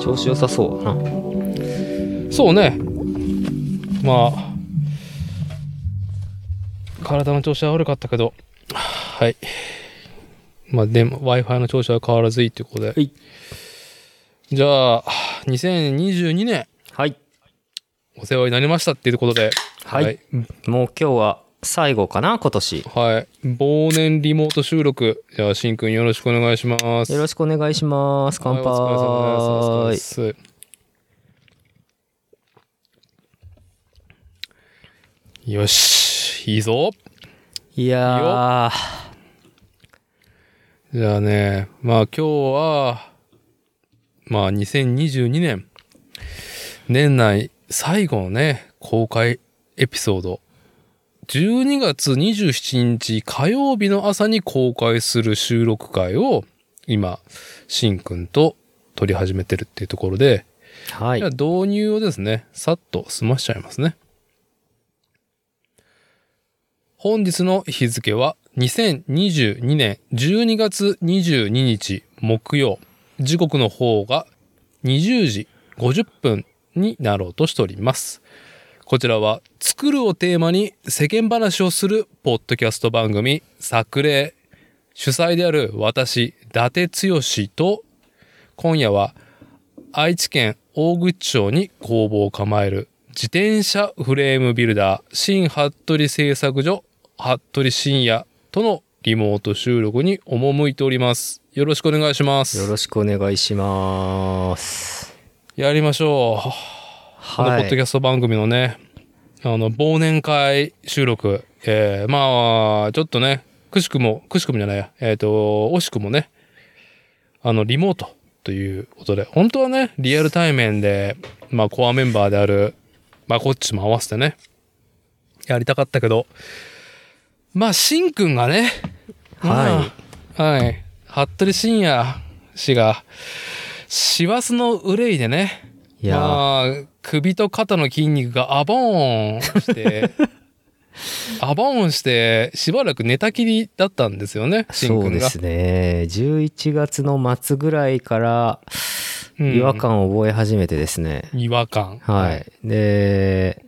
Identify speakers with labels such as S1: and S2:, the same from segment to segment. S1: 調子良さそうやな
S2: そうねまあ体の調子は悪かったけどはいまあでも w i f i の調子は変わらずいいってことで、
S1: い
S2: じゃあ2022年
S1: はい
S2: お世話になりましたっていうことで
S1: はい、
S2: はい
S1: もう今日は最後かな今年
S2: はい忘年リモート収録じゃあしんくんよろしくお願いします
S1: よろしくお願いします乾杯、
S2: はいお疲れ様ですお疲れ様ですよしいいぞ
S1: いやー
S2: じゃあね、まあ今日は、まあ2022年、年内最後のね、公開エピソード。12月27日火曜日の朝に公開する収録会を、今、しんくんと撮り始めてるっていうところで、
S1: はい
S2: じゃあ導入をですね、さっと済ましちゃいますね。本日の日付は2022年12月22日木曜、時刻の方が20時50分になろうとしております。こちらは作るをテーマに世間話をするポッドキャスト番組作例主催である私、伊達剛と今夜は愛知県大口町に工房を構える自転車フレームビルダー新服部製作所服部深也とのリモート収録に赴いておりますよろしくお願いします
S1: よろしくお願いします
S2: やりましょう、このポ
S1: は
S2: ッドキ
S1: い
S2: ャスト番組のねあの忘年会収録えー、まあちょっとねくしくもくしくもじゃないやえっ、と惜しくもねあのリモートということで本当はねリアル対面でまあコアメンバーであるまあこっちも合わせてねやりたかったけどまあしんくんがねいはい服部慎也氏が師走の憂いでね
S1: いやー
S2: まあ、首と肩の筋肉がアボーン して、アボーンして、しばらく寝たきりだったんですよね、しん
S1: そ
S2: く
S1: うんで
S2: が。
S1: すね11月の末ぐらいから
S2: うん
S1: 違和感を覚え始めてですね、
S2: 違和感。
S1: はい。で、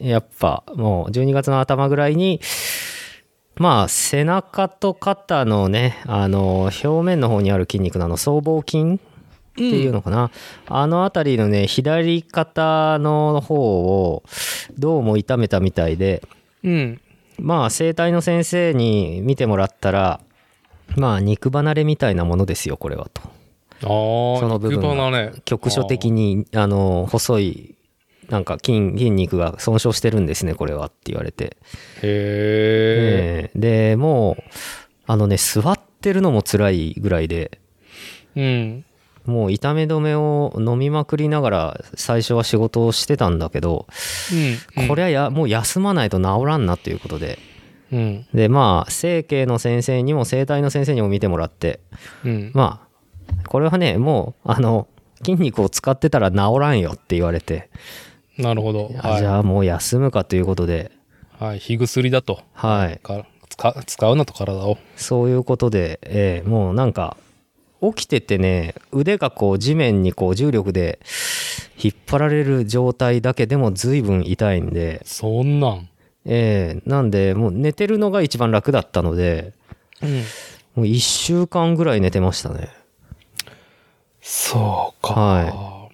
S1: やっぱもう12月の頭ぐらいに、まあ背中と肩のね、あの、表面の方にある筋肉のあの、僧帽筋っていうのかな。あのあたりのね、左肩の方をどうも痛めたみたいで、
S2: うん。
S1: まあ整体の先生に見てもらったら、まあ肉離れみたいなものですよ、これはと。
S2: ああ、そ
S1: の部分が
S2: ね。
S1: 局所的にあの細いなんか筋筋肉が損傷してるんですねこれはって言われて、
S2: あー。へ
S1: ええでもうあのね座ってるのも辛いぐらいで
S2: え。うん。
S1: もう痛め止めを飲みまくりながら最初は仕事をしてたんだけど
S2: うん。
S1: これはやもう休まないと治らんなということで
S2: うん。
S1: でまあ整形の先生にも整体の先生にも見てもらって
S2: うん。
S1: まあこれはねもうあの筋肉を使ってたら治らんよって言われて
S2: なるほど。
S1: あじ
S2: は
S1: ゃあもう休むかということで、
S2: い。はい。火薬だと。
S1: はい、
S2: か使使うなと体を。
S1: そういうことで、えーもうなんか起きててね腕がこう地面にこう重力で引っ張られる状態だけでも随分痛いんで、
S2: そんなん。
S1: えーなんでもう寝てるのが一番楽だったので
S2: うん。
S1: もう1週間ぐらい寝てましたね
S2: そうか。。
S1: は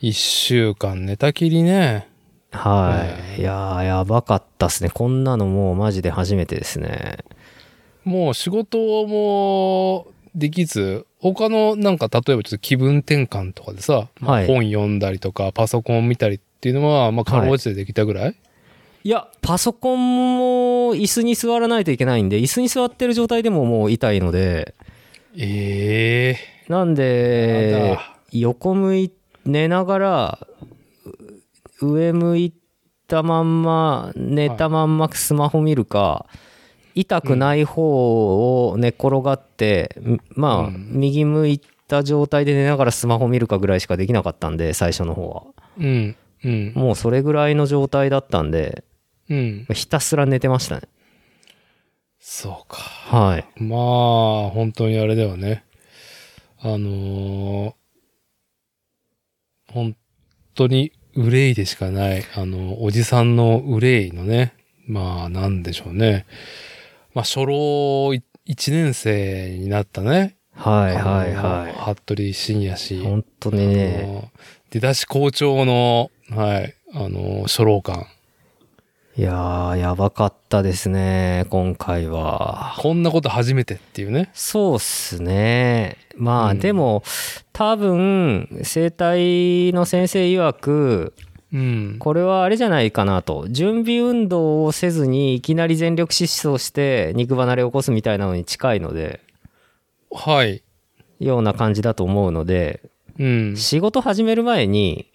S1: い
S2: 一週間寝たきりね。
S1: はい、いやーやばかったっすねこんなのもうマジで初めてですね
S2: もう仕事もできず、他のなんか例えばちょっと気分転換とかでさ、まあ
S1: はい
S2: 本読んだりとかパソコン見たりっていうのは、まあかろうじてできたぐらい、
S1: いや、パソコンも椅子に座らないといけないんで、椅子に座ってる状態でももう痛いので、
S2: ええ
S1: なん
S2: や
S1: で
S2: だ、
S1: 横向い、寝ながら、う上向いたまんま、寝たまんまスマホ見るか、痛くない方を寝っ転がって、まあ、
S2: うん
S1: 右向いた状態で寝ながらスマホ見るかぐらいしかできなかったんで、最初の方は。
S2: うん、うん、
S1: もうそれぐらいの状態だったんで、
S2: うん。
S1: ひたすら寝てましたね。
S2: そうか。
S1: はい。
S2: まあ、本当にあれだよね。あのー本当に憂いでしかない、あの、おじさんの憂いのね、まあ、なんでしょうね。まあ、初老い一年生になったね。
S1: はいはい
S2: あ
S1: は
S2: の服部真也氏
S1: い。。本当に
S2: あ
S1: ね、
S2: の出だし校長の、はい、あの、初老感。
S1: いやー、やばかったですね、今回は。
S2: こんなこと初めてっていうね。
S1: そうっすね。まあ、
S2: うん
S1: でも、多分、生体の先生曰く、
S2: うん。
S1: これはあれじゃないかなと準備運動をせずにいきなり全力疾走して肉離れを起こすみたいなのに近いので
S2: はい。
S1: ような感じだと思うので
S2: うん。
S1: 仕事始める前に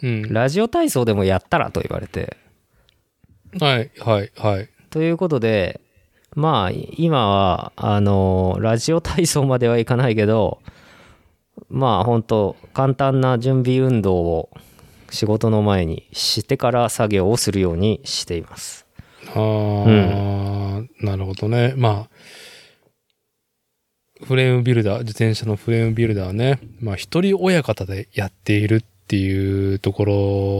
S2: うん。
S1: ラジオ体操でもやったらと言われて
S2: はい、はい、はい。
S1: ということでまあ今はあのラジオ体操まではいかないけどまあ本当簡単な準備運動を仕事の前にしてから作業をするようにしています。
S2: ああ、なるほどね。まあ、フレームビルダー、自転車のフレームビルダーね。まあ、一人親方でやっているっていうとこ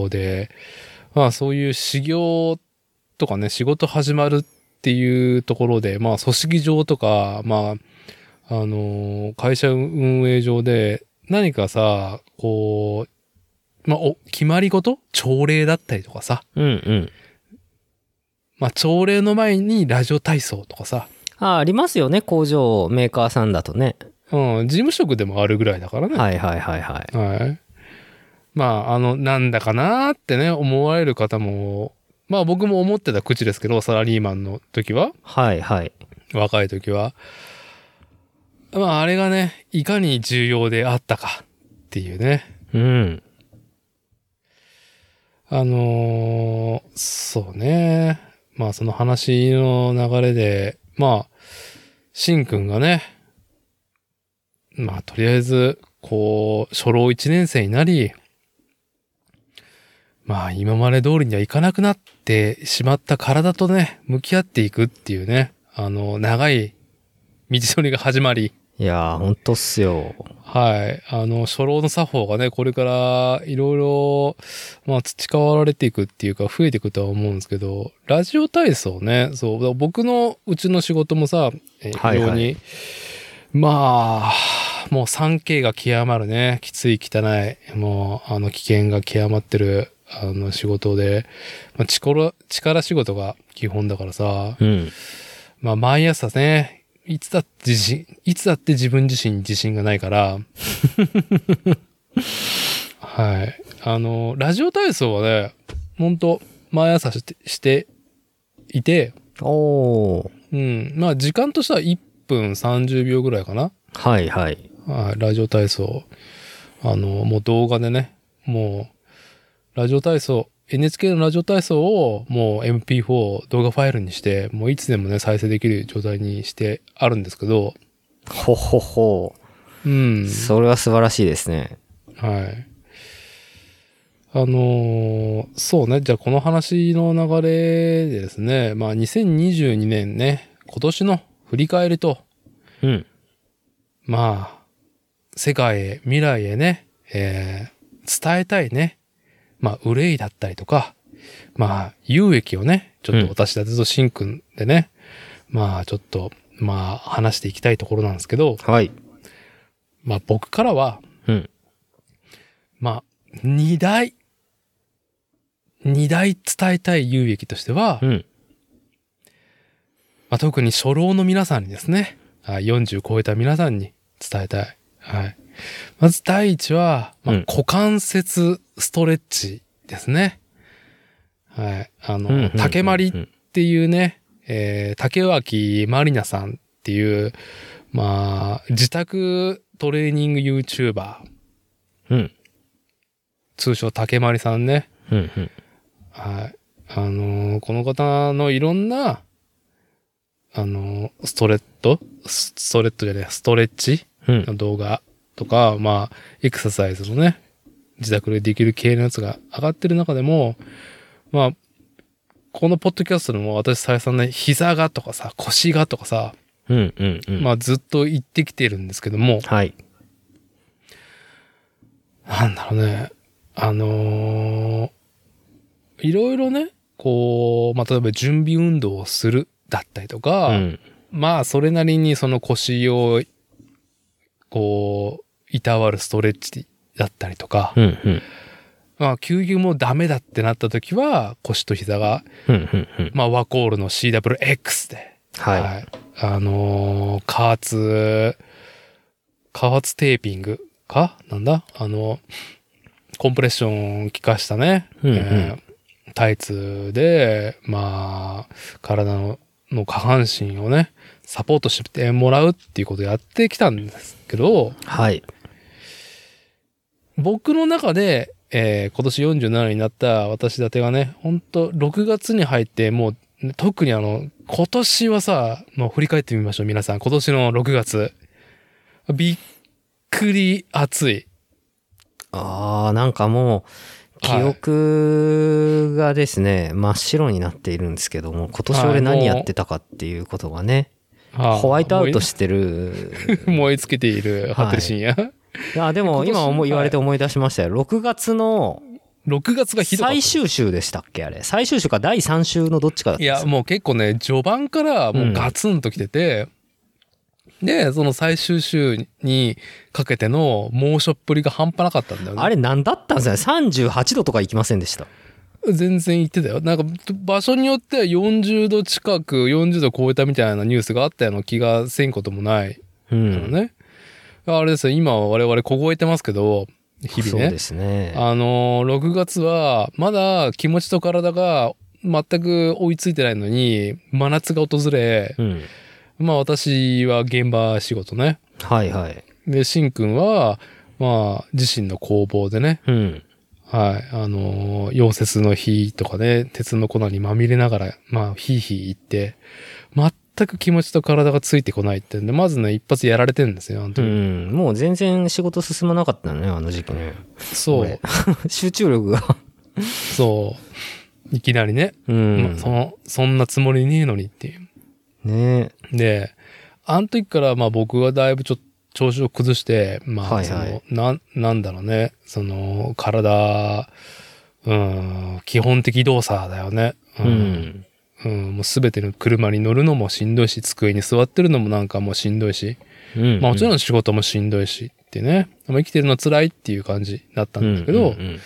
S2: ろで、まあ、そういう修行とかね、仕事始まるっていうところで、まあ、組織上とか、まあ、あのー会社運営上で、何かさ、こう、まあ、お、決まり事朝礼だったりとかさ、
S1: うんうん
S2: まあ、朝礼の前にラジオ体操とかさ、
S1: あありますよね工場メーカーさんだとね、
S2: うん、事務職でもあるぐらいだからね。
S1: はいはいはいはい
S2: はい。まあ、あの、なんだかなーってね、思われる方も、まあ僕も思ってた口ですけど、サラリーマンの時は、
S1: はいはい
S2: 若い時は。まあ、あれがね、いかに重要であったかっていうね。
S1: うん
S2: あのーそうね。まあその話の流れで、まあ、しんくんがね、まあとりあえず、こう、初老1年生になり、まあ今まで通りにはいかなくなってしまった体とね、向き合っていくっていうね、あの、長い道のりが始まり、
S1: いやーほんとっすよ
S2: はい。あの、初老の作法がね、これからいろいろ、まあ、培われていくっていうか、増えていくとは思うんですけど、ラジオ体操ね、そう、だから僕のうちの仕事もさ、えー非常
S1: はい
S2: に、
S1: はい
S2: まあ、もう 3K が極まるね、きつい、汚い、もう、あの、危険が極まってる、あの、仕事で、まあ、力、力仕事が基本だからさ、
S1: うん
S2: まあ、毎朝ね、いつだって自信、いつだって自分自身に自信がないから。はい。あの、ラジオ体操はね、ほんと、毎朝して、していて、
S1: おお
S2: うん。まあ、時間としては1分30秒ぐらいかな。
S1: はいはい
S2: はい、ラジオ体操。あの、もう動画でね、もう、ラジオ体操、NHK のラジオ体操をもう MP4 動画ファイルにして、もういつでもね、再生できる状態にしてあるんですけど、
S1: ほほほ
S2: うん。
S1: それは素晴らしいですね
S2: はい。あのーそうね、じゃあこの話の流れでですね、まあ2022年ね、今年の振り返りと、
S1: うん
S2: まあ、世界へ、未来へね、えー伝えたいね、まあ、憂いだったりとか、まあ、有益をね、ちょっと私だてとしんくんでね、まあ、ちょっと、まあ、話していきたいところなんですけど、
S1: はい
S2: まあ、僕からは、
S1: うん
S2: まあ、二大、二大伝えたい有益としては、
S1: うん
S2: まあ、特に初老の皆さんにですね、はい40超えた皆さんに伝えたい。はい。まず第一は、まあ
S1: うん
S2: 股関節ストレッチですね。はい。あの、
S1: うんうんうんうん
S2: 竹まりっていうね、えー竹脇まりなさんっていう、まあ、自宅トレーニング YouTuber、
S1: うん
S2: 通称竹まりさんね。
S1: うんうん
S2: はい。あのーこの方のいろんな、あのーストレットスストレットじゃねえ、ストレッチ
S1: うん
S2: の動画とか、まあ、エクササイズのね、自宅でできる系のやつが上がってる中でも、まあ、このポッドキャストでも私再三ね、膝がとかさ、腰がとかさ、
S1: うんうんうん
S2: まあずっと言ってきてるんですけども、
S1: はい
S2: なんだろうね。あのーいろいろね、こう、まあ、例えば準備運動をするだったりとか、
S1: うん。
S2: まあ、それなりにその腰を、こう、いたわるストレッチだったりとか、
S1: うん。うん。
S2: まあ、休業もダメだってなった時は、腰と膝が、
S1: うん。うん。うん。
S2: まあ、ワコールの CWX で、
S1: はい。
S2: あのー、加圧、加圧テーピングかなんだあの、コンプレッション効かしたね、
S1: うんうん
S2: ータイツで、まあ、体のの下半身をね、サポートしてもらうっていうことをやってきたんですけど、
S1: はい。
S2: 僕の中で、えー今年47になった私だてがね、ほんと6月に入ってもう、特にあの、今年はさ、もう振り返ってみましょう、皆さん。今年の6月。びっくり暑い。
S1: ああ、なんかもう、記憶がですね、真っ白になっているんですけども、今年俺何やってたかっていうことがね、ホワイトアウトしてる。
S2: 燃え 燃え尽きてい
S1: は
S2: る、
S1: い
S2: 果て深夜。
S1: いや、でも
S2: 今年
S1: 今思い言われて
S2: は
S1: 思い出しましたよ。6月の
S2: 6月がひどかった
S1: 最。終週でしたっけあれ。最終週か第3週のどっちかだったん
S2: い
S1: で
S2: や、
S1: すよ。
S2: もう結構ね、序盤からもうガツンと来てて、で、その最終週にかけての猛暑っぷりが半端なかったんだよね。
S1: あれ何だったんですかね ?38 度とか行きませんでした。
S2: 全然言ってたよ。なんか、場所によっては40度近く、40度超えたみたいなニュースがあったような気がせんこともない
S1: うん。
S2: のね。あれですよ、今は我々凍えてますけど、日
S1: そう
S2: 々ね
S1: で。すね。
S2: あのー、6月は、まだ気持ちと体が全く追いついてないのに、真夏が訪れ、
S1: うん。
S2: まあ私は現場仕事ね。
S1: はいはい。
S2: で、しんくんは、まあ自身の工房でね、
S1: うん。
S2: はい。あのー、溶接の火とかね、鉄の粉にまみれながら、まあ、ひいひい言って、全く気持ちと体がついてこないってんで、まずね、一発やられてるんですよ、あの
S1: う
S2: 時。
S1: ん。もう全然仕事進まなかったね、あの時期ね。
S2: そ
S1: 俺
S2: う、
S1: 集中力が。
S2: そう。いきなりね、
S1: う
S2: まあその、そんなつもりねえのにっていう。
S1: ね
S2: で、あの時から、まあ僕はだいぶちょっと、調子を崩して、まあ、
S1: はい
S2: そ
S1: はい
S2: の、なん、なんだろうね、その、体、うん、基本的動作だよね。
S1: え。うん。
S2: うん、もうすべての車に乗るのもしんどいし、机に座ってるのもなんかもうしんどいし、
S1: うん
S2: まあもちろん仕事もしんどいしってね、まあ生きてるの辛いっていう感じだったんですけど、
S1: うんうんうん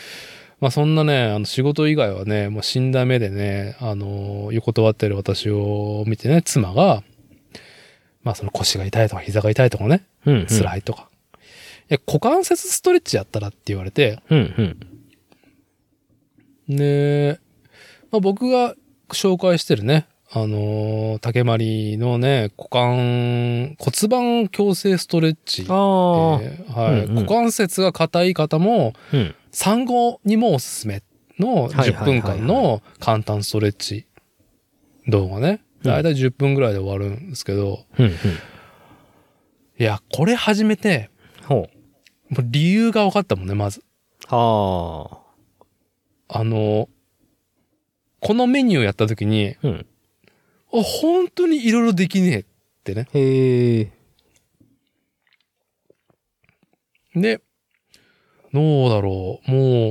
S2: まあそんなね、あの仕事以外はね、もう死んだ目でね、あの、横たわってる私を見てね、妻が、まあその腰が痛いとか膝が痛いとかね、
S1: うんうん。
S2: 辛いとか。いや、股関節ストレッチやったらって言われて、
S1: うんうん。
S2: で、まあ、僕が紹介してるね、あのー竹まりのね、股関、骨盤矯正ストレッチっていう。
S1: あ
S2: はい、
S1: うんうん
S2: 股関節が硬い方も、
S1: あ。うん。
S2: 産後にもおすすめ
S1: は
S2: の
S1: いはいはい
S2: 10
S1: はい
S2: 分間の簡単ストレッチ動画ね。
S1: うん
S2: だいたい10分ぐらいで終わるんですけど、
S1: うんうん。
S2: いや、これ始めて、
S1: ほう。
S2: もう理由が分かったもんね、まず。
S1: あ
S2: あのーこのメニューをやった時に、
S1: あ。うん。
S2: あ、本当にいろいろできねえってね。
S1: へえ。
S2: で、どうだろう。も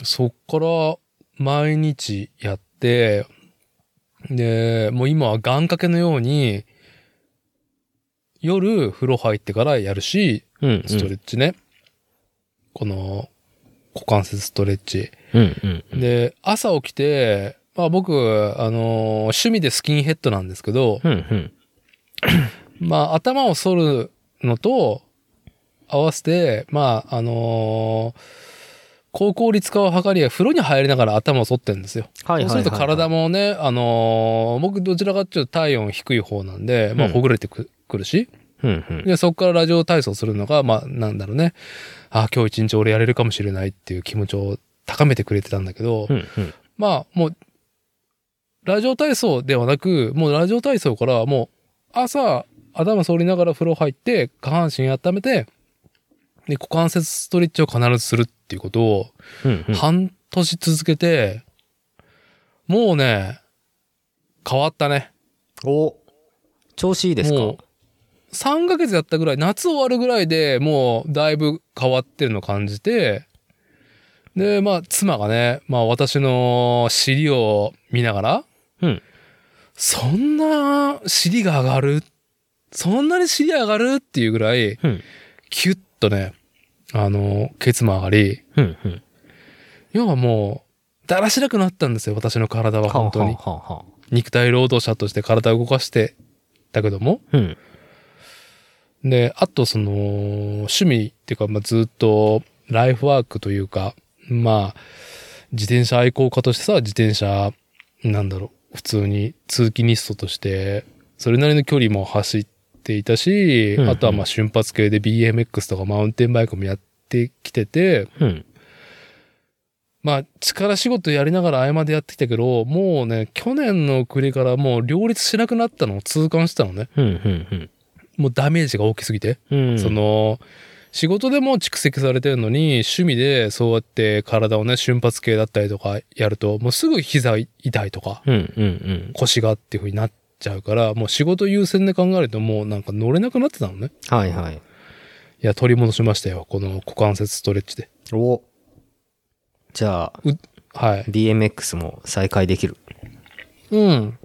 S2: う、そっから毎日やって、で、もう今は願掛けのように、夜風呂入ってからやるし、
S1: うん。
S2: ストレッチね。この、股関節ストレッチ。
S1: うんうんうん。
S2: で、朝起きて、まあ僕、あの趣味でスキンヘッドなんですけど、
S1: うんうん。
S2: まあ、頭を剃るのと合わせて、まあ、あのー高効率化を図り、風呂に入りながら頭を剃ってるんですよ。
S1: はいはいはいはい。
S2: そうすると体もね、あのー僕どちらかっていうと体温低い方なんで、まあ、
S1: うん
S2: ほぐれてく,、るし、
S1: うんうん。
S2: で、そこからラジオ体操するのが、まあ、なんだろうね。ああ、今日一日俺やれるかもしれないっていう気持ちを高めてくれてたんだけど、
S1: うんうん。
S2: まあ、もう、ラジオ体操ではなく、もうラジオ体操から、もう、朝、頭反りながら風呂入って、下半身温めて、で、股関節ストレッチを必ずするっていうことを、
S1: うんうん。
S2: 半年続けて、もうね、変わったね。
S1: お調子いいですか
S2: もう、3ヶ月やったぐらい、夏終わるぐらいでもう、だいぶ変わってるの感じて、で、まあ、妻がね、まあ、私の尻を見ながら、
S1: うん。
S2: そんな尻が上がるそんなに尻上がるっていうぐらい、
S1: うん。
S2: キュッとね、あの、ケツも上がり、
S1: うん。うん。
S2: 要はもう、だらしなくなったんですよ、私の体は本当に。
S1: はあはあはあはあ
S2: 肉体労働者として体を動かしてたけども。
S1: うん。
S2: で、あとその、趣味っていうか、まあ、ずっと、ライフワークというか、まあ、自転車愛好家としてさ、自転車、なんだろう、普通に通勤リストとして、それなりの距離も走っていたし、
S1: うんうん
S2: あとはまあ瞬発系で BMX とかマウンテンバイクもやってきてて、
S1: うん。
S2: まあ、力仕事やりながら合間でやってきたけど、もうね、去年の暮れからもう両立しなくなったのを痛感したのね。
S1: うん。うん。
S2: もうダメージが大きすぎて。
S1: うん。
S2: そ、の仕事でも蓄積されてるのに趣味でそうやって体をね瞬発系だったりとかやるともうすぐ膝痛いとか
S1: うん。うん。うん。
S2: 腰がっていう風になっちゃうからもう仕事優先で考えるともうなんか乗れなくなってたのね
S1: はいはい。
S2: いや取り戻しましたよこの股関節ストレッチで
S1: おじゃあ、
S2: はい
S1: BMX も再開できる。
S2: うん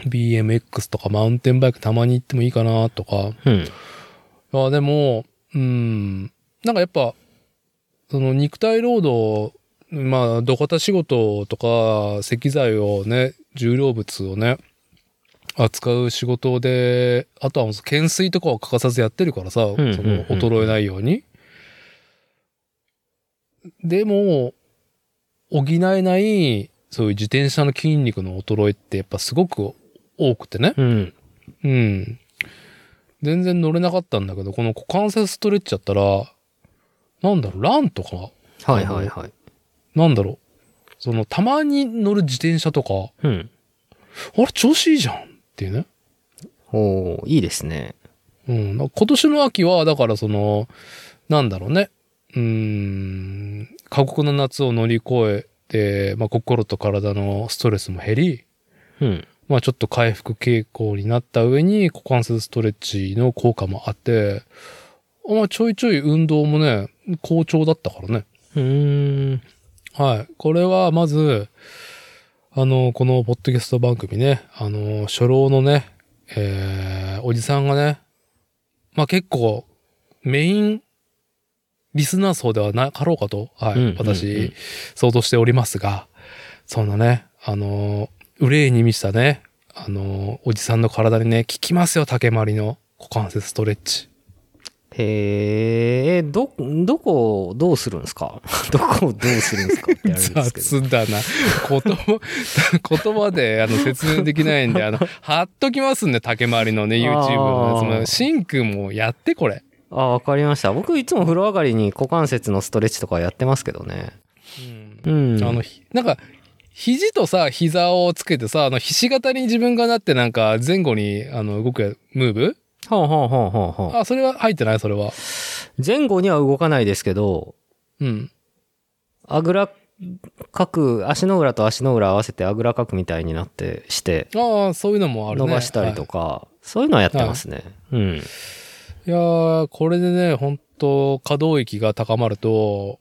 S2: BMX とかマウンテンバイクたまに行ってもいいかなとか
S1: うん。
S2: あでも、うん、なんかやっぱ、その肉体労働、まあ、土方仕事とか、石材をね、重量物をね、扱う仕事で、あとはもう懸垂とかは欠かさずやってるからさ、
S1: んう
S2: そ
S1: んうん
S2: の衰えないように。でも、補えない、そういう自転車の筋肉の衰えってやっぱすごく多くてね。
S1: うん。
S2: うん。全然乗れなかったんだけど、この股関節ストレッチやったら、なんだろう、ランとか、
S1: はいはいはい。
S2: なんだろう、その、たまに乗る自転車とか、
S1: うん。
S2: あれ、調子いいじゃんっていうね。
S1: おーいいですね。
S2: うん。だから今年の秋は、だからその、なんだろうね、うーん、過酷な夏を乗り越えて、まあ、心と体のストレスも減り、
S1: うん。
S2: まあちょっと回復傾向になった上に股関節ストレッチの効果もあって、まあちょいちょい運動もね、好調だったからね。
S1: うーん。
S2: はい。これはまず、あの、このポッドキャスト番組ね、あの、初老のね、えー、おじさんがね、まあ結構、メイン、リスナー層ではなかろうかと、はい、
S1: うん
S2: 私、
S1: うんうん
S2: 想像しておりますが、そんなね、あの、憂いに満ちたね、あの、おじさんの体にね、効きますよ、竹まりの股関節ストレッチ。
S1: へえ、ど、どこをどうするんですか どこをどうするんですかってあれです けど。
S2: 雑だな。言葉、 言葉であの説明できないん で、あの、貼っときますんで、竹回りのね、YouTube のやつ
S1: あ
S2: も。
S1: ー
S2: シンクもやって、これ。
S1: あ、わかりました。僕いつも風呂上がりに股関節のストレッチとかやってますけどね。うん。
S2: あの、ひなんか、肘とさ、膝をつけてさ、あの、ひし形に自分がなってなんか前後に、あの、動くやムーブ
S1: ほうほうほうほうほ
S2: あ、それは入ってないそれは。
S1: う。前後には動かないですけど、
S2: うん。
S1: あぐらかく、足の裏と足の裏合わせてあぐらかくみたいになってして、
S2: ああ、そういうのもある
S1: 伸
S2: ね。
S1: ばしたりとか、そういうのはやってますね。うん。
S2: いやー、これでね、本当可動域が高まると、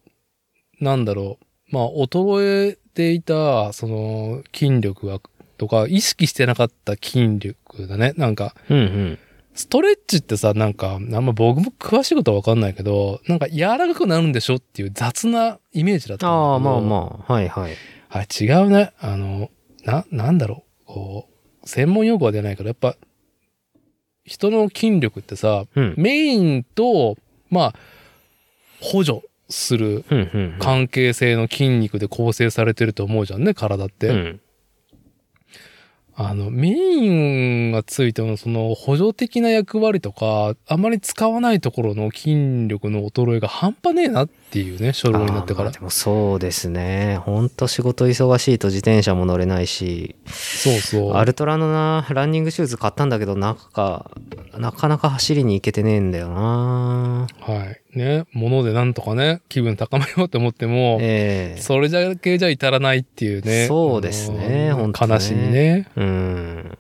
S2: なんだろう。まあ、衰えていた、その、筋力が、とか、意識してなかった筋力だね。なんか、
S1: うんうん。
S2: ストレッチってさ、なんか、あんま僕も詳しいことはわかんないけど、なんか柔らかくなるんでしょっていう雑なイメージだったんだけど。
S1: ああ、まあまあ。はいはい。
S2: あ、違うね。あの、な、なんだろう。こう、専門用語は出ないけど、やっぱ、人の筋力ってさ、
S1: うん。
S2: メインと、まあ、補助する
S1: うんうんうん。
S2: 関係性の筋肉で構成されてると思うじゃんね、体って。
S1: うん。
S2: あの、メインがついても、その補助的な役割とか、あまり使わないところの筋力の衰えが半端ねえなっていうね、初老になってか
S1: あーまあ
S2: ら
S1: で。もそうですね。ほんと仕事忙しいと自転車も乗れないし、
S2: そうそう。
S1: アルトラのな、ランニングシューズ買ったんだけど、なんか、なかなか走りに行けてねえんだよな。
S2: はい。ね、物でなんとかね、気分高めようと思っても、
S1: ええ
S2: それだけじゃ至らないっていうね。
S1: そうですね
S2: あの
S1: 本当ね
S2: 悲しみね。
S1: うん。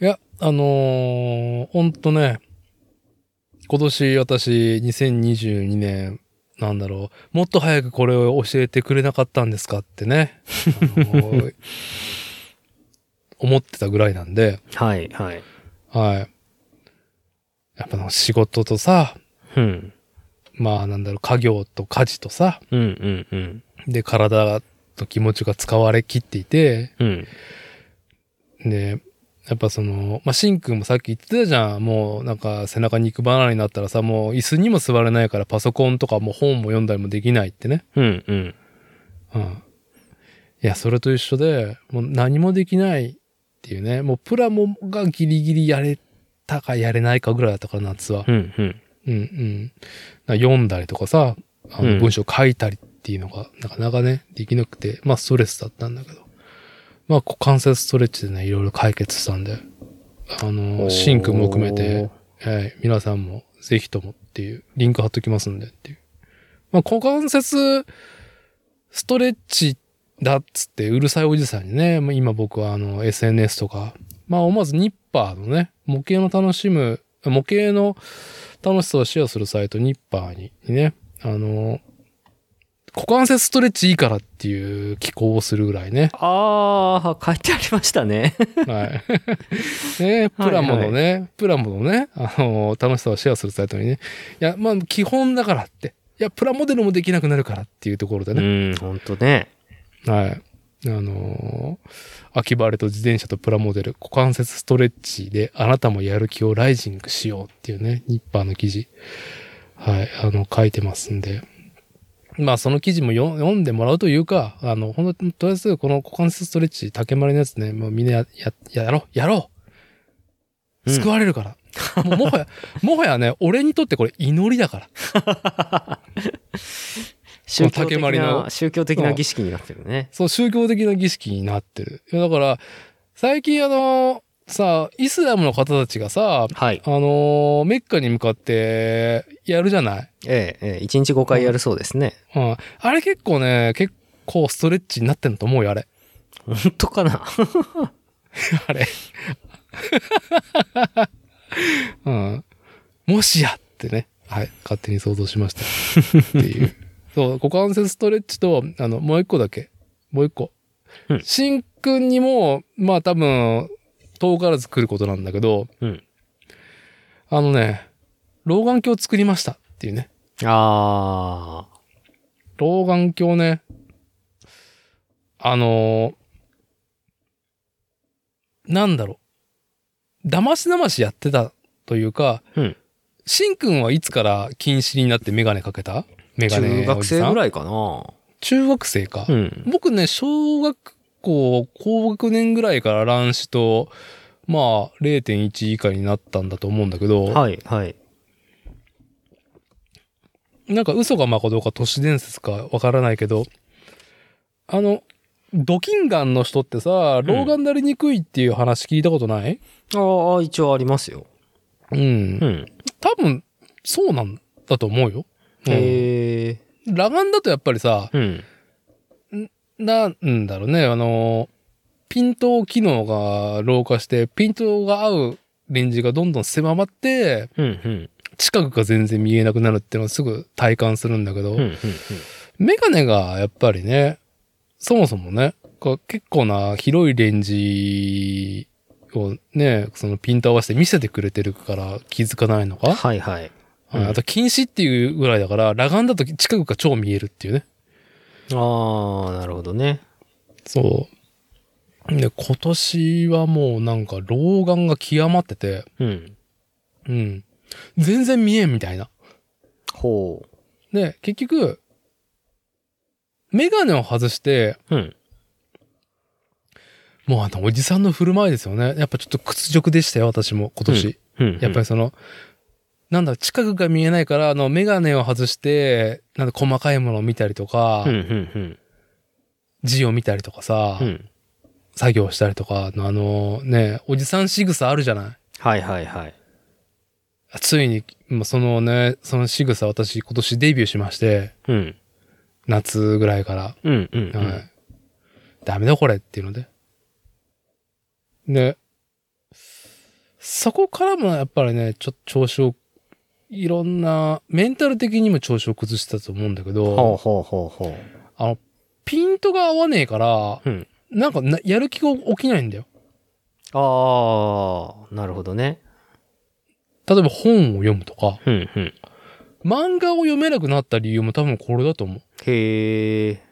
S2: いや、あのー、ほんとね、今年私、2022年、なんだろう、もっと早くこれを教えてくれなかったんですかってね、あの 思ってたぐらいなんで、
S1: はいはい。
S2: はい。やっぱの仕事とさ、
S1: うん。
S2: まあなんだろう、家業と家事とさ、
S1: うんうんうん。
S2: で、体と気持ちが使われきっていて、
S1: うん。
S2: で、やっぱその、まあ、シンくんもさっき言ってたじゃん。もうなんか背中肉離れになったらさ、もう椅子にも座れないからパソコンとかもう本も読んだりもできないってね。
S1: うんうん。
S2: うん。いや、それと一緒で、もう何もできないっていうね。もうプラモがギリギリやれたかやれないかぐらいだったから夏は。
S1: うんうん。
S2: うんうん。だから読んだりとかさ、あ
S1: うん。
S2: の文章書いたりっていうのがなかなかね、できなくて、まあストレスだったんだけど。まあ股関節ストレッチでね、いろいろ解決したんで、あの、シンクも含めて、はい、皆さんもぜひともっていう、リンク貼っときますんでっていう。まあ股関節ストレッチだっつって、うるさいおじさんにね、まあ今僕はあの SNS とか、まあ思わずニッパーのね、模型の楽しむ、模型の楽しさをシェアするサイト、ニッパーににね、あの、股関節ストレッチいいからっていう寄稿をするぐらいね
S1: ああ、書いてありましたね。
S2: はい。 ねプラモのね、プラモのね、あの、楽しさをシェアするサイトにね。いや、まあ、基本だからって。いや、プラモデルもできなくなるからっていうところでね。
S1: うん、ほんとね。
S2: はい。あのー秋晴れと自転車とプラモデル、股関節ストレッチであなたもやる気をライジングしようっていうね、ニッパーの記事。はい、あの、書いてますんで。まあ、その記事もよ読んでもらうというか、あの、ほんと、とりあえずこの股関節ストレッチ、竹丸のやつね、もうみんなや、や、やろう、やろう
S1: うん
S2: 救われるから。もうもはや、もはやね、俺にとってこれ祈りだから。
S1: 宗教
S2: 竹
S1: 的
S2: 丸の
S1: な、宗教的な儀式になってるね。
S2: そう、宗教的な儀式になってる。いやだから、最近あの、さ、イスラムの方たちがさ、
S1: はい。
S2: あの、メッカに向かってやるじゃない、
S1: ええ、ええ、1日5回やるそうですね。
S2: うん、あれ結構ね、結構ストレッチになってんのと思うよ、あれ。
S1: 本当かな
S2: あれ。うん。もしやってね。はい。勝手に想像しました。っていう。そう、股関節ストレッチと、あの、もう一個だけ。もう一個
S1: うん。
S2: し、んくんにも、まあ多分、遠からず来ることなんだけど、
S1: うん。
S2: あのね、老眼鏡作りましたっていうね。
S1: ああ。
S2: 老眼鏡ね。あのーなんだろう。騙し騙しやってたというか、
S1: うん
S2: しんくんはいつから禁止になってメガネかけたメガネ
S1: 中学生ぐ
S2: い
S1: らいかな。
S2: 中学生か。
S1: うん。
S2: 僕ね、小学校高学年ぐらいから乱視と、まあ、0.1以下になったんだと思うんだけど、
S1: はい、はい。
S2: なんか嘘かまかどうか都市伝説かわからないけど、あの、ドキンガンの人ってさ、老眼になりにくいっていう話聞いたことない
S1: ああ、一応ありますよ。
S2: うん。
S1: うん。
S2: 多分、そうなんだと思うよ。うん
S1: へえ。
S2: 裸眼だとやっぱりさ、
S1: うん。
S2: なんだろうね、あの、ピント機能が老化して、ピントが合うレンジがどんどん狭まって、
S1: うん、うん。
S2: 近くが全然見えなくなるっていうのをすぐ体感するんだけど、
S1: うん、うん。
S2: メガネがやっぱりね、そもそもね、こう結構な広いレンジをね、そのピント合わせて見せてくれてるから気づかないの
S1: うん
S2: か、
S1: はい、はい。
S2: はい
S1: うん
S2: あと近視っていうぐらいだから、裸眼だと近くが超見えるっていうね。
S1: ああ、なるほどね。
S2: そう。で、今年はもうなんか老眼が極まってて、
S1: うん。
S2: うん。全然見えんみたいな。
S1: ほ
S2: で、結局、メガネを外して、
S1: う。うん。
S2: もうあの、おじさんの振る舞いですよね。やっぱちょっと屈辱でしたよ、私も、今年。
S1: うん。
S2: やっぱりその、なんだろう、近くが見えないから、あの、メガネを外して、なんだ、細かいものを見たりとか、
S1: うん、うん、
S2: 字を見たりとかさ、
S1: うん。うん。
S2: 作業したりとかの、あの、ね、おじさん仕草あるじゃない
S1: はい、はい、はい。
S2: ついに、もうそのね、その仕草私、今年デビューしまして、
S1: うん。
S2: 夏ぐらいから。
S1: うん、うん。うん
S2: はい。ダメだこれっていうので。で、そこからもやっぱりね、ちょっと調子をいろんな、メンタル的にも調子を崩してたと思うんだけ
S1: ほう
S2: ど、
S1: ほうほうほう。
S2: あの、ピントが合わねえから、
S1: うん。
S2: なんかな、やる気が起きないんだよ。
S1: ああ、なるほどね。
S2: 例えば本を読むとか、
S1: うんうん。
S2: 漫画を読めなくなった理由も多分これだと思う。
S1: へえ。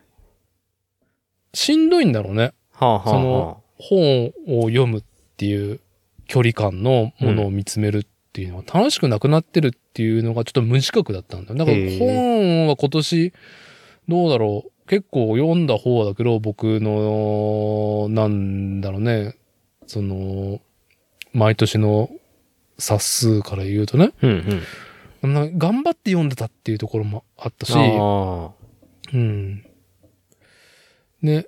S2: しんどいんだろうね。
S1: はあはあ、はあ。
S2: その本を読むっていう距離感のものを見つめるっていうのが楽しくなくなってるっていうのがちょっと無自覚だったんだよ。だから
S1: へー
S2: 本は今年どうだろう。結構読んだ方だけど、僕の、なんだろうね。その、毎年の冊数から言うとね。
S1: うんうん。
S2: な頑張って読んでたっていうところもあったし、
S1: あ
S2: うん。ね。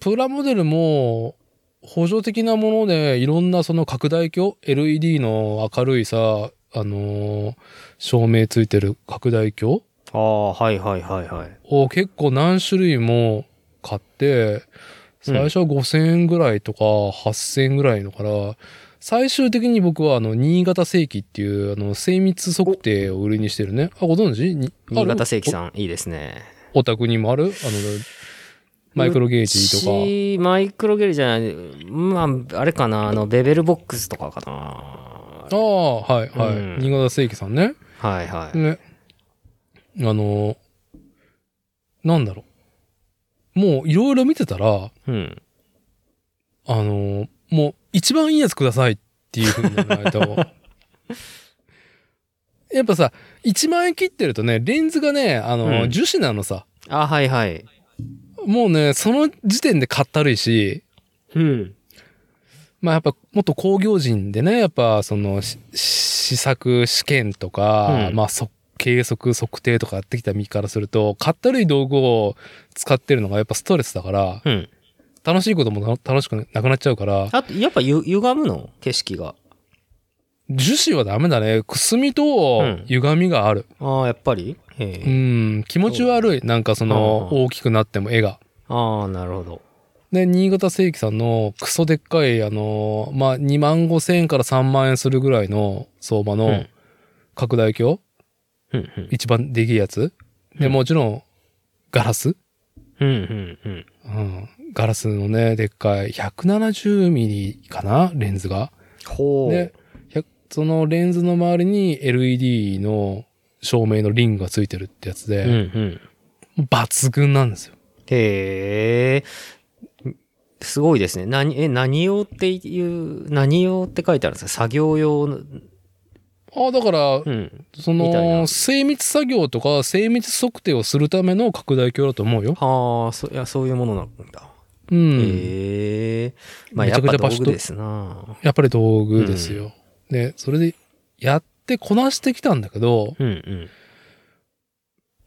S2: プラモデルも、補助的なもので、いろんなその拡大鏡、LED の明るいさ、あのー照明ついてる拡大鏡
S1: あ。ああ、はいはいはいはい。
S2: を結構何種類も買って、最初は5000円ぐらいとか8000円ぐらいのから、最終的に僕はあの、新潟正規っていう、あの、精密測定を売りにしてるね。あ、ご存知に
S1: 新潟正規
S2: ん。
S1: さん、いいですね。
S2: お宅にもあるあの、マイクロゲージとか。
S1: うちマイクロゲルじゃない、まあ、あれかな、あの、ベベルボックスとかかな。
S2: ああ、はい、はい。
S1: うん
S2: 新潟正規さんね。
S1: はいはい。
S2: ね。あの、なんだろう。もういろいろ見てたら、
S1: うん。
S2: あの、もう一番いいやつくださいっていうふうに言わないと。 やっぱさ、1万円切ってるとね、レンズがね、あの、
S1: うん
S2: 樹脂なのさ。
S1: あ、はいはい。
S2: もうね、その時点でかったるいし、
S1: うん。
S2: まあやっぱ元工業人でね、やっぱそのし試作試験とか、
S1: うん
S2: まあそ計測測定とかやってきた身からすると、かったるい道具を使ってるのがやっぱストレスだから、
S1: うん。
S2: 楽しいこともな楽しくなくなっちゃうから、
S1: あと、やっぱゆ、歪むの景色が。
S2: 樹脂はダメだね。くすみと
S1: うん
S2: 歪みがある。
S1: ああ、やっぱりへ
S2: う
S1: え。
S2: ん、気持ち悪い。なんかその
S1: うん
S2: 大きくなっても絵が。
S1: ああ、なるほど。
S2: で、新潟正規さんのクソでっかい、あの、まあ、2万5千円から3万円するぐらいの相場
S1: う
S2: の
S1: ん
S2: 拡大鏡、
S1: うんうん。
S2: 一番できいやつ。で、
S1: うん
S2: もちろん、ガラス
S1: うんうんうん。
S2: うん。ガラスのね、でっかい、170ミリかなレンズが。
S1: ほう。
S2: で、100そのレンズの周りに LED の照明のリングがついてるってやつ
S1: うんう
S2: で、
S1: ん。
S2: 抜群なんですよ。
S1: へえ。すごいですね。何、え、何用っていう、何用って書いてあるんですか作業用の、
S2: ああ、だから
S1: う、ん。
S2: そ
S1: みたい
S2: の、
S1: な
S2: 精密作業とか精密測定をするための拡大鏡だと思うよ。
S1: はあ、そ、いや、そういうものなんだ。
S2: うん。
S1: へえ。まあ、
S2: めち
S1: や
S2: ゃ
S1: っ
S2: くちゃ
S1: ぱ道
S2: バシッと
S1: 具ですな。
S2: やっぱり道具ですよ。で、それで、やってこなしてきたんだけど、
S1: うんうん。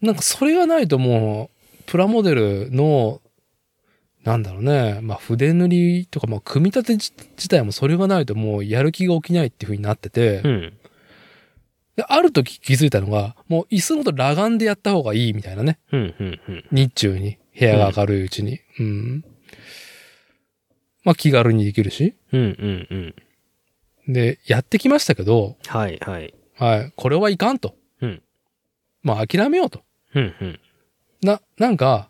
S2: なんかそれがないともう、プラモデルの、なんだろうね、まあ筆塗りとか、まあ組み立て自自体もそれがないともうやる気が起きないっていう風になってて、
S1: うん。
S2: で、ある時気づいたのが、もう椅子のこと裸眼でやった方がいいみたいなね。
S1: うんうんうん。
S2: 日中に。部屋が明るいうちに。うん。まあ気軽にできるし。
S1: うんうんうん。
S2: で、やってきましたけど、
S1: はいはい。
S2: はい、これはいかんと。
S1: うん
S2: まあ諦めようと。
S1: うんうん。
S2: な、なんか、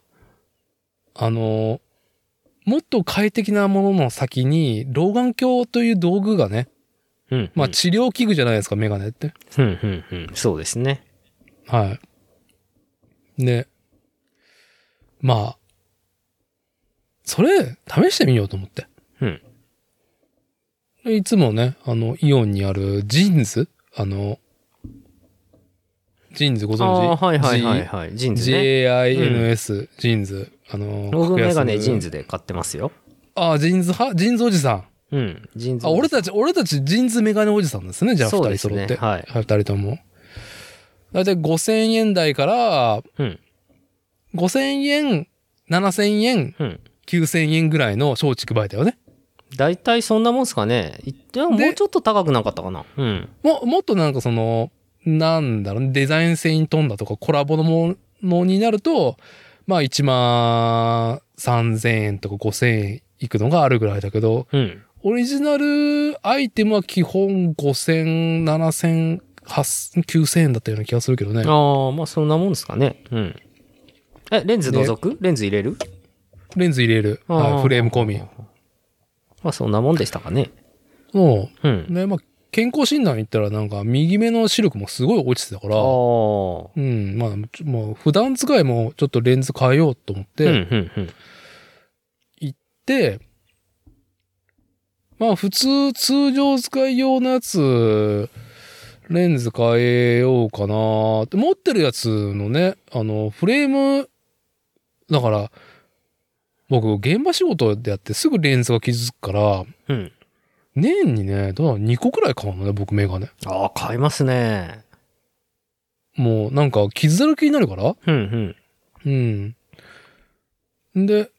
S2: あのーもっと快適なものの先に、老眼鏡という道具がね、
S1: うんうん。
S2: まあ治療器具じゃないですか、メガネって。
S1: うんうんうん。そうですね。
S2: はい。で、まあ、それ、試してみようと思って。
S1: うん
S2: で。いつもね、あの、イオンにあるジーンズあの、ジーンズご
S1: あ
S2: 存
S1: あー、
S2: 知
S1: はいはいはいはい。ジーンズね。
S2: JINS、ジーンズ。あの、
S1: 僕メガネ
S2: 格安
S1: ジーンズで買ってますよ。
S2: ああ、ジーンズ派ジーンズおじさん。
S1: うん。ジーンズ。
S2: あ、俺たち、俺たちジーンズメガネおじさんですね。じゃあ、
S1: そうで
S2: 二人
S1: す
S2: 揃
S1: ね
S2: って。
S1: はい
S2: 二人とも。だいたい5000円台から、
S1: うん。
S2: 5000円、7000円、
S1: うん。
S2: 9000円ぐらいの松竹梅だよね。
S1: 大体そんなもんですかね。いや、もうちょっと高くなかったかな。うん。
S2: も、もっとなんかその、なんだろうね、デザイン性に富んだとかコラボのものになると、まあ1万3000円とか5000円いくのがあるぐらいだけど、
S1: うん。
S2: オリジナルアイテムは基本5000、7000 8 9000円だったような気がするけどね。
S1: ああ、まあそんなもんですかね。うん。え、レンズ除く、レンズ入れる
S2: レンズ入れる。
S1: あー
S2: はい、フレーム込み。
S1: まあそんなもんでしたかね。
S2: も
S1: う
S2: う、
S1: ん。
S2: ね、まあ、健康診断行ったらなんか右目の視力もすごい落ちてたから、
S1: ああ。
S2: うん、まあ、ちょもう普段使いもちょっとレンズ変えようと思っ
S1: う
S2: て、
S1: ん、うん、うん。
S2: で、まあ普通、通常使い用のやつ、レンズ変えようかなって持ってるやつのね、あの、フレーム、だから、僕、現場仕事でやってすぐレンズが傷つくから、
S1: うん。
S2: 年にね、どうだろう2個くらい買うのね、僕メガネ。
S1: ああ、買いますね。
S2: もうなんか傷だらけになるから、
S1: うん、うん。
S2: うん。で、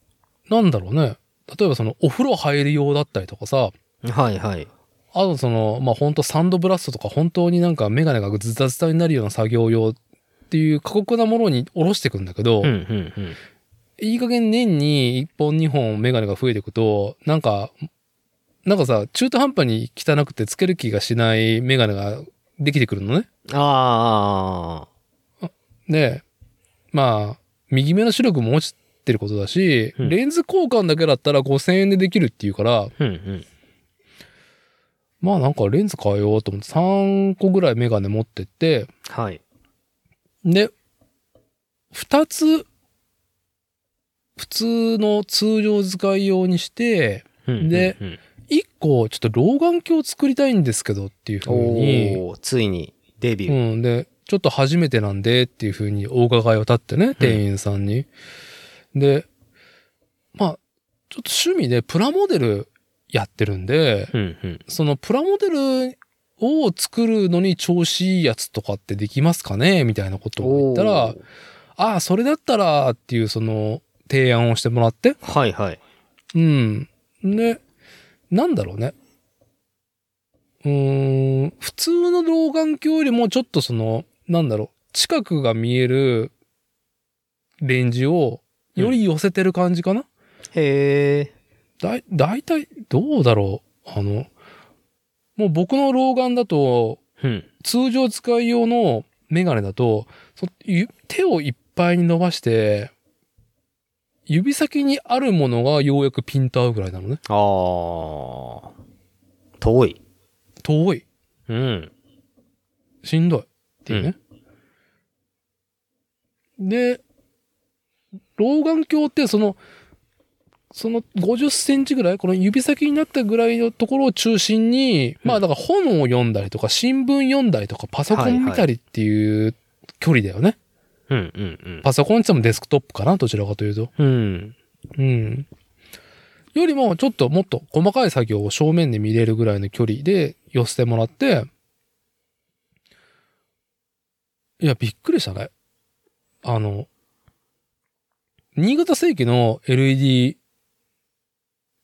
S2: なんだろうね。例えばそのお風呂入る用だったりとかさ、
S1: はいはい。
S2: あとその、まあ、本当サンドブラストとか本当になんかメガネがズタズタになるような作業用っていう過酷なものに下ろしていくんだけど、
S1: うんうんうん。
S2: いい加減年に1本2本メガネが増えていくと、なんか、なんかさ、中途半端に汚くてつける気がしないメガネができてくるのね。
S1: ああ。
S2: で、まあ、右目の視力も落ちてることだし、
S1: うん
S2: レンズ交換だけだったら5000円でできるっていうから、
S1: うんうん。
S2: まあなんかレンズ変えようと思って3個ぐらいメガネ持ってって、
S1: はい。
S2: で、二つ、普通の通常使い用にして、
S1: うんうんうん
S2: で、一個ちょっと老眼鏡を作りたいんですけどっていうふうに、
S1: おおーついにデビュ
S2: う
S1: ー。
S2: ん、で、ちょっと初めてなんでっていうふうにお伺いを立ってね、店員さんに。で、まあ、ちょっと趣味でプラモデルやってるんで、
S1: うんうん。
S2: そのプラモデルを作るのに調子いいやつとかってできますかねみたいなことを言ったら、
S1: おー、
S2: ああ、それだったら、っていう、その、提案をしてもらって。
S1: はいはい。
S2: うん。で、なんだろうね。うーん、普通の老眼鏡よりも、ちょっとその、なんだろう、近くが見えるレンジを、より寄せてる感じかな、
S1: へえ。
S2: だい、だいたい、どうだろう。あの、もう僕の老眼だと、
S1: うん。
S2: 通常使い用のメガネだと、そゆ手をいっぱいに伸ばして、指先にあるものがようやくピンと合うぐらいなのね。
S1: ああ。遠い。
S2: 遠い。
S1: うん。
S2: しんどい。っていうね。で、老眼鏡ってその、その50センチぐらい、この指先になったぐらいのところを中心に、まあだから本を読んだりとか新聞読んだりとかパソコン見たりっていう距離だよね。
S1: うんうん
S2: パソコンって言ってもデスクトップかな、どちらかというと。
S1: うん。うん。
S2: うん。よりも、ちょっともっと細かい作業を正面で見れるぐらいの距離で寄せてもらって、いや、びっくりしたね。あの、新潟世紀の LED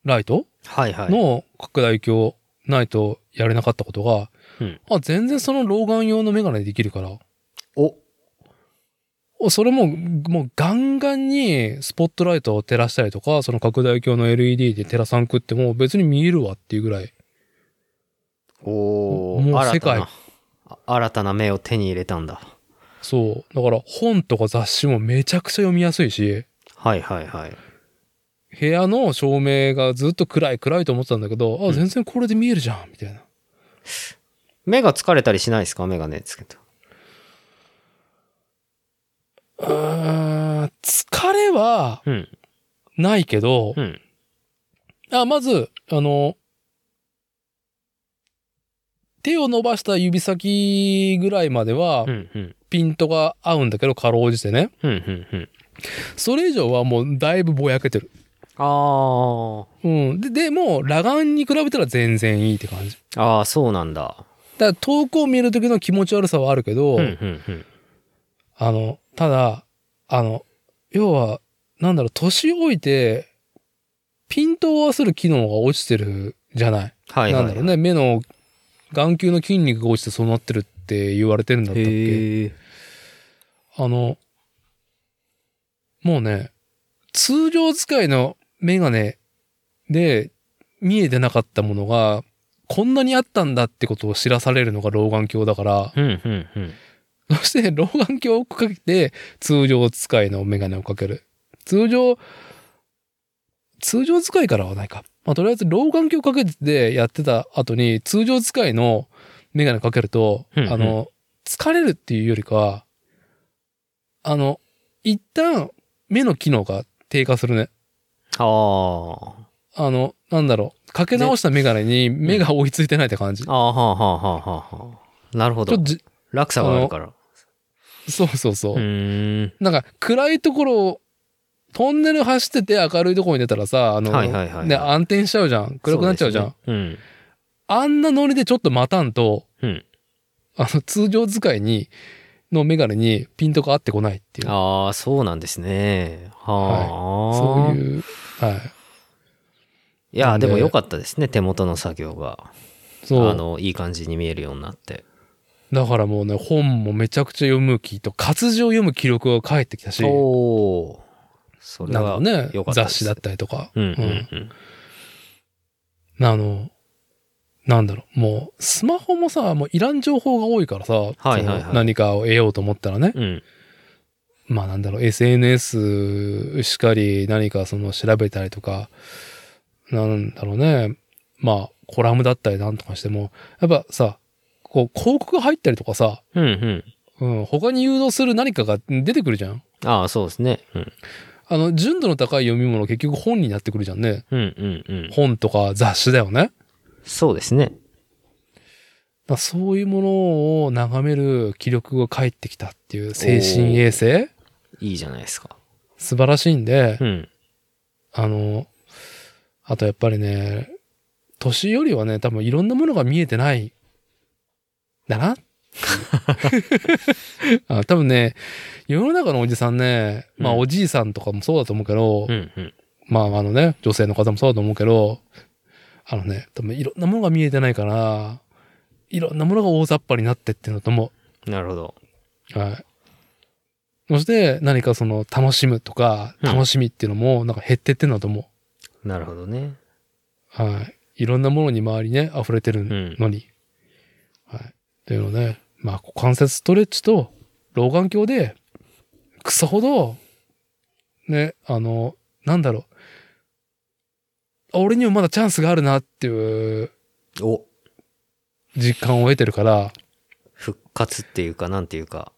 S2: ライト
S1: はいはい。
S2: の拡大鏡ないとやれなかったことが、
S1: うん
S2: あ、全然その老眼用のメガネでできるから、
S1: お。
S2: おそれも、もうガンガンにスポットライトを照らしたりとか、その拡大鏡の LED で照らさんくっても別に見えるわっていうぐらい。
S1: おお。
S2: もう
S1: 新た
S2: 世界
S1: な。あ新たな目を手に入れたんだ。
S2: そう。だから本とか雑誌もめちゃくちゃ読みやすいし、
S1: はいはいはい。
S2: 部屋の照明がずっと暗い暗いと思ってたんだけど、
S1: う
S2: あ、
S1: ん
S2: 全然これで見えるじゃん、みたいな。
S1: 目が疲れたりしないですかメガネつけた。
S2: あー疲れは
S1: うん。
S2: ないけど、
S1: うん。
S2: あ、まず、あの、手を伸ばした指先ぐらいまでは
S1: う、んうん。
S2: ピントが合うんだけど、かろうじてね。
S1: うんうんうん。
S2: それ以上はもうだいぶぼやけてる。
S1: あ
S2: うん。で、でも、裸眼に比べたら全然いいって感じ。
S1: あ。ああ、そうなんだ。
S2: だから遠くを見る時の気持ち悪さはあるけど、
S1: うんうんうん。
S2: あの、ただ、あの、要は、なんだろう、年老いて、ピントを合わせる機能が落ちてるじゃない。
S1: はいはい。
S2: なんだろうね、目の眼球の筋肉が落ちてそうなってるって言われてるんだったっけ。
S1: へえ。
S2: あの、もうね、通常使いのメガネで見えてなかったものが、こんなにあったんだってことを知らされるのが老眼鏡だから、
S1: うんうんうん。
S2: そして老眼鏡をかけて通常使いのメガネをかける。通常、通常使いからはないか。まあ、とりあえず老眼鏡かけてやってた後に通常使いのメガネかけると、
S1: うんうん
S2: あの、疲れるっていうよりかは、あの、一旦目の機能が低下するね。
S1: ああ。
S2: あの、なんだろう。かけ直したメガネに目が追いついてないって感じ。ち
S1: ああ、はあはあはあはあはあ。なるほ
S2: ょっ
S1: ど
S2: と。じ
S1: 落差があるから。
S2: そうそうそう
S1: う。ーん。
S2: なんか暗いところをトンネル走ってて明るいところに出たらさ、あの、
S1: はいはいはいはい
S2: ね、暗転しちゃうじゃん。暗くなっちゃうじゃん。
S1: そうですね
S2: あんなノリでちょっと待たんと、
S1: うん。うん。
S2: あの、通常使いに、のメガネにピンとか合ってこないっていう。
S1: ああ、そうなんですね。はあ。
S2: そういう、はい。
S1: いや、
S2: なんで
S1: でも良かったですね、手元の作業が。
S2: そ
S1: あ
S2: う。
S1: の、いい感じに見えるようになって。
S2: だからもうね、本もめちゃくちゃ読む気と、活字を読む記録が返ってきたし、
S1: おお。それ
S2: なん
S1: は
S2: かね
S1: 良か、ったで
S2: 雑
S1: す
S2: 誌だったりとか。
S1: うんうんうん。
S2: あの、なんだろう、もう、スマホもさ、もういらん情報が多いからさ、
S1: はいはい
S2: その何かを得ようと思ったらね、
S1: うん。
S2: まあなんだろう、SNS しかり、何かその調べたりとか、なんだろうね、まあ、コラムだったりなんとかしても、やっぱさ、こう、広告が入ったりとかさ、
S1: うんうん。
S2: うん、他に誘導する何かが出てくるじゃん。
S1: ああ、そうですね。うん。
S2: あの、純度の高い読み物結局本になってくるじゃんね。
S1: うんうんうん。
S2: 本とか雑誌だよね。
S1: そうですね。
S2: まあ、そういうものを眺める気力が返ってきたっていう精神衛生
S1: いいじゃないですか。
S2: 素晴らしいんで、
S1: うん。
S2: あの、あとやっぱりね、年よりはね、多分いろんなものが見えてない、だな。あ多分ね、世の中のおじさんね、まあ
S1: うん
S2: おじいさんとかもそうだと思うけど、
S1: うんうん。
S2: まああのね、女性の方もそうだと思うけど、あのね、多分いろんなものが見えてないから、いろんなものが大雑把になってってるのと思う。
S1: なるほど。
S2: はい。そして何かその楽しむとか、
S1: うん
S2: 楽しみっていうのもなんか減ってってんだと思
S1: なるほどね。
S2: う。はい。いろんなものに周りね、溢れて
S1: う
S2: る
S1: ん。
S2: のに。はい。というので、まあ、股関節ストレッチと老眼鏡で、くそほど、ね、あの、なんだろう。俺にもまだチャンスがあるなっていう
S1: お
S2: 実感を得てるから、
S1: 復活っていうか、なんていうか。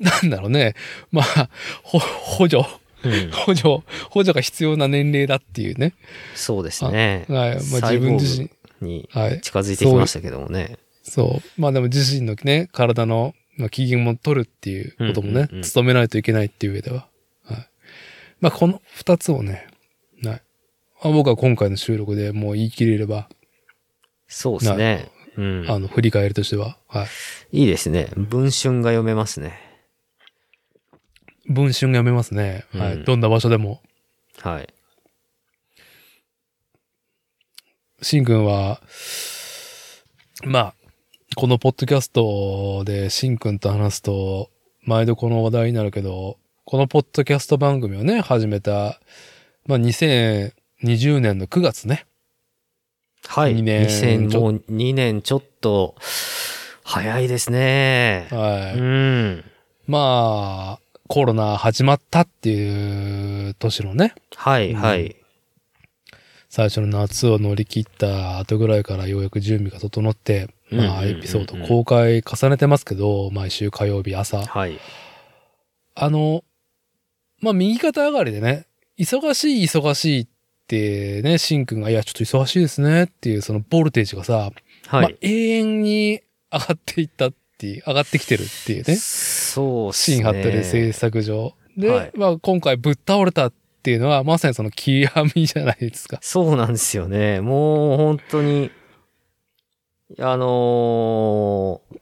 S2: なんだろうね。まあ、ほ補助
S1: うん。
S2: 補助、補助が必要な年齢だっていうね。
S1: そうですね。
S2: はい。まあ
S1: サイボ
S2: 自
S1: ー
S2: 分
S1: グ
S2: 自身。
S1: に
S2: はい。
S1: 近づいてきましたけどもね。
S2: そう。まあでも自身のね、体のまあ機嫌も取るっていうこともね
S1: うんうんう、ん
S2: 努めないといけないっていう上では。はい。まあこの二つをね、はい。まあ僕は今回の収録でもう言い切れれば、
S1: そうですね。うん。
S2: あの、振り返りとしては、はい。
S1: いいですね。文春が読めますね。
S2: 文春が読めますね。は
S1: う
S2: い。
S1: ん
S2: どんな場所でも。
S1: はい。
S2: しんくんは、まあ、このポッドキャストでしんくんと話すと、毎度この話題になるけど、このポッドキャスト番組をね、始めた、まあ、2020年の9月ね。
S1: はい。
S2: 二年ち
S1: 2000
S2: ょ
S1: もう2年ちょっと、早いですね。
S2: はい。
S1: うん。
S2: まあ、コロナ始まったっていう年のね、
S1: はい、
S2: うん
S1: はい。
S2: 最初の夏を乗り切った後ぐらいからようやく準備が整って、まあ、
S1: うんうんうんうん
S2: エピソード公開重ねてますけど、毎週火曜日朝。
S1: はい。
S2: あの、まあ、右肩上がりでね、忙しい忙しいってね、しんくんが、いや、ちょっと忙しいですねっていう、そのボルテージがさ、
S1: は
S2: まあ
S1: い。、
S2: 永遠に上がっていったっていう、上がってきてるっていうね、
S1: そうっすね。
S2: 新ハットで制作上。で、
S1: はい
S2: まあ、今回ぶっ倒れたっていうのは、まさにその極みじゃないですか。
S1: そうなんですよね。もう本当に、あのー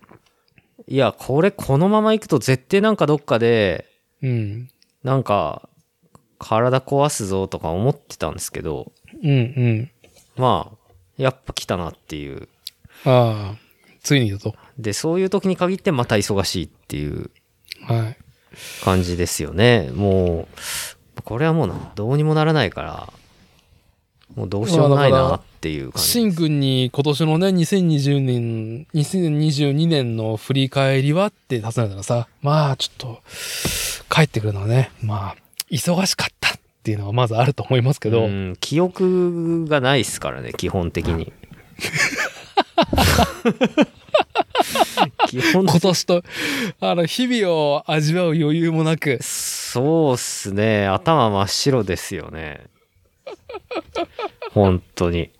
S1: いや、これこのまま行くと絶対なんかどっかで、
S2: うん。
S1: なんか、体壊すぞとか思ってたんですけど、
S2: うんうん。
S1: まあ、やっぱ来たなっていう。
S2: ああ、ついにだと。
S1: で、そういう時に限ってまた忙しいっていう
S2: はい。
S1: 感じですよね。もう、これはもうなどうにもならないから、もうどうしようもないなっっていう感
S2: シ
S1: じ
S2: ン君に今年のね、2020年、2022年の振り返りはって尋ねたらさ、まあちょっと、帰ってくるのはね、まあ、忙しかったっていうのはまずあると思いますけ
S1: け
S2: ど、
S1: うん、記憶がないですからね基本的に基本的に
S2: 今年と、あの、日々を味わう余裕もなく、
S1: そうっすね。頭真っ白ですよね。本当に。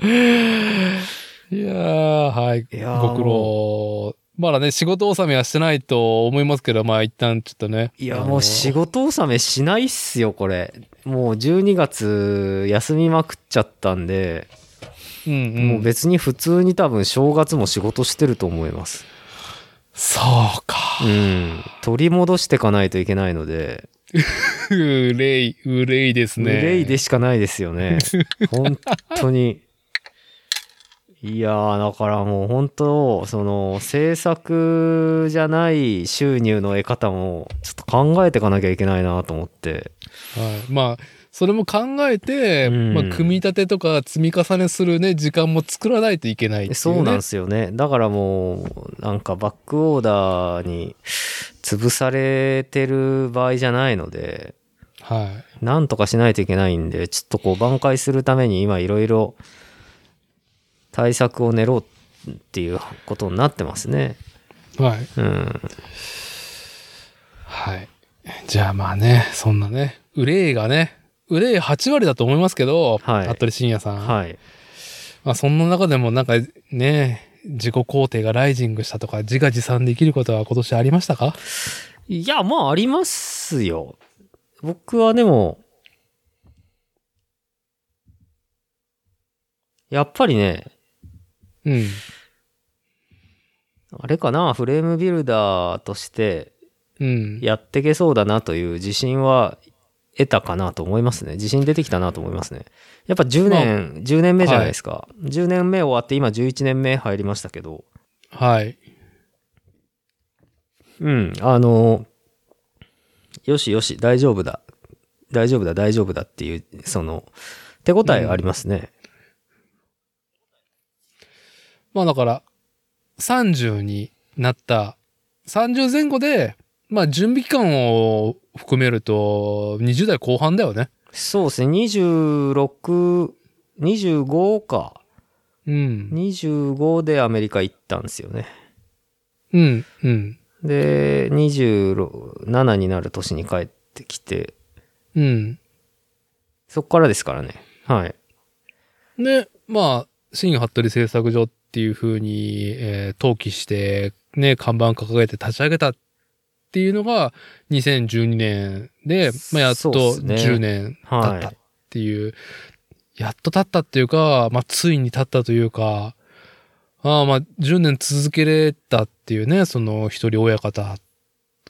S2: いやー、はい。
S1: いやー
S2: ご苦労。まだね、仕事納めはしてないと思いますけど、まあ一旦ちょっとね。
S1: いや、
S2: あの
S1: もう仕事納めしないっすよ、これ。もう12月休みまくっちゃったんで、
S2: うんうん。
S1: もう別に普通に多分正月も仕事してると思います。
S2: そうか。
S1: うん。取り戻していかないといけないので、
S2: うれい、うれいですね。
S1: 憂いでしかないですよ ね。本当に。いやー、だからもう本当、その、制作じゃない収入の得方も、ちょっと考えていかなきゃいけないなと思って。
S2: はい、まあそれも考えて、
S1: うん
S2: まあ、組み立てとか積み重ねするね時間も作らないといけないっていう、ね、
S1: そうなんですよね。だからもう、なんかバックオーダーに潰されてる場合じゃないので、
S2: は
S1: なんとかしないといけないんで、ちょっとこう挽回するために今いろいろ対策を練ろうっていうことになってますね。
S2: いはい、
S1: うん。
S2: はい、じゃあまあねそんなね憂いがね憂い8割だと思いますけど、
S1: はい
S2: 服部慎也さん、
S1: はい。
S2: まあ、そんな中でもなんかね自己肯定がライジングしたとか自画自賛できることは今年ありましたか
S1: いや、まあありますよ。僕はでも、やっぱりね、
S2: うん
S1: あれかな、フレームビルダーとして
S2: うん
S1: やってけそうだなという自信は得たかなと思いますね。自信出てきたなと思いますね。やっぱ10年、10年目じゃないですか。10年目終わって今11年目入りましたけど、
S2: はい
S1: うん、あの、よしよし、大丈夫だ。大丈夫だ、大丈夫だっていう、その、手応えがありますね。
S2: まあだから、30になった、30前後で、まあ準備期間を含めると、20代後半だよね。
S1: そうですね、26、25か。
S2: うん。
S1: 25でアメリカ行ったんですよね。
S2: うん、うん、
S1: で、27になる年に帰ってきて、
S2: うん。
S1: そっからですからね。はい。
S2: で、まあ、新服部製作所っていう風に、えー登記して、ね、看板掲げて立ち上げたっていうのが、2012年で、まあ、やっと
S1: そうっすね
S2: 10年経っ
S1: は
S2: たっ
S1: い。
S2: ていう、やっと経ったっていうか、まあ、ついに経ったというか、ああまあ、10年続けれたっていうね、その一人親方、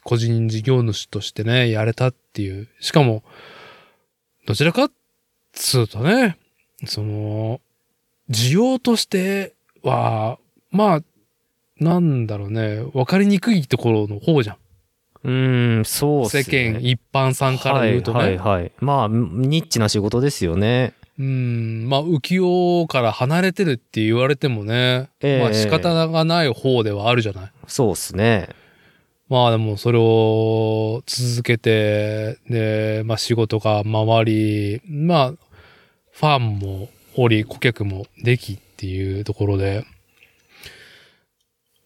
S2: 個人事業主としてね、やれたっていう。しかも、どちらかっつうとね、その、需要としては、まあ、なんだろうね、わかりにくいところの方じゃん。
S1: うーん、そうっす
S2: 世
S1: ね。
S2: 間一般さんから言うとね。
S1: はいはいはい。まあ、ニッチな仕事ですよね。
S2: うん、まあ、浮世から離れてるって言われてもね、
S1: ええ
S2: まあ仕方がない方ではあるじゃない。
S1: そうっすね。
S2: まあでもそれを続けて、で、まあ仕事が回り、まあ、ファンもおり、顧客もできっていうところで、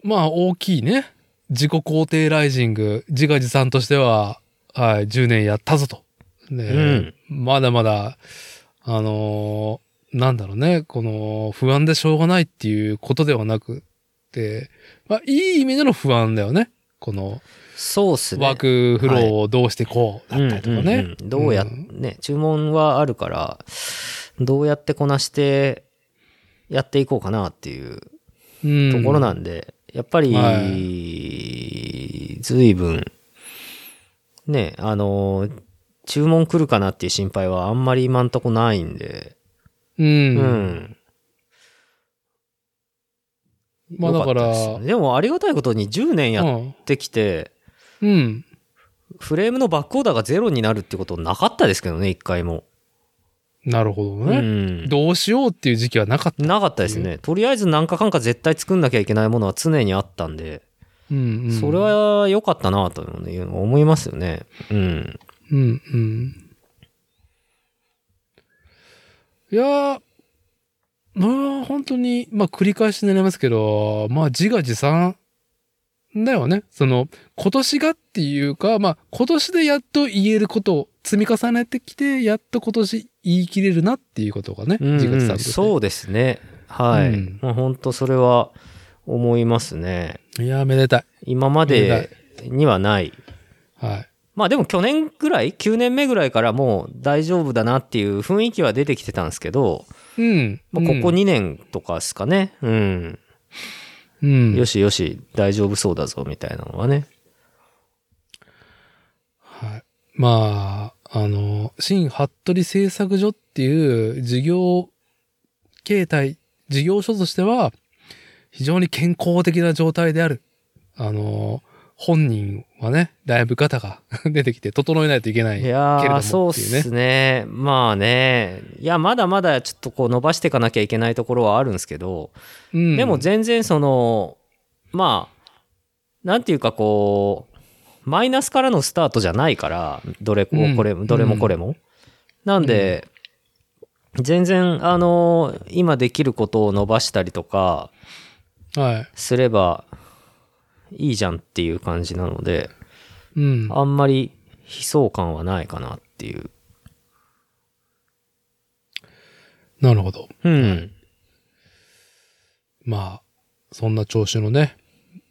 S2: まあ大きいね、自己肯定ライジング、自画自賛としては、はい、10年やったぞと。ね
S1: うん
S2: まだまだ、あのーなんだろうね、この不安でしょうがないっていうことではなくて、まあいい意味での不安だよね。この
S1: そうっすね。
S2: ワークフローをどうしてこうだったりとかね。
S1: うんうんうんどうやっ、
S2: ん
S1: ね、注文はあるから、どうやってこなしてやっていこうかなっていう
S2: うん
S1: ところなんで、やっぱ
S2: は
S1: り、随分、ね、あの、注文来るかなっていう心配はあんまり今んとこないんで、
S2: う。
S1: うんん。
S2: まあだから
S1: 良ったですねでもありがたいことに10年やっ
S2: うん
S1: てきて、
S2: うん。
S1: フレームのバックオーダーがゼロになるってことなかったですけどね、一回も。
S2: なるほど
S1: う
S2: ね、
S1: ん、
S2: どうしようっていう時期はなかった。
S1: なかったですねとりあえず何かかんか絶対作んなきゃいけないものは常にあったんで、
S2: うんうん、
S1: それ、は良かったなというのを思いますよねうん
S2: うんうん。いやー、まあ本当に、まあ繰り返しになりますけど、まあ自画自賛だよね。その、今年がっていうか、まあ今年でやっと言えることを積み重ねてきて、やっと今年言い切れるなっていうことがね、
S1: うんうん
S2: 自画自賛ですね
S1: そうですねはい、
S2: うん
S1: まあ本当それは思いますね
S2: いやー、めでたい。
S1: 今までにはない
S2: はい。
S1: まあでも去年ぐらい9年目ぐらいからもう大丈夫だなっていう雰囲気は出てきてたんですけど、
S2: うん。
S1: まあ、ここ
S2: に、
S1: 2年とかですかねうん、
S2: うん、
S1: よしよし大丈夫そうだぞみたいなのはね
S2: はい。まあ、あの、新服部製作所っていう事業形態、事業所としては、非常に健康的な状態である。あの、本人はね、だいぶ肩が 出てきて整えないといけない
S1: い
S2: けれど
S1: や
S2: も
S1: ー
S2: ってい
S1: そうう
S2: ね。
S1: っすねまあねいやまだまだちょっとこう伸ばしていかなきゃいけないところはあるんですけど、
S2: うん
S1: でも全然そのまあなんていうかこうマイナスからのスタートじゃないからどれ
S2: う
S1: も
S2: ん
S1: これも、どれもこれも、なんで、全然あの今できることを伸ばしたりとか
S2: はい。
S1: すればいいじゃんっていう感じなので
S2: うん。
S1: あんまり悲壮感はないかなっていう
S2: なるほど。
S1: うん
S2: まあ、そんな調子のね、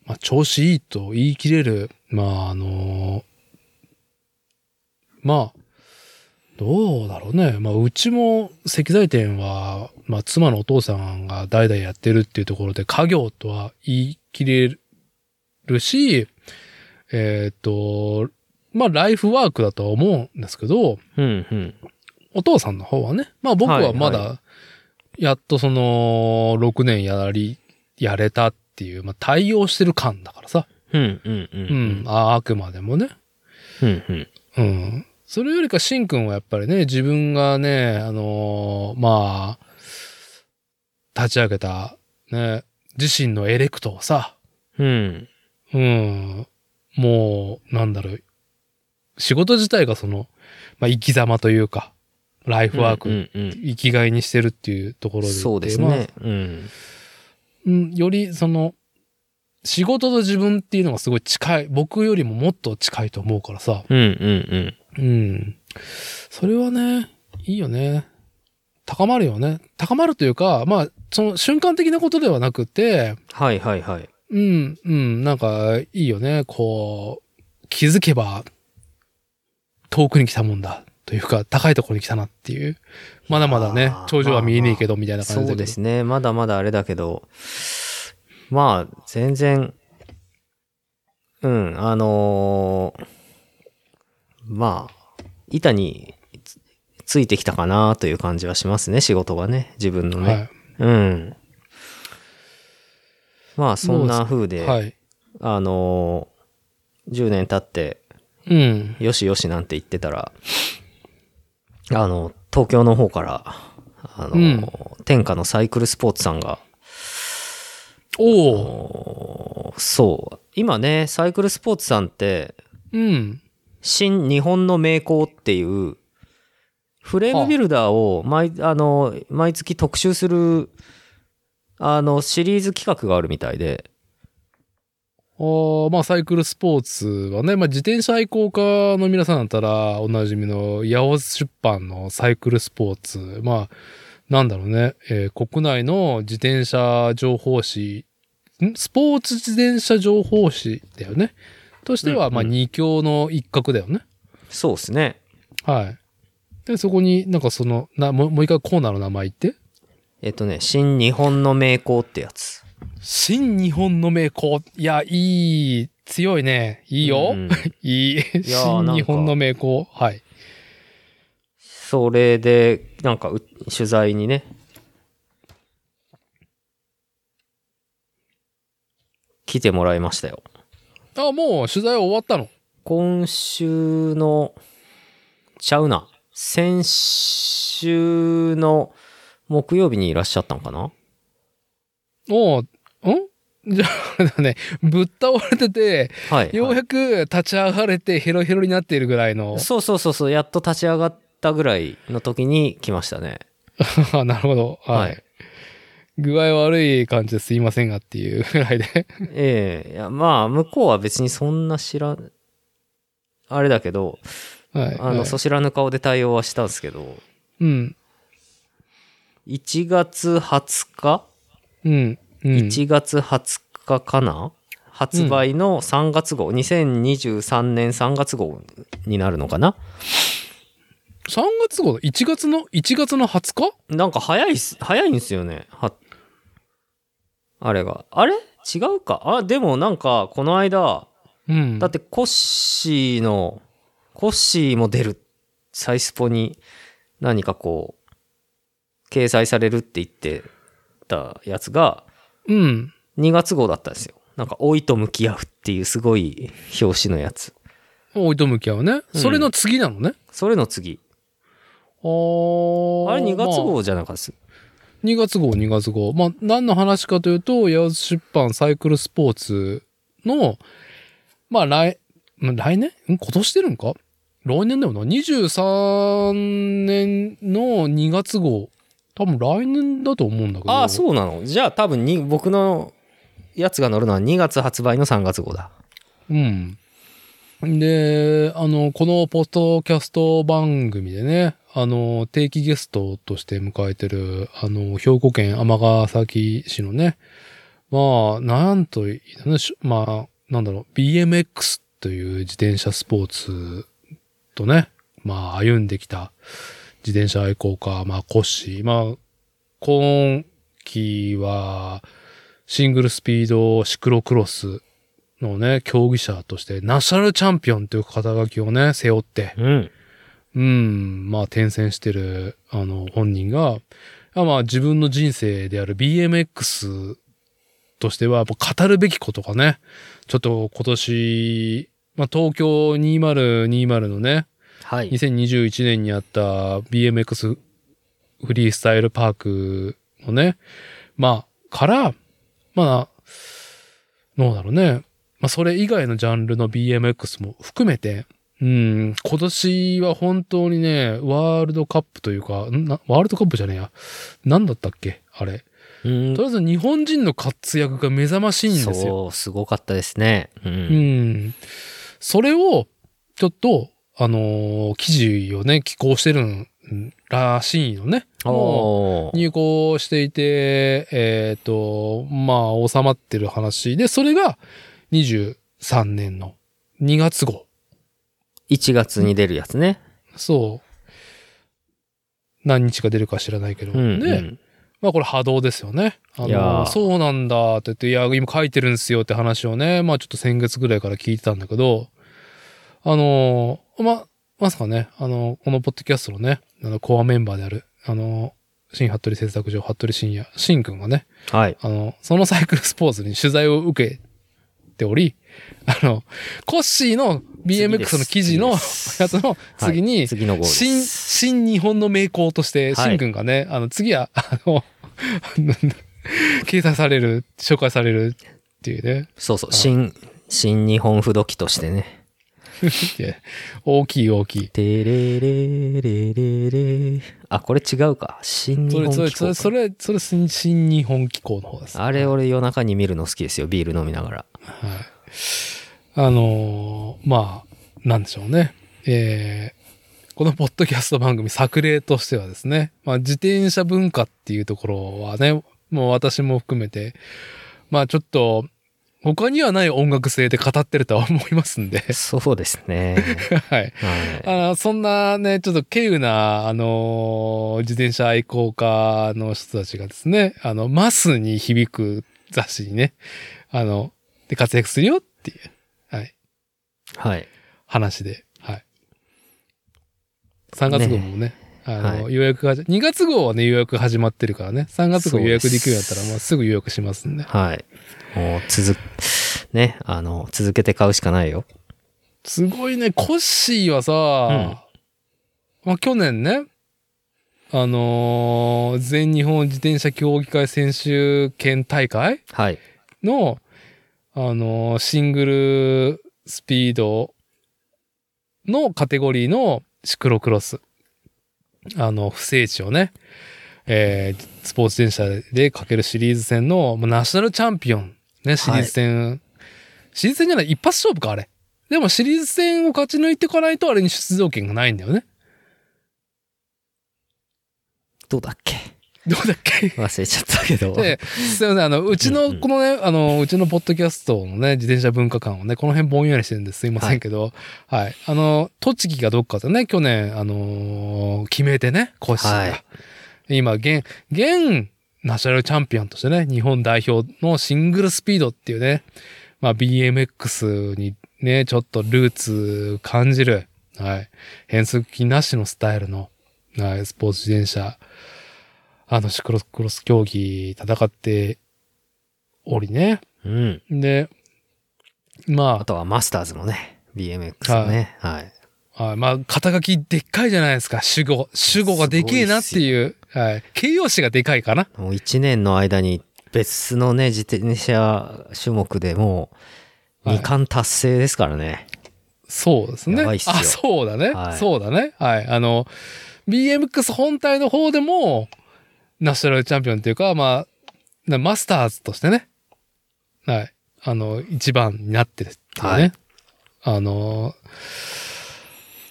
S2: まあ、調子いいと言い切れる、まあ、あの、まあ、どうだろうね。まあ、うちも石材店は、まあ、妻のお父さんが代々やってるっていうところで、家業とは言い切れるし、えーっと、まあ、ライフワークだとは思うんですけど、
S1: うんうん
S2: お父さんの方はね、まあ僕はま
S1: はい
S2: だ、やっとその、6年やり、やれたっていう、まあ対応してる感だからさ。
S1: うんうんう
S2: うんん、ああくまでもね。
S1: うんうん
S2: うん。それよりか、しんくんはやっぱりね、自分がね、あのーまあ、立ち上げた、ね、自身のエレクトをさ、
S1: うん
S2: うん。もう、なんだろう。仕事自体がその、まあ、生き様というか、ライフワーク
S1: うんうん
S2: 生きがいにしてるっていうところで言って
S1: そうです
S2: まあ
S1: ねうん
S2: うん、よりその仕事と自分っていうのがすごい近い僕よりももっと近いと思うからさ
S1: うんうんうん
S2: うんそれはねいいよね高まるよね高まるというかまあその瞬間的なことではなくて
S1: はいはいはい
S2: うんうんなんかいいよねこう気づけば遠くに来たもんだというか高いところに来たなっていうまだまだ
S1: い
S2: ね
S1: やー
S2: 頂上は見えねえけどみたいな感じだけ
S1: そ
S2: ど
S1: うですね。まだまだあれだけど、まあ、全然、うん、あのーまあ、板につついてきたかなという感じはしますね、仕事がね、自分のね。
S2: は
S1: うん。まあ、そんな風
S2: い
S1: で、
S2: はい
S1: あのー10年経って、
S2: うん
S1: よしよしなんて言ってたら、あの、東京の方から、あの、
S2: うん
S1: 天下のサイクルスポーツさんが、
S2: おお
S1: おーそう、今ね、サイクルスポーツさんって、
S2: うん。
S1: 新日本の名工っていう、フレームビルダーを毎、あの、毎月特集する、あの、シリーズ企画があるみたいで、
S2: あーまあ、サイクルスポーツはね、まあ、自転車愛好家の皆さんだったら、おなじみの、八尾出版のサイクルスポーツ。まあ、なんだろうね、えー国内の自転車情報誌、んスポーツ自転車情報誌だよね。として
S1: う
S2: は、
S1: ん
S2: まあ、
S1: うん
S2: 二強の一角だよね。
S1: そうですね。
S2: はい。で、そこになんかその、なもうもう一回コーナーの名前言って。
S1: えっとね、新日本の名工ってやつ。
S2: 新日本の名工。いや、いい、強いね。いいよ。
S1: うん
S2: いい。
S1: やー
S2: 新日本の名工。はい。
S1: それで、なんかう、取材にね、来てもらいましたよ。
S2: あ、もう取材終わったの。
S1: 今週の、ちゃうな。先週の木曜日にいらっしゃったのかな
S2: おーん じゃあ、あれだね、ぶっ倒れてて、
S1: はい。
S2: ようやく立ち上がれてヘロヘロになっているぐらいの
S1: はい。そうそうそうそう、やっと立ち上がったぐらいの時に来ましたね。
S2: あなるほど。はい。
S1: はい
S2: 具合悪い感じですいませんがっていうぐらいで。
S1: ええいや、まあ、向こうは別にそんな知ら、あれだけど、
S2: はい。
S1: あの、
S2: はい
S1: そ知らぬ顔で対応はしたんですけど、
S2: うん。
S1: 1月20日、
S2: うん。うん。
S1: 1月20日かな発売の3月号、2023年3月号になるのかな
S2: 3月号の1月の、1月の20日
S1: なんか早いっす、早いんですよね。は、あれが。あれ違うか。あ、でもなんか、この間、
S2: うん。
S1: だってコッシーの、コッシーも出る、サイスポに何かこう、掲載されるって言ってたやつが、
S2: うん。
S1: 2月号だったんですよ。なんか、老いと向き合うっていうすごい表紙のやつ。
S2: おいと向き合うね。
S1: うん
S2: それの次なのね。
S1: それの次。
S2: あー
S1: あれ2月
S2: まあ
S1: 号じゃなかったっす。
S2: 2月号、2月号。まあ、何の話かというと、八百津出版サイクルスポーツの、まあ、来、まあ来年ん今年出るんか来年だよな。23年の2月号。多分来年だと思うんだけど。
S1: ああ、そうなの。じゃあ多分に、僕のやつが載るのは2月発売の3月号だ。
S2: う。うん。で、あの、このポッドキャスト番組でね、あの、定期ゲストとして迎えてる、あの、兵庫県尼崎市のね、まあ、なんと言うね、しまあ、なんだろう、BMX という自転車スポーツとね、まあ、歩んできた自転車愛好家、まあ、コッシー、まあ、今期は、シングルスピードシクロクロスのね、競技者として、ナショナルチャンピオンという肩書きをね、背負って、
S1: うん。
S2: うん、まあ転戦してる、あの、本人が、あまあ自分の人生である BMX としては、やっぱ語るべきことがね、ちょっと今年、まあ東京2020のね、
S1: はい。
S2: 2021年にあった BMX フリースタイルパークのね、まあ、から、まあ、どうだろうね。まあ、それ以外のジャンルの BMX も含めて、うん、今年は本当にね、ワールドカップというか、んなワールドカップじゃねえや。なんだったっけあれ。
S1: うん
S2: とりあえず日本人の活躍が目覚ましいんですよ。
S1: そう、すごかったですね。う。
S2: うんん。それを、ちょっと、あのー記事をね、寄稿してるんらしいのね。も
S1: お
S2: う
S1: ー
S2: 入稿していて、えっ、と、まあ、収まってる話で、それが23年の2月号。
S1: 1月に出るやつね。
S2: そう。何日か出るか知らないけど。
S1: うん。う
S2: ね。
S1: ん
S2: まあこれ波動ですよね。あ
S1: いやー
S2: の、そうなんだって言って、いや、今書いてるんですよって話をね、まあちょっと先月ぐらいから聞いてたんだけど、あのー、ま、まさかね、あの、このポッドキャストのね、あの、コアメンバーである、あの、新服部製作所、服部深也、新くんがね、
S1: はい。
S2: あの、そのサイクルスポーツに取材を受けており、あの、コッシーの BMX の記事の
S1: 次で
S2: や
S1: す
S2: つの次
S1: は
S2: に
S1: い、次の号です
S2: 新、新日本の名工とし
S1: は
S2: て、
S1: い
S2: 新君がね、あの、次は、あの、掲載される、紹介されるっていうね、
S1: そうそう、新、新日本不動機としてね。
S2: いや大きい大きい。
S1: てれれれれれ。あ、これ違うか。新日
S2: そ
S1: 本
S2: れ、それ、
S1: 機
S2: そ
S1: 構
S2: れ、そ
S1: か。
S2: れ、それ新新日本機構の方です。
S1: あれ、俺夜中に見るの好きですよ。ビール飲みながら。
S2: はい。あのーまあ、なんでしょうね。えーこのポッドキャスト番組作例としてはですね、まあ、自転車文化っていうところはね、もう私も含めて、まあちょっと、他にはない音楽性で語ってるとは思いますんで、
S1: そうですね。
S2: はい。
S1: はい。
S2: あのそんなね、ちょっと稀有な、あのー自転車愛好家の人たちがですね、あの、マスに響く雑誌にね、あの、で活躍するよっていう、はい、
S1: はい。
S2: 話で、はい。3月号もね、あの、
S1: は
S2: 予約が、2月号はね、予約始まってるからね、3月号予約できるようだった
S1: そ
S2: ら、
S1: うです
S2: まあ、すぐ予約しますんで。
S1: はい。もう、続、ね、あの、続けて買うしかないよ。
S2: すごいね、コッシーはさ、まあ去年ね、あのー全日本自転車競技会選手権大会
S1: はい。
S2: の、あのーシングルスピードのカテゴリーのシクロクロス。あの、不正地をね、えースポーツ自転車でかけるシリーズ戦の、もうナショナルチャンピオン。ね、シリーズ戦。シリーズ戦じゃない、一発勝負か、あれ。でもシリーズ戦を勝ち抜いていかないと、あれに出場権がないんだよね。
S1: どうだっけ
S2: どうだっけ
S1: 忘れちゃったけど。
S2: で、すいません、あの、うち
S1: うんう
S2: の、
S1: ん
S2: このね、あの、うちのポッドキャストのね、自転車文化館をね、この辺ぼんやりしてるんですいませんけど、はい、あの、栃木がどっかでね、去年、あのー決めてね、コッシーが。
S1: はい
S2: 今、現、現、ナショナルチャンピオンとしてね、日本代表のシングルスピードっていうね、まあ、BMX にね、ちょっとルーツ感じる、はい、変則機なしのスタイルの、はい、スポーツ自転車、あの、シクロクロス競技戦っておりね。
S1: うん。
S2: で、ま
S1: あとはマスターズもね、BMX もね。はい。
S2: あ、はいまあ、肩書きでっかいじゃないですか、主語。主語がでけえなっていう、はい、形容詞がでかいかな。
S1: もう1年の間に別のね、自転車種目でもう
S2: はい
S1: 2冠達成ですからね。
S2: そうですね。
S1: やばいっすよ
S2: あ、そうだね、
S1: はい
S2: そうだね。はい。あの、BMX 本体の方でも、ナショナルチャンピオンっていうか、まあ、なマスターズとしてね、はい。あの、一番になってるっていうね。
S1: はい
S2: あの、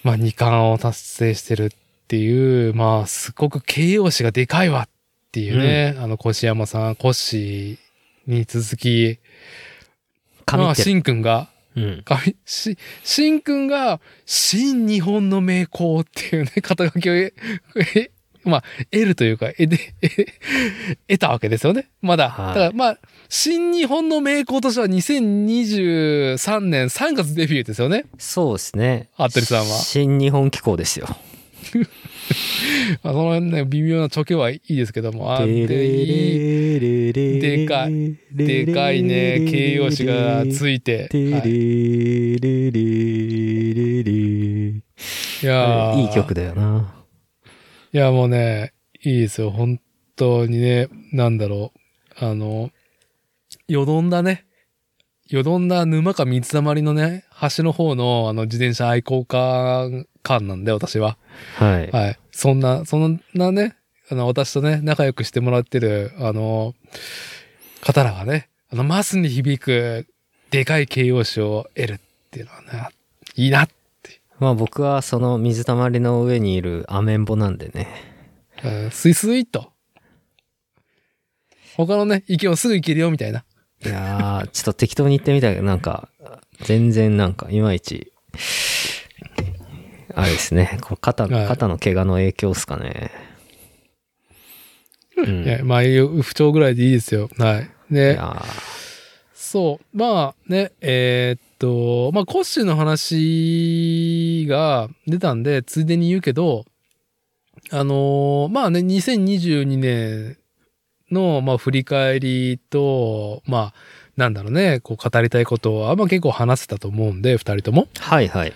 S2: まあ、二冠を達成してるっていう、まあ、すごく形容詞がでかいわっていうね、あの、越山さん、コッシーに続き、
S1: 神
S2: ま
S1: っ
S2: あ、
S1: て
S2: シンくんが、
S1: うん。
S2: 神し、しんくんが、新日本の名工っていうね、肩書きを、え、えまあ、得るというか、え、で、え、得たわけですよね。まだ。
S1: はい
S2: だから、まあ、新日本の名工としては2023年3月デビューですよね。
S1: そうですね。
S2: 服部さんは
S1: 新日本機構ですよ。
S2: まあ、その辺ね、微妙なチョケはいいですけども、あで、
S1: で
S2: でかいでかいね、形容詞がついて。はい、
S1: い
S2: いやー
S1: い曲だよな。
S2: いや、もうね、いいですよ。本当にね、なんだろう。あの、よどんだね。よどんだ沼か水たまりのね、橋の方の、あの、自転車愛好家感なんで、私は。
S1: はい。
S2: はい。そんな、そんなね、あの、私とね、仲良くしてもらってる、あの、方らがね、あの、マスに響く、でかい形容詞を得るっていうのはね、いいな。
S1: まあ僕はその水たまりの上にいるアメンボなんでね。
S2: うんスイスイっと。他のね、意見をすぐ行けるよ、みたいな。
S1: いやー、ちょっと適当に言ってみたけど、なんか、全然なんか、いまいち、あれですね、こう肩
S2: はい
S1: の、肩の怪我の影響ですかね。うん。
S2: いやまあ、いう不調ぐらいでいいですよ。はい。
S1: い
S2: で、
S1: や
S2: そう。まあね、えーっと、まあ、コッシーの話が出たんで、ついでに言うけど、あのーまあね、2022年の、まあ、振り返りと、まあ、なんだろうね、こう語りたいことは、まあ結構話せたと思うんで、二人とも。
S1: ーはいはい。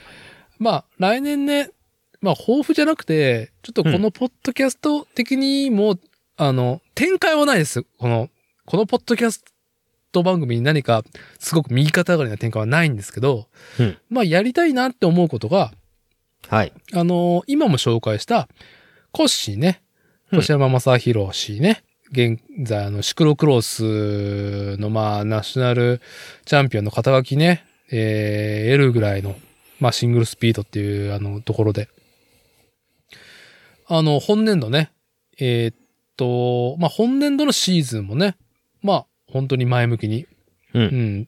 S2: まあ、来年ね、まあ、抱負じゃなくて、ちょっとこのポッドキャスト的にも、あの、展開はないです。この、このポッドキャスト番組に何か、すごく右肩上がりな展開はないんですけど、
S1: うん
S2: まあ、やりたいなって思うことが、
S1: はい。
S2: あの今も紹介した、コッシーね、
S1: うん
S2: 越山正宏氏ね、現在、あの、シクロクロスの、まあ、ナショナルチャンピオンの肩書きね、えー、L ぐらいの、まあ、シングルスピードっていう、あの、ところで。あの、本年度ね、えーっと、まあ、本年度のシーズンもね、まあ、本当に前向きに、
S1: うん
S2: うん、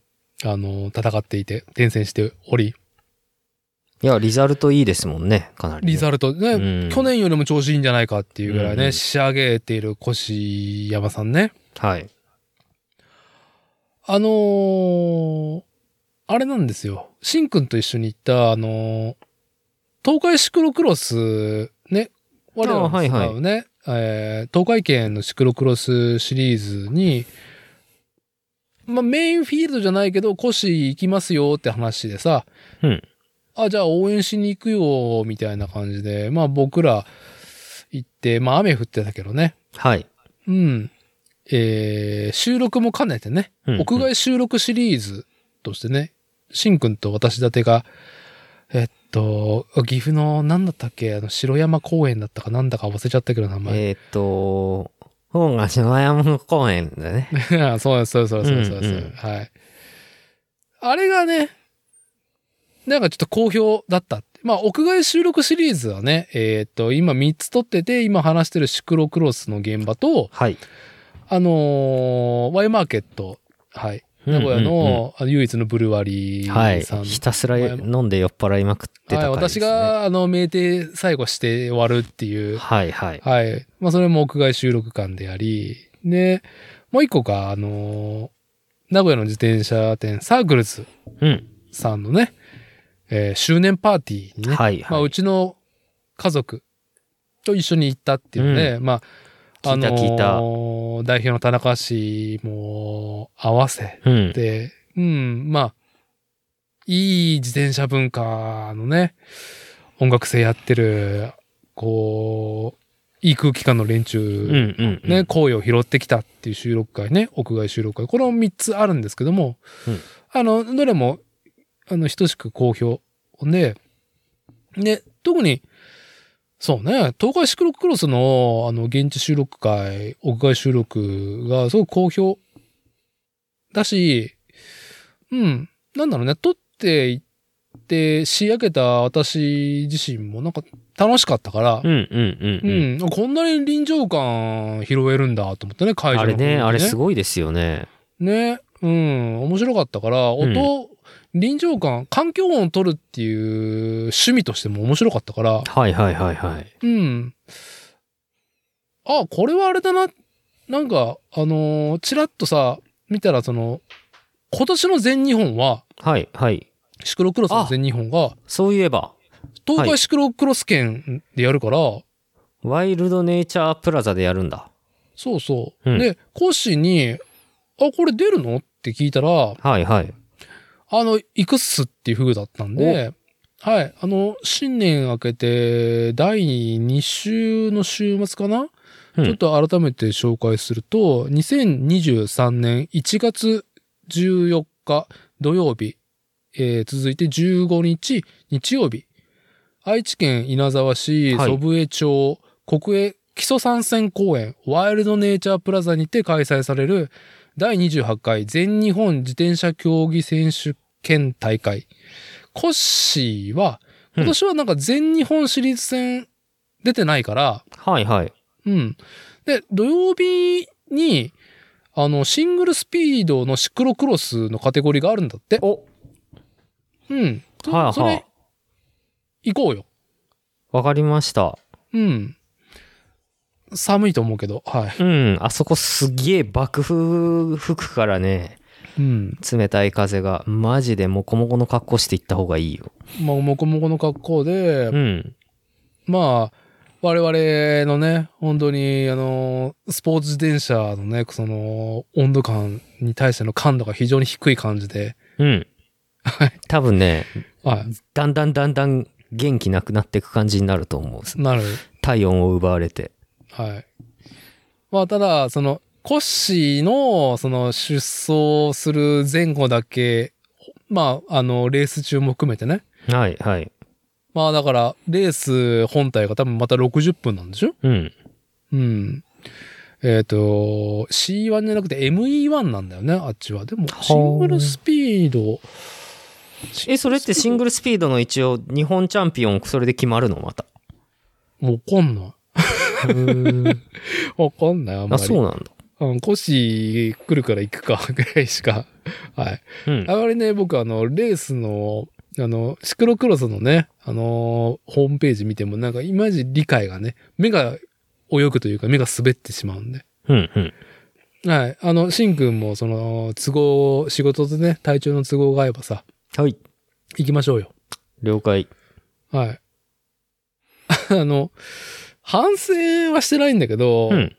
S2: あの、戦っていて、転戦しており、
S1: いや、リザルトいいですもんね、かなりね、
S2: リザルトね、
S1: うん
S2: 去年よりも調子いいんじゃないかっていうぐらいね、
S1: うん
S2: 仕上げている越山さんね。
S1: はい。
S2: あのーあれなんですよ。しんくんと一緒に行った、あのー東海シクロクロス、ね、我々
S1: あはいはい
S2: のね、えー東海圏のシクロクロスシリーズに、まあ、メインフィールドじゃないけど、コシ行きますよって話でさ、
S1: うん
S2: あ、じゃあ応援しに行くよ、みたいな感じで、まあ僕ら行って、まあ雨降ってたけどね。
S1: はい。
S2: うん。えー収録も兼ねてね、
S1: うんうん
S2: 屋外収録シリーズとしてね、しんくんと私だてが、えっと、岐阜の何だったっけあの、城山公園だったかなんだか忘れちゃったけど名前。
S1: えーっ、と、本が篠山公園だね。
S2: そうです、そうです、そうです、そうで
S1: う
S2: す。
S1: んうん
S2: はい。あれがね、なんかちょっと好評だったって。まあ、屋外収録シリーズはね、えーっと、今3つ撮ってて、今話してるシクロクロスの現場と、
S1: はい。
S2: あのー、ワイマーケット、はい。名古屋
S1: うんうんうん
S2: のあの唯一のブルワリ
S1: はい。
S2: ーさん。
S1: ひたすら飲んで酔っ払いまくってた
S2: はい
S1: 回です、
S2: 私
S1: ね。
S2: が、あの、酩酊最後して終わるっていう。
S1: はいはい。
S2: はい。まあ、それも屋外収録館であり、で、もう一個が、あのー名古屋の自転車店、サークルズ
S1: うん。
S2: さんのね、えー周年パーティーにね、
S1: はい
S2: まあ、
S1: は
S2: う
S1: い。
S2: ちの家族と一緒に行ったっていうので、まあ、
S1: 聞いた聞いた
S2: あのー代表の田中氏も合わせ
S1: うん。
S2: て、うん、まあ、いい自転車文化のね、音楽性やってる、こう、いい空気感の連
S1: う
S2: 中
S1: んうんうん。
S2: ね、声を拾ってきたっていう収録会ね、屋外収録会。この3つあるんですけども、
S1: うん
S2: あの、どれも、あの、等しく好評で、で、特に、そうね、東海シクロクロスの、あの、現地収録会、屋外収録がすごく好評だし、うん、なんだろうね、撮っていって仕上げた私自身もなんか楽しかったから、
S1: うんうんうんうん。
S2: うん、こんなに臨場感拾えるんだと思ってね、会場
S1: あ
S2: の雰
S1: れ
S2: 囲気
S1: ね、あれす
S2: ね
S1: ごいですよね。
S2: ね、うん、面白かったから、音、
S1: うん
S2: 臨場感、環境音を取るっていう趣味としても面白かったから、
S1: はいはいはいはい。
S2: うん。あ、これはあれだな。なんか、あのーちらっとさ、見たらその、今年の全日本は、
S1: はいはい。
S2: シクロクロスの全日本が、
S1: そういえば、
S2: 東
S1: は
S2: 海
S1: い
S2: シクロクロス圏でやるから、
S1: ワイルドネイチャープラザでやるんだ。
S2: そうそう。
S1: うん
S2: で、コッシーに、あ、これ出るのって聞いたら、
S1: はいはい。
S2: あの、行くっすっていう風だったんで、はい。あの、新年明けて、第2週の週末かな、
S1: うん
S2: ちょっと改めて紹介すると、2023年1月14日土曜日、えー続いて15日日曜日、愛知県稲沢市
S1: はい
S2: 祖父江町国営基礎参戦公園ワイルドネイチャープラザにて開催される第28回全日本自転車競技選手権大会。コッシーは、
S1: うん
S2: 今年はなんか全日本シリーズ戦出てないから、
S1: はいはい。
S2: うん。で、土曜日に、あの、シングルスピードのシクロクロスのカテゴリーがあるんだって。
S1: お
S2: うん。そ
S1: はあ
S2: そ
S1: は
S2: れ、行こうよ。
S1: あ。わかりました。
S2: うん。寒いと思うけど、はい。
S1: うん、あそこすげえ爆風吹くからね、
S2: うん。
S1: 冷たい風が。マジでモコモコの格好して行った方がいいよ。
S2: まあ、もこもこの格好で、
S1: うん。
S2: まあ、我々のね、本当に、あの、スポーツ自転車のね、その、温度感に対しての感度が非常に低い感じで、
S1: うん。多分ね、
S2: はい、
S1: だんだんだんだん元気なくなっていく感じになると思う。
S2: なる。
S1: 体温を奪われて。
S2: はい。まあ、ただ、その、コッシーの、その、出走する前後だけ、まあ、あの、レース中も含めてね。
S1: はいはい。
S2: まあ、だから、レース本体が多分また60分なんでしょ
S1: うん。
S2: うん。えっ、と、C1 じゃなくて ME1 なんだよね、あっちは。でも、シングルスピード、
S1: え、それってシングルスピードの一応、日本チャンピオン、それで決まるのまた。
S2: わかんない。わかんない、あんま
S1: あ、
S2: り。
S1: そうなんだ。
S2: うん、コッシー来るから行くか、 ぐらいしか。はい。
S1: うん。
S2: あまりね、僕、あの、レースの、あの、シクロクロスのね、あのーホームページ見ても、なんか、いまいち理解がね、目が泳ぐというか、目が滑ってしまうんで。
S1: うんうん。
S2: はい。あの、シンくんも、その、都合、仕事でね、体調の都合が合えばさ、
S1: はい。
S2: 行きましょうよ。
S1: 了解。
S2: はい。 あの、反省はしてないんだけど、
S1: うん。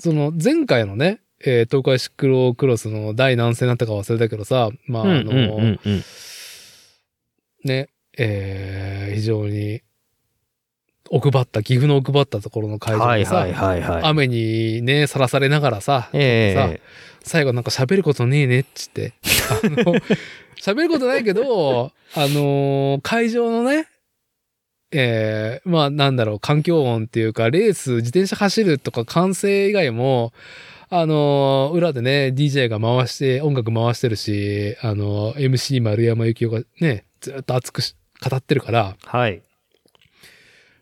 S2: その前回のね、えー東海シクロクロスの第何戦だったか忘れたけどさ、まあ、あ
S1: うんうん
S2: の、
S1: うんうん。
S2: ね、えー非常に奥ばった、岐阜の奥ばったところの会場
S1: はい
S2: でさ、
S1: はいはいはい。
S2: 雨にね、さらされながらさ、
S1: え
S2: 最後なんか喋ることねえねっつって。あの、喋ることないけど、あのー会場のね、えーまあなんだろう、環境音っていうか、レース、自転車走るとか、歓声以外も、あのー裏でね、DJ が回して、音楽回してるし、あのー MC 丸山幸雄がね、ずっと熱くし語ってるから、
S1: えはい。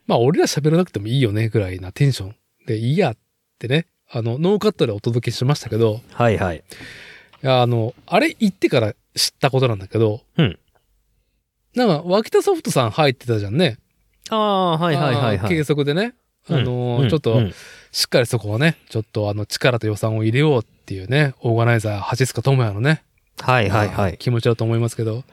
S2: まあ俺ら喋らなくてもいいよね、ぐらいなテンションでいいやってね、あの、ノーカットでお届けしましたけど、
S1: はいはい。
S2: いや、あの、あれ行ってから知ったことなんだけど、
S1: うん
S2: なんか、脇田ソフトさん入ってたじゃんね。
S1: ああ、はいはいはい
S2: あ
S1: は
S2: ー
S1: い。
S2: 計測でね。あのー
S1: うん
S2: ちょっ
S1: う
S2: と、
S1: ん
S2: しっかりそこはね、ちょっとあの、力と予算を入れようっていうね、オーガナイザー、橋塚智也のね、
S1: はいはいは
S2: あー
S1: い。
S2: 気持ちだと思いますけど、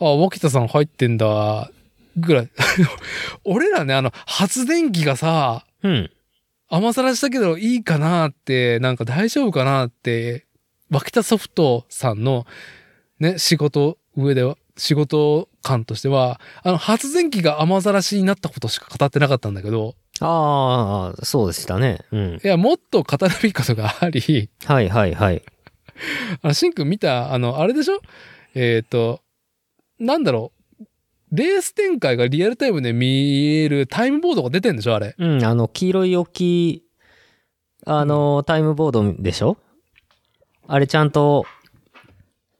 S2: あ、脇田さん入ってんだ、ぐらい。 俺らね、あの、発電機がさ、
S1: うん。
S2: 甘さらしたけどいいかなって、なんか大丈夫かなって、脇田ソフトさんのね、仕事上では、仕事感としては、あの、発電機が甘さらしになったことしか語ってなかったんだけど、
S1: ああ、そうでしたね。うん。
S2: いや、もっと語るべきことがあり、
S1: はいはいはい。
S2: あの、シンくん見た、あの、あれでしょえっ、と、なんだろう、レース展開がリアルタイムで見えるタイムボードが出てんでしょあれ。
S1: うん、あの、黄色い大きい、あの、タイムボードでしょあれちゃんと、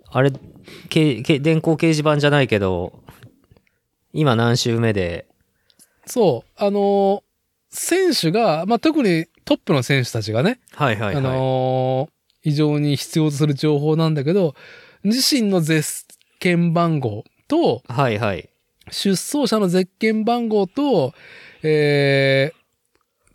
S1: あれ、けけ電光掲示板じゃないけど、今何周目で、
S2: そう、あの選手が、まあ、特にトップの選手たちがね、
S1: はいは
S2: あのー非常に必要とする情報なんだけど、自身の絶券番号と、
S1: はいはい。
S2: 出走者の絶券番号と、えー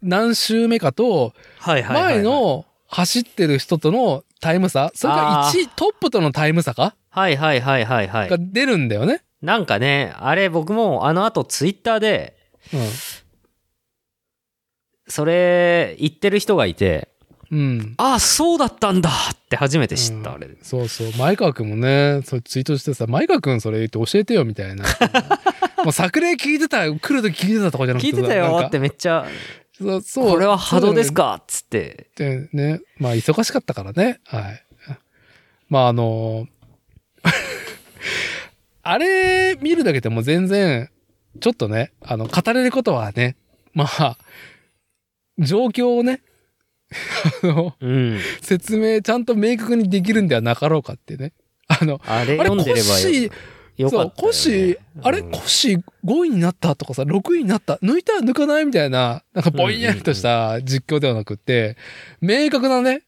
S2: 何周目かと、
S1: はいはいはいはい。
S2: 前の走ってる人とのタイム差、それから
S1: あー
S2: 1位、トップとのタイム差か
S1: はいはいはいはいは
S2: が
S1: い。
S2: 出るんだよね。
S1: なんかね、あれ僕もあの後ツイッターで、それ言ってる人がいて、
S2: うん。うん。
S1: ああ、そうだったんだって初めて知った、
S2: うん
S1: あれ。
S2: そうそう。前川くんもね、そうツイートしてさ、前川くんそれ言って教えてよ みたいな。もう作例聞いてた、来るとき聞いてたとかじゃなくて
S1: 聞い
S2: さ。
S1: てたよ
S2: なん
S1: っ
S2: か
S1: て。めっちゃ、
S2: そう、そう。
S1: これは波動ですかっつって。
S2: でね、まあ忙しかったからね。はい。まああの、 あれ見るだけでも全然、ちょっとね、あの、語れることはね、まあ、状況をね、 あの、
S1: うん。
S2: 説明ちゃんと明確にできるんではなかろうかっていうね。あの、
S1: あれ
S2: あれ、
S1: 読んでれば
S2: コッシ
S1: よよ
S2: ー
S1: かったよ、ね。
S2: そう、コッシー、あれ、
S1: うん
S2: コッシー5位になったとかさ、6位になった、抜いた抜かないみたいな、なんかぼんやりとした実況ではなくって、明確なね、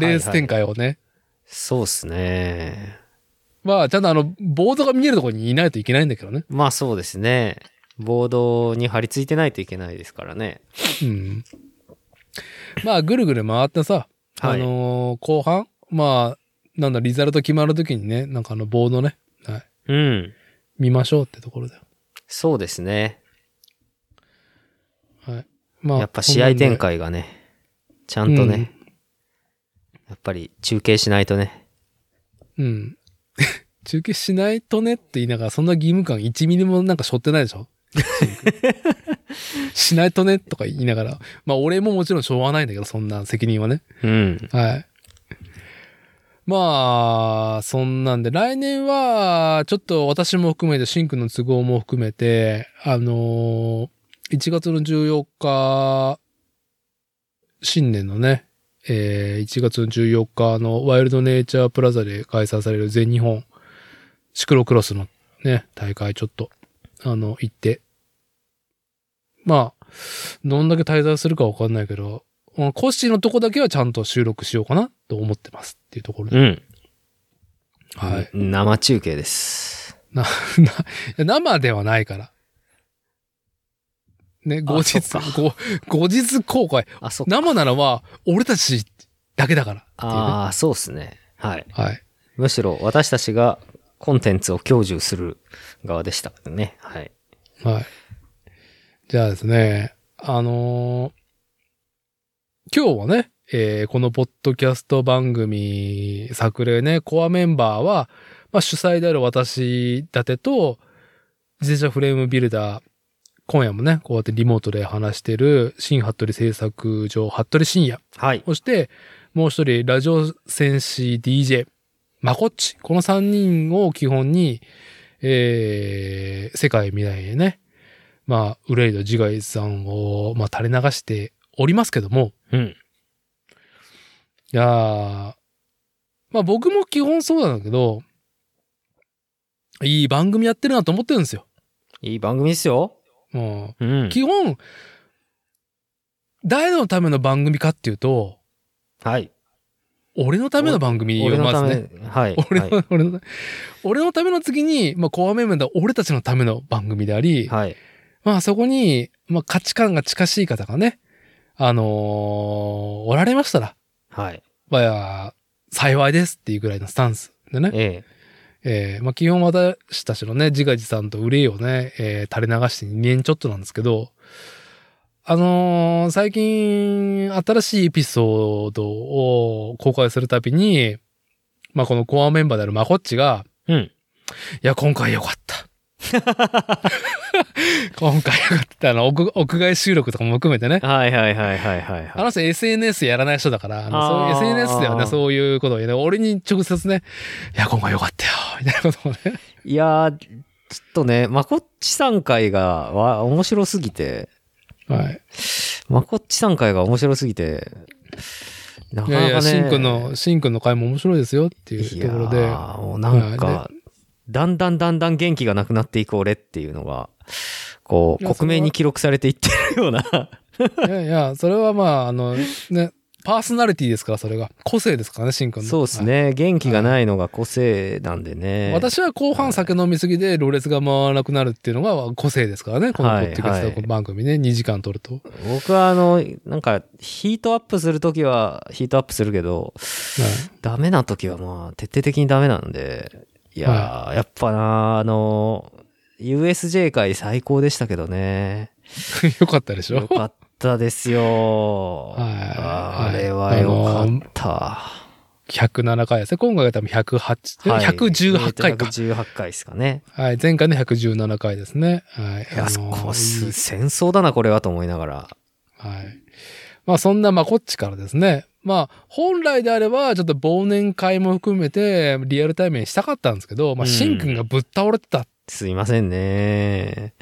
S2: レース展開をね、
S1: そうっすね。
S2: まあ、ちゃんとあの、ボードが見えるところにいないといけないんだけどね。
S1: まあそうですね。ボードに張り付いてないといけないですからね。
S2: うん。まあ、ぐるぐる回ってさ、
S1: はい。
S2: あのー後半、まあ、なんだ、リザルト決まるときにね、なんかあの、ボードね、はい、
S1: うん。
S2: 見ましょうってところだよ。
S1: そうですね。
S2: はい。まあ、
S1: やっぱ試合展
S2: こ
S1: 開がね、ちゃんと
S2: うん
S1: ね、やっぱり中継しないとね。
S2: んなんで。うん。 中継しないとねって言いながら、そんな義務感1ミリもなんか背負ってないでしょしないとねとか言いながら。まあ、俺ももちろんしょうがないんだけど、そんな責任はね。
S1: うん。
S2: はい。まあ、そんなんで、来年は、ちょっと私も含めて、シンクの都合も含めて、あのー1月の14日、新年のね、えー1月の14日のワイルドネイチャープラザで開催される全日本シクロクロスのね、大会ちょっと、あの、行って、まあ、どんだけ滞在するかわかんないけど、このコッシーのとこだけはちゃんと収録しようかなと思ってますっていうところで。
S1: うん。
S2: はい。
S1: 生中継です。
S2: な、な、生ではないから。ね、後日
S1: あそっ、
S2: ご後日公開。
S1: あ、そっか。
S2: 生ならは、俺たちだけだからっていうね
S1: ああ、そうっすね。はい。
S2: はい。
S1: むしろ私たちがコンテンツを享受する側でしたからね。はい。
S2: はい。じゃあですね、あのー今日はね、えーこのポッドキャスト番組作例ね、コアメンバーは、まあ、主催である私立てと、自転車フレームビルダー、今夜もね、こうやってリモートで話してる、新服部製作所、服部深夜。
S1: はい。
S2: そして、もう一人、ラジオ戦士 DJ、まこっち。この三人を基本に、えー、世界未来へね、まあ、憂いと自害さんを、まあ、垂れ流しておりますけども、
S1: うん。
S2: いやーまあ僕も基本そうなんだけど、いい番組やってるなと思ってるんですよ。
S1: いい番組ですよ。
S2: もう、
S1: うん。
S2: 基本、誰のための番組かっていうと、
S1: はい。
S2: 俺のための番組を
S1: 俺の
S2: ま
S1: た
S2: ず
S1: め、
S2: ね。
S1: はい。
S2: 俺
S1: は
S2: の、俺の、俺のための次に、まあ、コアメンバーでは俺たちのための番組であり、
S1: い。はい。
S2: まあ、そこに、まあ、価値観が近しい方がね、あのーおられましたら、
S1: はい。
S2: まあ、幸いですっていうぐらいのスタンスでね。
S1: え
S2: えーまあ、基本私たちのね、自画自賛と憂いをね、えー垂れ流して2年ちょっとなんですけど、あのー最近、新しいエピソードを公開するたびに、まあ、このコアメンバーであるまこっちが、
S1: え。うん。
S2: いや、今回良かった。今回良かったって。あの、屋屋外収録とかも含めてね。
S1: はいはいはいはいはい
S2: あ
S1: は
S2: の
S1: い。
S2: 人 SNS やらない人だから、あのそういう
S1: あー
S2: SNS ではね、そういうことを言うね、俺に直接ね、いや、今回良かったよ、みたいなことをね。
S1: いやー、ちょっとね、まこっちさん会が、わ、面白すぎて、
S2: はい。
S1: まこっちさん会が面白すぎて、なか
S2: い
S1: なか
S2: や
S1: ね。
S2: いや、シンくんの、シンくんの回も面白いですよっていうところ
S1: い
S2: で。
S1: やーもうなん
S2: は
S1: か、だんだんだんだん元気がなくなっていく俺っていうのが、こ、
S2: いうや
S1: 克明に記録されていってるよう な。
S2: いやいや、それはまあ、あの、ね、パーソナリティですから、それが。個性ですからね、シンくんの。
S1: そうですね。元気がないのが個性なんで
S2: は
S1: ね。
S2: い。私は後半酒飲みすぎで、ろれつが回らなくなるっていうのが個性ですからね、このポッドキャ
S1: はいは
S2: ス
S1: い
S2: ト番組ね、2時間撮ると。はい
S1: 僕はあの、なんか、ヒートアップするときはヒートアップするけど、ダメなときはまあ、徹底的にダメなんで、いやー、やっぱな、あの、USJ 界最高でしたけど ね。
S2: よかったでし
S1: よ
S2: ょ
S1: かったですよ。
S2: は
S1: あ
S2: い
S1: れはよかった。
S2: ?107 回ですね。今回が多分108、
S1: はい
S2: 118回か。
S1: 118回ですかね。
S2: はい。前回の117回ですね。はい。
S1: いや、
S2: あの
S1: こす戦争だな、これはと思いながら。
S2: はい。まあそんなまこっちからですね。まあ本来であればちょっと忘年会も含めてリアルタイムにしたかったんですけど、まあ
S1: うん
S2: しんくんがぶっ倒れてたっ
S1: すいませんね。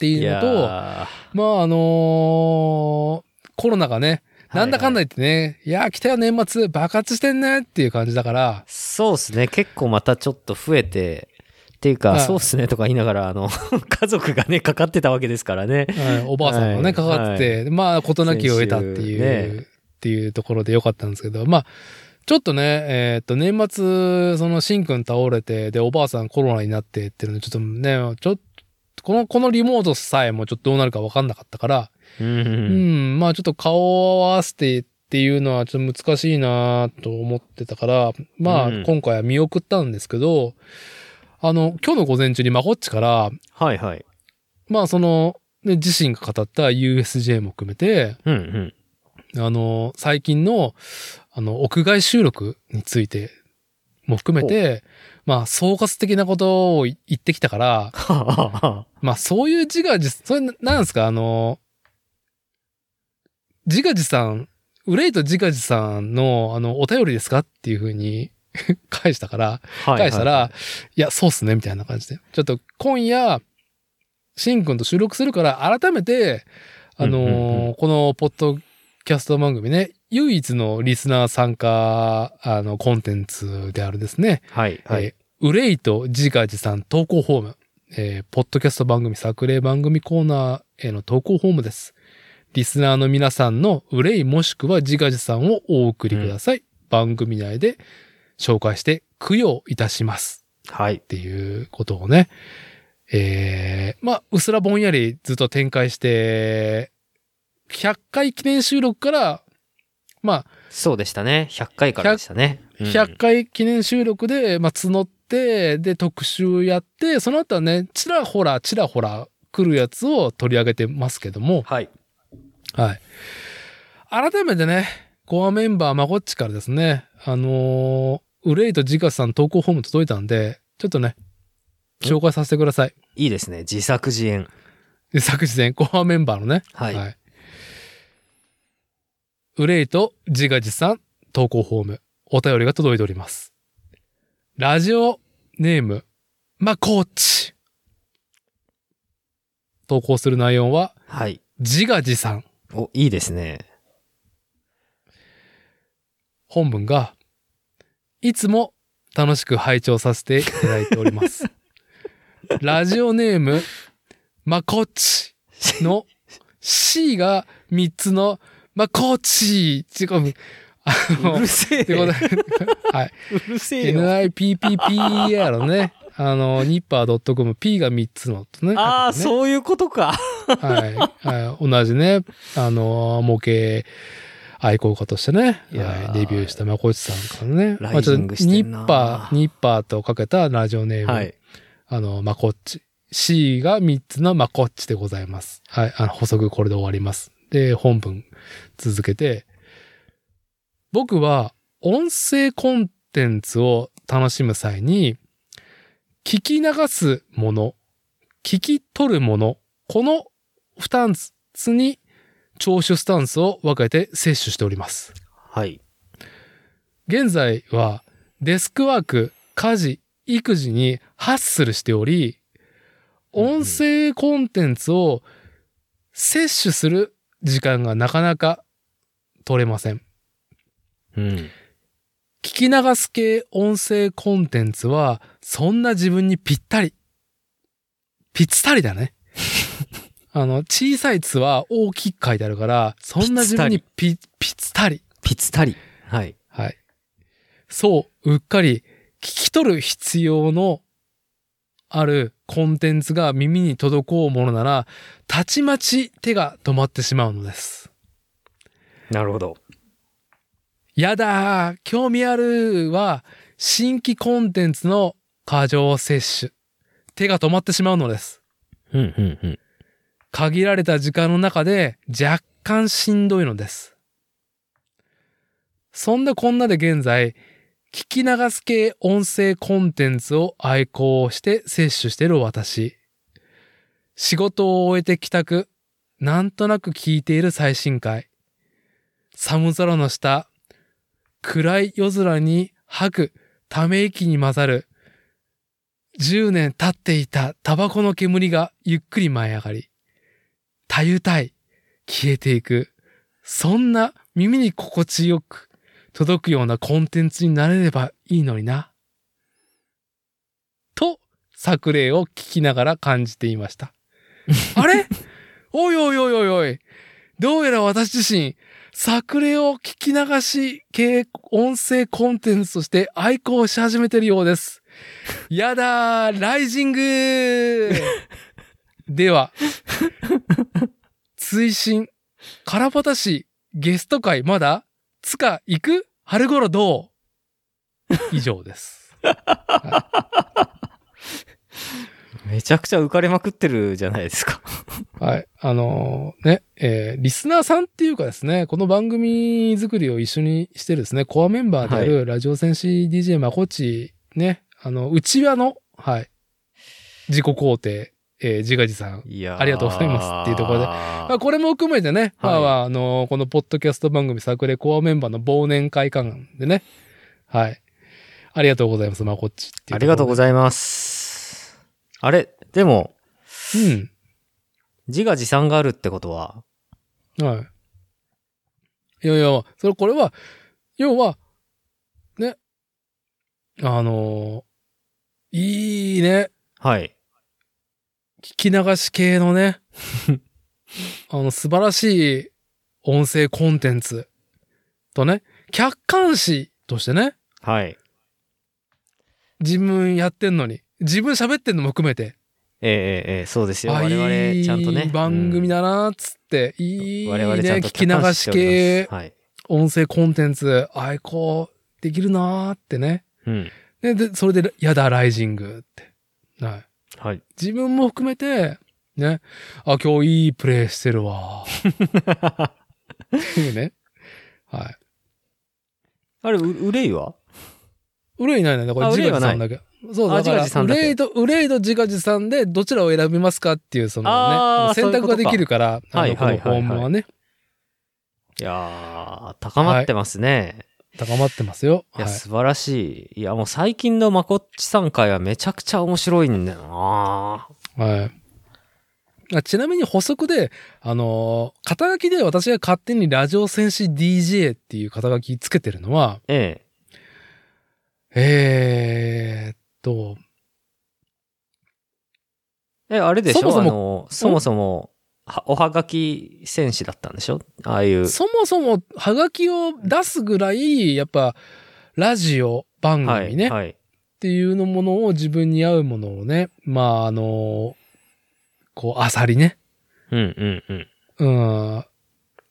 S2: ていうのと、
S1: や
S2: まああのーコロナがね、
S1: ー
S2: なんだかんだ
S1: はいはい
S2: 言ってね、いやー来たよ年末爆発してんねっていう感じだから、
S1: そうですね。結構またちょっと増えて、っていうか、
S2: はい
S1: そうですねとか言いながら、あの、 家族がね、かかってたわけですからね。
S2: はいおばあさんが
S1: は
S2: ね、
S1: い
S2: かかってて、まあ、事なきを得たってい
S1: 先
S2: う、
S1: 週ね
S2: っていうところでよかったんですけど、まあ、ちょっとね、えーっと、年末、その、しんくん倒れて、で、おばあさんコロナになってっていうので、ちょっとね、ちょっと、この、このリモートさえもちょっとどうなるかわかんなかったから、
S1: うん
S2: うん、まあちょっと顔を合わせてっていうのはちょっと難しいなと思ってたから、まあ
S1: うん
S2: 今回は見送ったんですけど、あの、今日の午前中にまこっちから、
S1: はいはい。
S2: まあその、ね、自身が語った USJ も含めて、
S1: うん うん。
S2: あの、最近の、あの、屋外収録についても含めて、まあ総括的なことを言ってきたから、
S1: はあはあは
S2: まあそういう自画自、それななんですか、あの、自画自賛、憂いと自画自賛の、あの、お便りですかっていうふうに 返したから、
S1: あはいはい
S2: 返したら、いや、そうっすね、みたいな感じで。ちょっと今夜、しんくんと収録するから、改めて、あのー
S1: うんうん
S2: このポッドキャスト番組ね、唯一のリスナー参加、あの、コンテンツであるですね、
S1: はいはい。
S2: えー、憂いと自画自賛投稿フォーム、えーポッドキャスト番組作例番組コーナーへの投稿フォームです。リスナーの皆さんの憂いもしくは自画自賛をお送りください。番組内で紹介して供養いたします。
S1: はい
S2: っ。ていうことをね、えー、まあ、うすらぼんやりずっと展開して、100回記念収録から、ま
S1: そうでしたね。100回からでしたね。
S2: あ、
S1: うん
S2: 100回記念収録で、まあ、募って、で、特集やって、その後はね、ちらほら、ちらほら来るやつを取り上げてますけども、
S1: はい。
S2: はい。改めてね、コアメンバーまこっちからですね、あのー、憂いと自家さん投稿フォーム届いたんで、ちょっとね、紹介させてください。
S1: いいですね。自作自演。
S2: で昨日前、後半メンバーのね。
S1: はい
S2: 憂いと自画自賛投稿フォーム、お便りが届いております。ラジオネーム、まこっち。投稿する内容は、
S1: はい。
S2: 自画自賛。
S1: お、いいですね。
S2: 本文が、いつも楽しく拝聴させていただいてお ります。ラジオネーム、まこっちの C が3つの、まこっち違う。あ
S1: う
S2: の、
S1: るせ
S2: ってこと
S1: え。
S2: ではい。
S1: うるせえよ。
S2: NIPPPER のね、あの、ニッパー .com、P が3つのとね。
S1: ああ、
S2: 書いてね
S1: そういうことか。
S2: はい。はい同じね、あの、模型愛好家としてね、
S1: いやー
S2: はいデビューしたまこっちさんからね、
S1: ライジングしてんな
S2: まあちょっとニッパー、ニッパーとかけたラジオネーム、
S1: はい。
S2: あの、まこっち。C が3つのまこっちでございます。はい。あの、補足これで終わります。で、本文続けて、僕は音声コンテンツを楽しむ際に、聞き流すもの、聞き取るもの、この2つに聴取スタンスを分けて摂取しております。
S1: はい。
S2: 現在はデスクワーク、家事、育児にハッスルしており、
S1: うんうん
S2: 音声コンテンツを摂取する時間がなかなか取れません。
S1: うん。
S2: 聞き流す系音声コンテンツは、そんな自分にぴったり。ぴったり だね。あの、小さいつは大きく書いてあるから、そんな自分にぴ、ぴったり。
S1: ぴったり。はい。
S2: はい。そう、うっかり聞き取る必要のあるコンテンツが耳に届こうものなら、たちまち手が止まってしまうのです。
S1: なるほど。
S2: やだー興味あるは、新規コンテンツの過剰摂取。手が止まってしまうのです。
S1: うん、うん、うん。
S2: 限られた時間の中で若干しんどいのです。そんなこんなで現在、聞き流す系音声コンテンツを愛好して摂取している私。仕事を終えて帰宅、なんとなく聞いている最新回。寒空の下、暗い夜空に吐くため息に混ざる、10年経っていたタバコの煙がゆっくり舞い上がり、たゆたい、消えていく。そんな耳に心地よく届くようなコンテンツになれればいいのにな。と、作例を聞きながら感じていました。あれおいおいおいおいおい。どうやら私自身、作例を聞き流し系音声コンテンツとして愛好し始めてるようです。やだー、ライジングでは、追伸、カラパタ氏、ゲスト会まだつか行く春頃どう以 上です。
S1: めちゃくちゃ浮かれまくってるじゃないですか。
S2: はい。あのーね、えーリスナーさんっていうかですね、この番組作りを一緒にしてるですね、コアメンバーであるラジオ戦士 DJ まこっち、ね、あの、内輪の、はい、自己肯定、えー自画自賛
S1: いやー
S2: ありがとうございますっていうところでまあ、これも含めてね、
S1: はい
S2: まあまあ、あのーこのポッドキャスト番組作例コアメンバーの忘年会館でね、はい。ありがとうございます、まあ、こっちってい
S1: ありがとうご
S2: ざい
S1: ざいます。あれ、でも、
S2: ます。うん。
S1: 自画自賛があるってことは、
S2: はい。いやいや、それ、これは、要は、ね、あのーいいね、
S1: はい。
S2: 聞き流し系 のね、あの、素晴らしい音声コンテンツとね、客観視としてね、
S1: はい。
S2: 自分やってんのに、自分喋ってんのも含めて、
S1: ええええええそうですよ。
S2: あ
S1: 我々、ちゃんとね。
S2: いい番組
S1: だ、
S2: だなーっつって、いいね、
S1: 我々ちゃんと
S2: 聞き
S1: 客
S2: 流
S1: 観
S2: して
S1: おり
S2: 系
S1: ますはい。
S2: 音声コンテンツ、愛好できるなーってね。
S1: うん。
S2: で、でそれで、やだ、ライジングって。はい。
S1: はい。
S2: 自分も含めて、ね、あ、今日いいプレイしてる わー。っていうね。はい。
S1: あれ、う憂いは
S2: 憂いないね。これ
S1: あ
S2: 自
S1: 憂いは
S2: 画自
S1: ない
S2: 賛だけ。そうだ
S1: あ
S2: か
S1: 自画
S2: ら
S1: 自賛だけ
S2: 憂いと憂いと自画自賛でどちらを選びますかっていうその
S1: あ
S2: ね
S1: ー
S2: 選択ができるから
S1: そうい
S2: あ
S1: う
S2: の
S1: こと
S2: こ
S1: か
S2: の
S1: はいはいはい
S2: 訪問はね
S1: いやー、高まってますね。
S2: 高まってますよ。
S1: い、や、
S2: はい
S1: 素晴らしい。いや、もう最近のまこっちさん会はめちゃくちゃ面白いんだよな
S2: はい。あちなみに補足で、あのー肩書きで私が勝手にラジオ戦士 DJ っていう肩書きつけてるのは、
S1: え
S2: えーっと、
S1: え。え、あれでしょ
S2: そもそ
S1: あ
S2: も
S1: の、そもそも、はおはがき戦士だったんでしょああいう。
S2: そもそもハガキを出すぐらい、やっぱ、ラジオ番
S1: はい。
S2: 組ね、っ
S1: はい。
S2: ていうのものを自分に合うものをね、まあ、あのーこう、あさりね、
S1: うんうんうん。
S2: うん、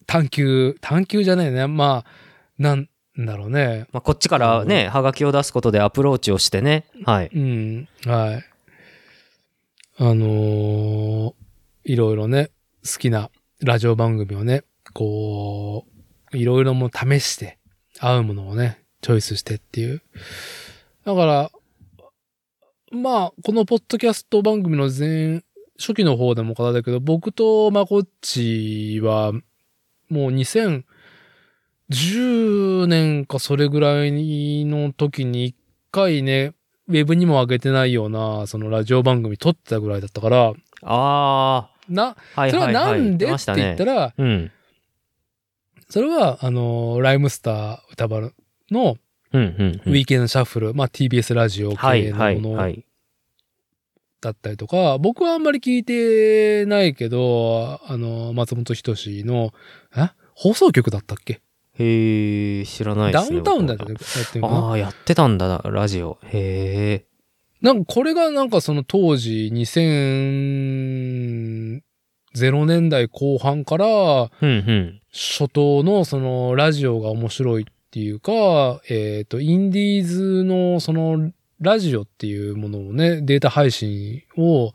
S2: 探求、探求じゃないね。まあ、なんだろうね。
S1: まあ、こっちからね、はがきを出すことでアプローチをしてね。はい。
S2: うん、はい。あのーいろいろね、好きなラジオ番組をね、こう、いろいろもう試して、合うものをね、チョイスしてっていう。だから、まあ、このポッドキャスト番組の前、初期の方でも語ったけど、僕とまこっちは、もう2010年かそれぐらいの時に一回ね、ウェブにも上げてないような、そのラジオ番組撮ってたぐらいだったから、
S1: あ
S2: な、
S1: あ、はい
S2: それ
S1: は。
S2: はいないんで
S1: 出ま
S2: っ
S1: してた
S2: 言
S1: ね
S2: ったら、
S1: うん。
S2: それは、あの、ライムスター歌丸の
S1: うんうん、う
S2: ウ
S1: ん。
S2: ィーケンドシャッフル、まあ TBS ラジオ
S1: はい
S2: 系
S1: は
S2: の
S1: い
S2: も
S1: は
S2: の
S1: い。
S2: だったりとか、僕はあんまり聞いてないけど、あの、松本人志の、え放送局だったっけ
S1: へえ、知らないで
S2: ダ
S1: す
S2: ウ
S1: ね。
S2: ンタウンだっ
S1: 僕
S2: た
S1: は
S2: ね。やってるのかな
S1: ああ、やってたんだな、ラジオ。へえ。
S2: なんかこれがなんかその当時2000、0年代後半から
S1: うんうん。
S2: 初頭のそのラジオが面白いっていうか、えっ、と、インディーズのそのラジオっていうものをね、データ配信を、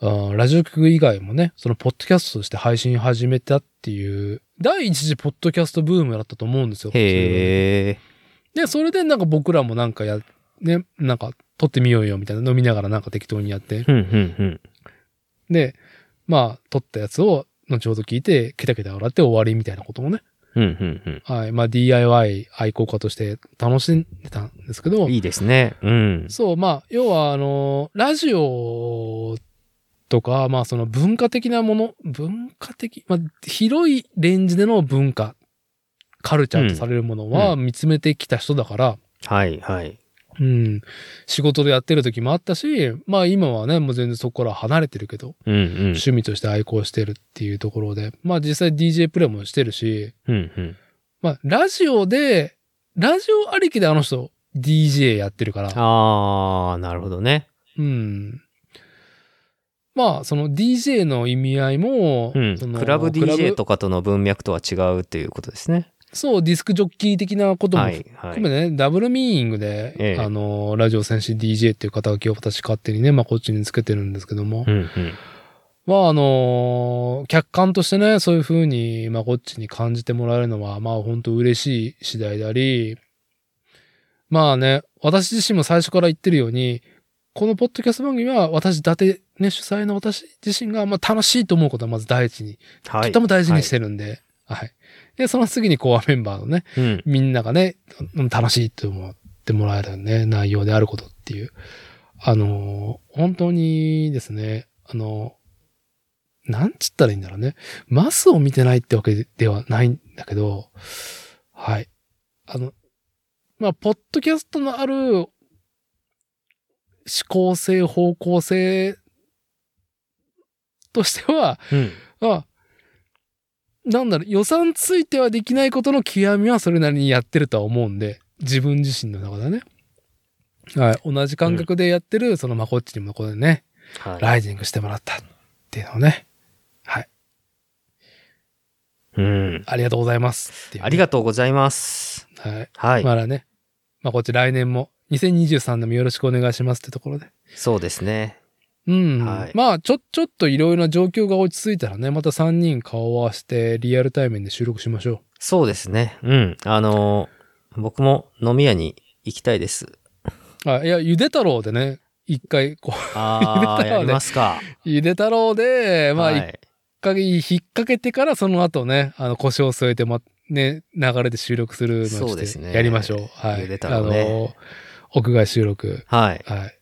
S2: あーラジオ局以外もね、そのポッドキャストとして配信始めたっていう、第一次ポッドキャストブームだったと思うんですよ。
S1: へえ。
S2: で、それでなんか僕らもなんかや、ね、なんか撮ってみようよみたいな飲みながらなんか適当にやって。
S1: うんうんうん。
S2: で、まあ撮ったやつを後ほど聞いて、ケタケタ笑って終わりみたいなこともね。
S1: うんうん
S2: はい。まあ DIY 愛好家として楽しんでたんですけ
S1: う
S2: ど
S1: ん。、いいですね。うん。
S2: そう、まあ、要はあの、ラジオとか、まあその文化的なもの、文化的、まあ広いレンジでの文化、カルチャーとされるものは見つめてきた人だから、
S1: はいはい。
S2: うん。仕事でやってる時もあったし、まあ今はね、もう全然そこから離れてるけど、
S1: うんうん。
S2: 趣味として愛好してるっていうところで、まあ実際 DJ プレイもしてるし、
S1: うんうん。
S2: まあラジオで、ラジオありきであの人 DJ やってるから、
S1: ああ、なるほどね。
S2: うん。まあその DJ の意味合いも、
S1: うん。
S2: その
S1: クラブ
S2: クラ
S1: DJ
S2: ブ
S1: とかとの文脈とは違うっていうことですね。
S2: そう、ディスクジョッキー的なことも
S1: はいはい。
S2: 含めね、ダブルミーニングで、
S1: ええ
S2: あの、ラジオ戦士 DJ っていう肩書きを私勝手にね、まあこっちにつけてるんですけども、
S1: うんうん。
S2: まああの客観としてね、そういうふうに、まあこっちに感じてもらえるのは、まあ本当嬉しい次第であり、まあね、私自身も最初から言ってるように、このポッドキャスト番組は私、伊達ね、主催の私自身が、まあ楽しいと思うことはまず第一に、
S1: はい。
S2: とても大事にしてるんで、はい。で、その次にコアメンバーのね、
S1: うん。
S2: みんながね、うん楽しいと思ってもらえるね、内容であることっていう。あのー、本当にですね、あのー、なんつったらいいんだろうね。マスを見てないってわけではないんだけど、はい。あの、まあ、ポッドキャストのある思考性、方向性としては、
S1: うん。
S2: あ、なんだろう、予算ついてはできないことの極みはそれなりにやってるとは思うんで、自分自身の中でね。はい、同じ感覚でやってる、そのまこっちにもここでね、
S1: は
S2: ラ
S1: い。
S2: イジングしてもらったっていうのをね、
S1: うん。
S2: ありがとうございますっていう、
S1: ありがとうございます。
S2: とう。はい。
S1: はい。
S2: まだね、まこっち来年も、2023年もよろしくお願いしますってところで。
S1: そうですね。
S2: うん。
S1: はい
S2: まあ、ちょ、ちょっといろいろな状況が落ち着いたらね、また3人顔を合わせて、リアル対面で収録しましょう。
S1: そうですね。うん。あのー僕も飲み屋に行きたいです。
S2: あ、いや、ゆで太郎でね、一回、こ
S1: ああ、
S2: 入れたわね
S1: やりますか。
S2: う、ゆで太郎で、まあ、
S1: は
S2: 一
S1: い、
S2: 回引っ掛けてから、その後ね、あの、腰を添えて、ま、ね、流れで収録するのをして
S1: そうですね
S2: やりましょう。はい。
S1: ゆで太郎ね
S2: あの、屋外収録。
S1: はい。
S2: はい。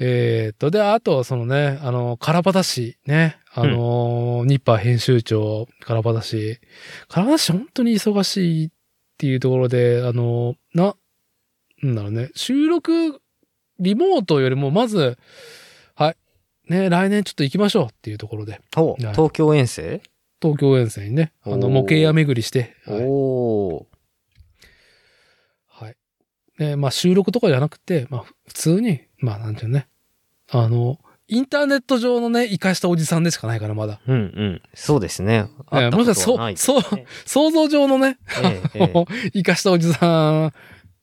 S2: えーっと、で、あと、そのね、あの、カラバタ氏ね、あの、ニッパー編集長、カラバタ氏。カラバタ氏本当に忙しいっていうところで、あの、な、なんだろうね、収録、リモートよりも、まず、はい、ね、来年ちょっと行きましょうっていうところで、
S1: ほう、
S2: はい
S1: 東京遠征、
S2: 東京遠征にね、あの、
S1: おー
S2: 模型屋巡りして、はい。
S1: おお。
S2: はい。ね、まあ、収録とかじゃなくて、まあ、普通に、まあ、なんていうのね、あの、インターネット上のね、生かしたおじさんでしかないから、まだ。
S1: うんうん。そうですね。
S2: え
S1: あ
S2: えもしかしたら、そう、そう、想像上のね、
S1: う。え えええ
S2: 生かしたおじさん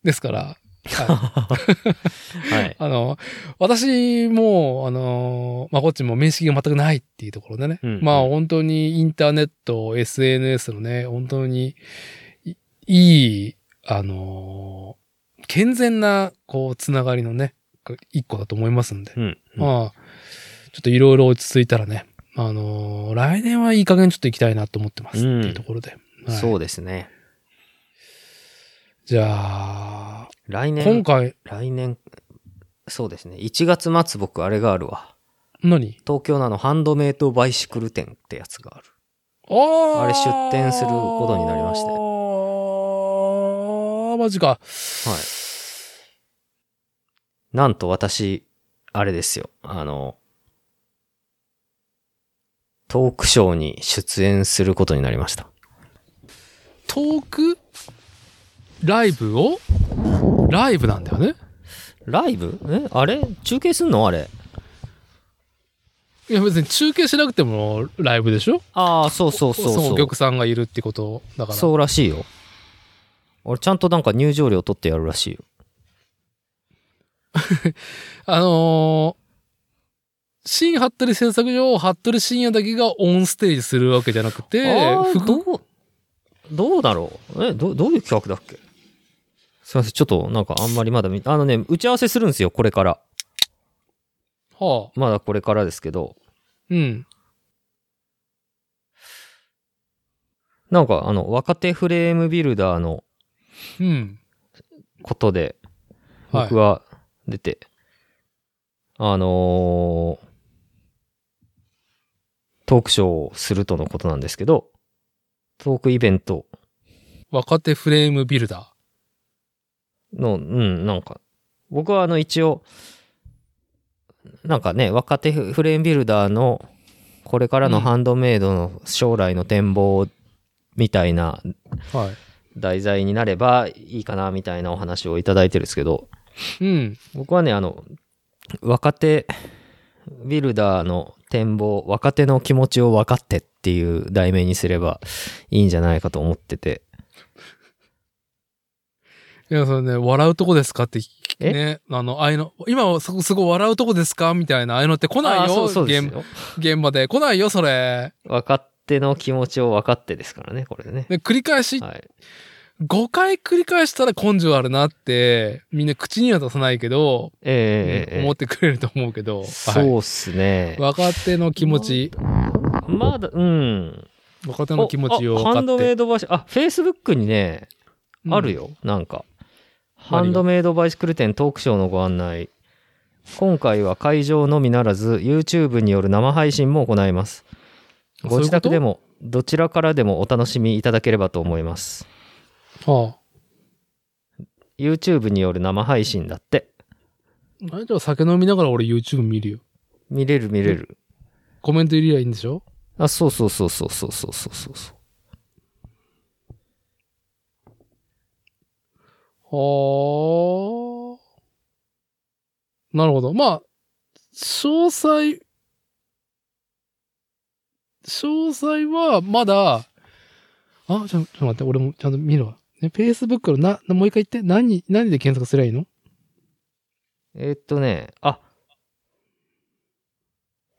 S2: ですから、はい
S1: はい。
S2: あの、私も、あの、まあ、こっちも面識が全くないっていうところでね、
S1: うんうん
S2: まあ、本当にインターネット、SNS のね、本当にい、いい、あの、健全な、こう、つながりのね、一個だと思いますんで。
S1: うん。
S2: まあ、ちょっといろいろ落ち着いたらね、あのー来年はいい加減ちょっと行きたいなと思ってますって
S1: うん
S2: いうところで。はい
S1: そうですね。
S2: じゃあ、
S1: 来
S2: 今
S1: 年、
S2: 回、
S1: 来年、そうですね。1月末僕あれがあるわ。
S2: 何
S1: 東京のあのハンドメイトバイシクル店ってやつがある。
S2: ああ
S1: あれ出店することになりまして
S2: あーマジか。
S1: はい。なんと私、あれですよ。あの、トークショーに出演することになりました。
S2: トークライブをライブなんだよね。
S1: ライブえあれ中継すんのあれ。
S2: いや別に中継しなくてもライブでしょ
S1: ああ、そうそうそう
S2: その
S1: そ
S2: お
S1: う。
S2: 客さんがいるってことだから。
S1: そうらしいよ。俺ちゃんとなんか入場料取ってやるらしいよ。
S2: あのー、新服部製作所、服部深夜だけがオンステージするわけじゃなくて
S1: あ、ー
S2: 副
S1: どう、どうだろうえ、ど、どういう企画だっけすいません、ちょっとなんかあんまりまだ見、あのね、打ち合わせするんですよ、これから。
S2: はあ、
S1: まだこれからですけど。
S2: うん。
S1: なんかあの、若手フレームビルダーの
S2: うん。
S1: ことで、
S2: はい
S1: 僕は出て、あのートークショーをするとのことなんですけど、トークイベント
S2: 若手フレームビルダ
S1: の、うん、なんか、僕はあの一応、なんかね、若手フレームビルダーのこれから
S2: う
S1: の
S2: ん
S1: ハンドメイドの将来の展望みたいな
S2: ー。はい。
S1: 題材になればいいかなみたいなお話をいただいてるんですけど、
S2: うん。
S1: 僕はね、あの、若手ビルダーの展望、若手の気持ちを分かってっていう題名にすればいいんじゃないかと思ってて。
S2: いや、それね、笑うとこですかって聞き、
S1: え
S2: ね、あの、ああいうの、今はそこすごい笑うとこですかみたいな、ああいうのって来ない
S1: あーそ
S2: よ、
S1: うそうです
S2: 現
S1: よ。
S2: 現場で。来ないよ、それ。
S1: 若手の気持ちを分かってですからね、これね。
S2: で、繰り返し、
S1: はい。
S2: 5回繰り返したら根性あるなって、みんな口には出さないけど、
S1: えーえーえー
S2: 思ってくれると思うけど。
S1: そうっすね。
S2: 若手の気持ち、
S1: まだ、うん。
S2: 若手の気持ちを
S1: お
S2: 分
S1: あハ
S2: か
S1: ンドメ
S2: っ
S1: イドバイシあ、Facebook にね、
S2: て。
S1: ある
S2: よ。
S1: よ、なんか。ハンドメイドバイシクル店トークショーのご案内。今回は会場のみならず、YouTube による生配信も行います。ご自宅で
S2: も。
S1: も、どちらからでもお楽しみいただければと思います。
S2: は
S1: YouTube による生配信だって。
S2: あ。あれじゃあ酒飲みながら俺 YouTube 見るよ。
S1: 見れる見れる。
S2: コメント入れりゃいいんでしょ
S1: あ、そうそうそうそうそうそうそうそうそう。
S2: はあ。なるほど。まあ、詳細、詳細はまだ、あ、ちょ、ちょっと待って、俺もちゃんと見るわ。ね、Facebook のな、もう一回言って、何、何で検索すればいいの
S1: えーっとね、あ、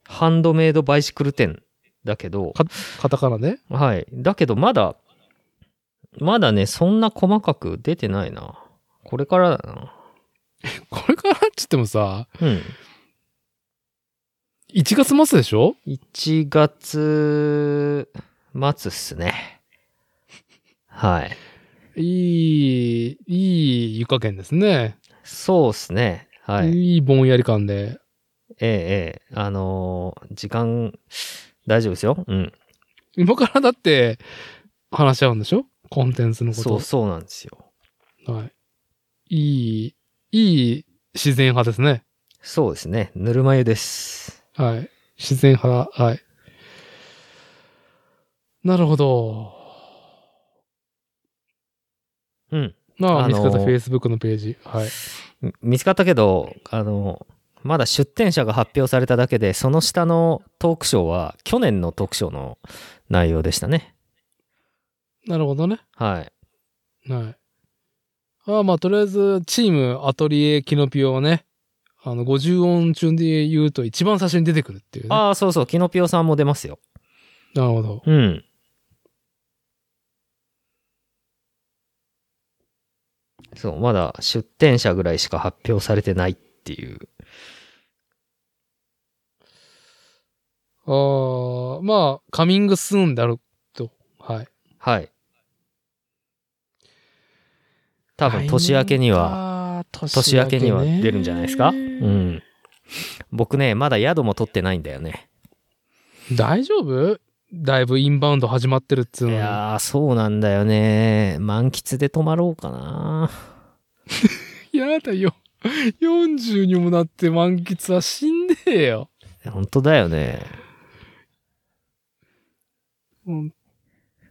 S1: ハンドメイドバイシクル店だけど、
S2: カタカナで
S1: はい。だけどまだ、まだね、そんな細かく出てないな。これからだな。
S2: これからって言ってもさ、
S1: うん。
S2: 1月末でしょ
S1: 1月末っすね。はい。
S2: いい、いい湯加減ですね。
S1: そうっすね。はい。え
S2: い、いぼんやり感で。
S1: えええ。あのー時間、大丈夫ですよ。うん。
S2: 今からだって話し合うんでしょコンテンツのこ
S1: そう
S2: と。
S1: そうなんですよ。
S2: はい。いい、いい自然派ですね。
S1: そうですね。ぬるま湯です。
S2: はい。自然派、はい。なるほど。
S1: うん。
S2: まあ、
S1: あ
S2: 見
S1: の
S2: つ
S1: ー
S2: かった Facebook のページ。はい。
S1: み見つかったけど、あの、まだ出展者が発表されただけで、その下のトークショーは、去年のトークショーの内容でしたね。
S2: なるほどね。
S1: はい。
S2: はい。ああまあ、とりあえず、チーム、アトリエ、キノピオはね、あの、50音中で言うと一番最初に出てくるっていう、ね。
S1: ああ、そうそう、キノピオさんも出ますよ。
S2: なるほど。
S1: うん。そう、まだ出展者ぐらいしか発表されてないっていう。
S2: ああ、まあ、カミングスーンであると。はい。
S1: はい。多分、年明けには。
S2: は、
S1: 年明けには出るんじゃないですか、
S2: ね
S1: うん。僕ね、まだ宿も取ってないんだよね。
S2: 大丈夫だいぶインバウンド始まってるっつう
S1: い
S2: のに。
S1: やー、そうなんだよね。満喫で泊まろうかな。
S2: やだよ。40にもなって満喫は死んでえよ。
S1: 本当だよね。
S2: うん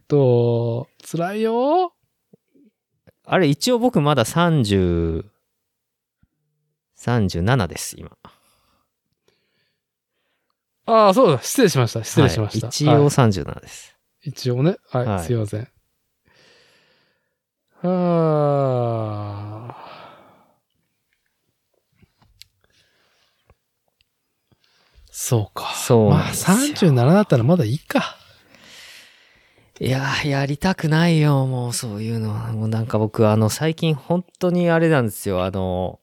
S2: と、辛いよ。
S1: あれ、一応僕まだ30、37です、今。
S2: ああ、そうだ。失礼しました。失礼しました。
S1: はい一応
S2: はい
S1: 37です。
S2: 一応ね。はい。
S1: はい
S2: すいません。はあ。そうか。
S1: そう
S2: ま
S1: な
S2: あ、
S1: んですよ
S2: 37だったらまだいいか。
S1: い、やー、やりたくないよ、もうそういうのは。もうなんか僕、あの、最近本当にあれなんですよ、あの、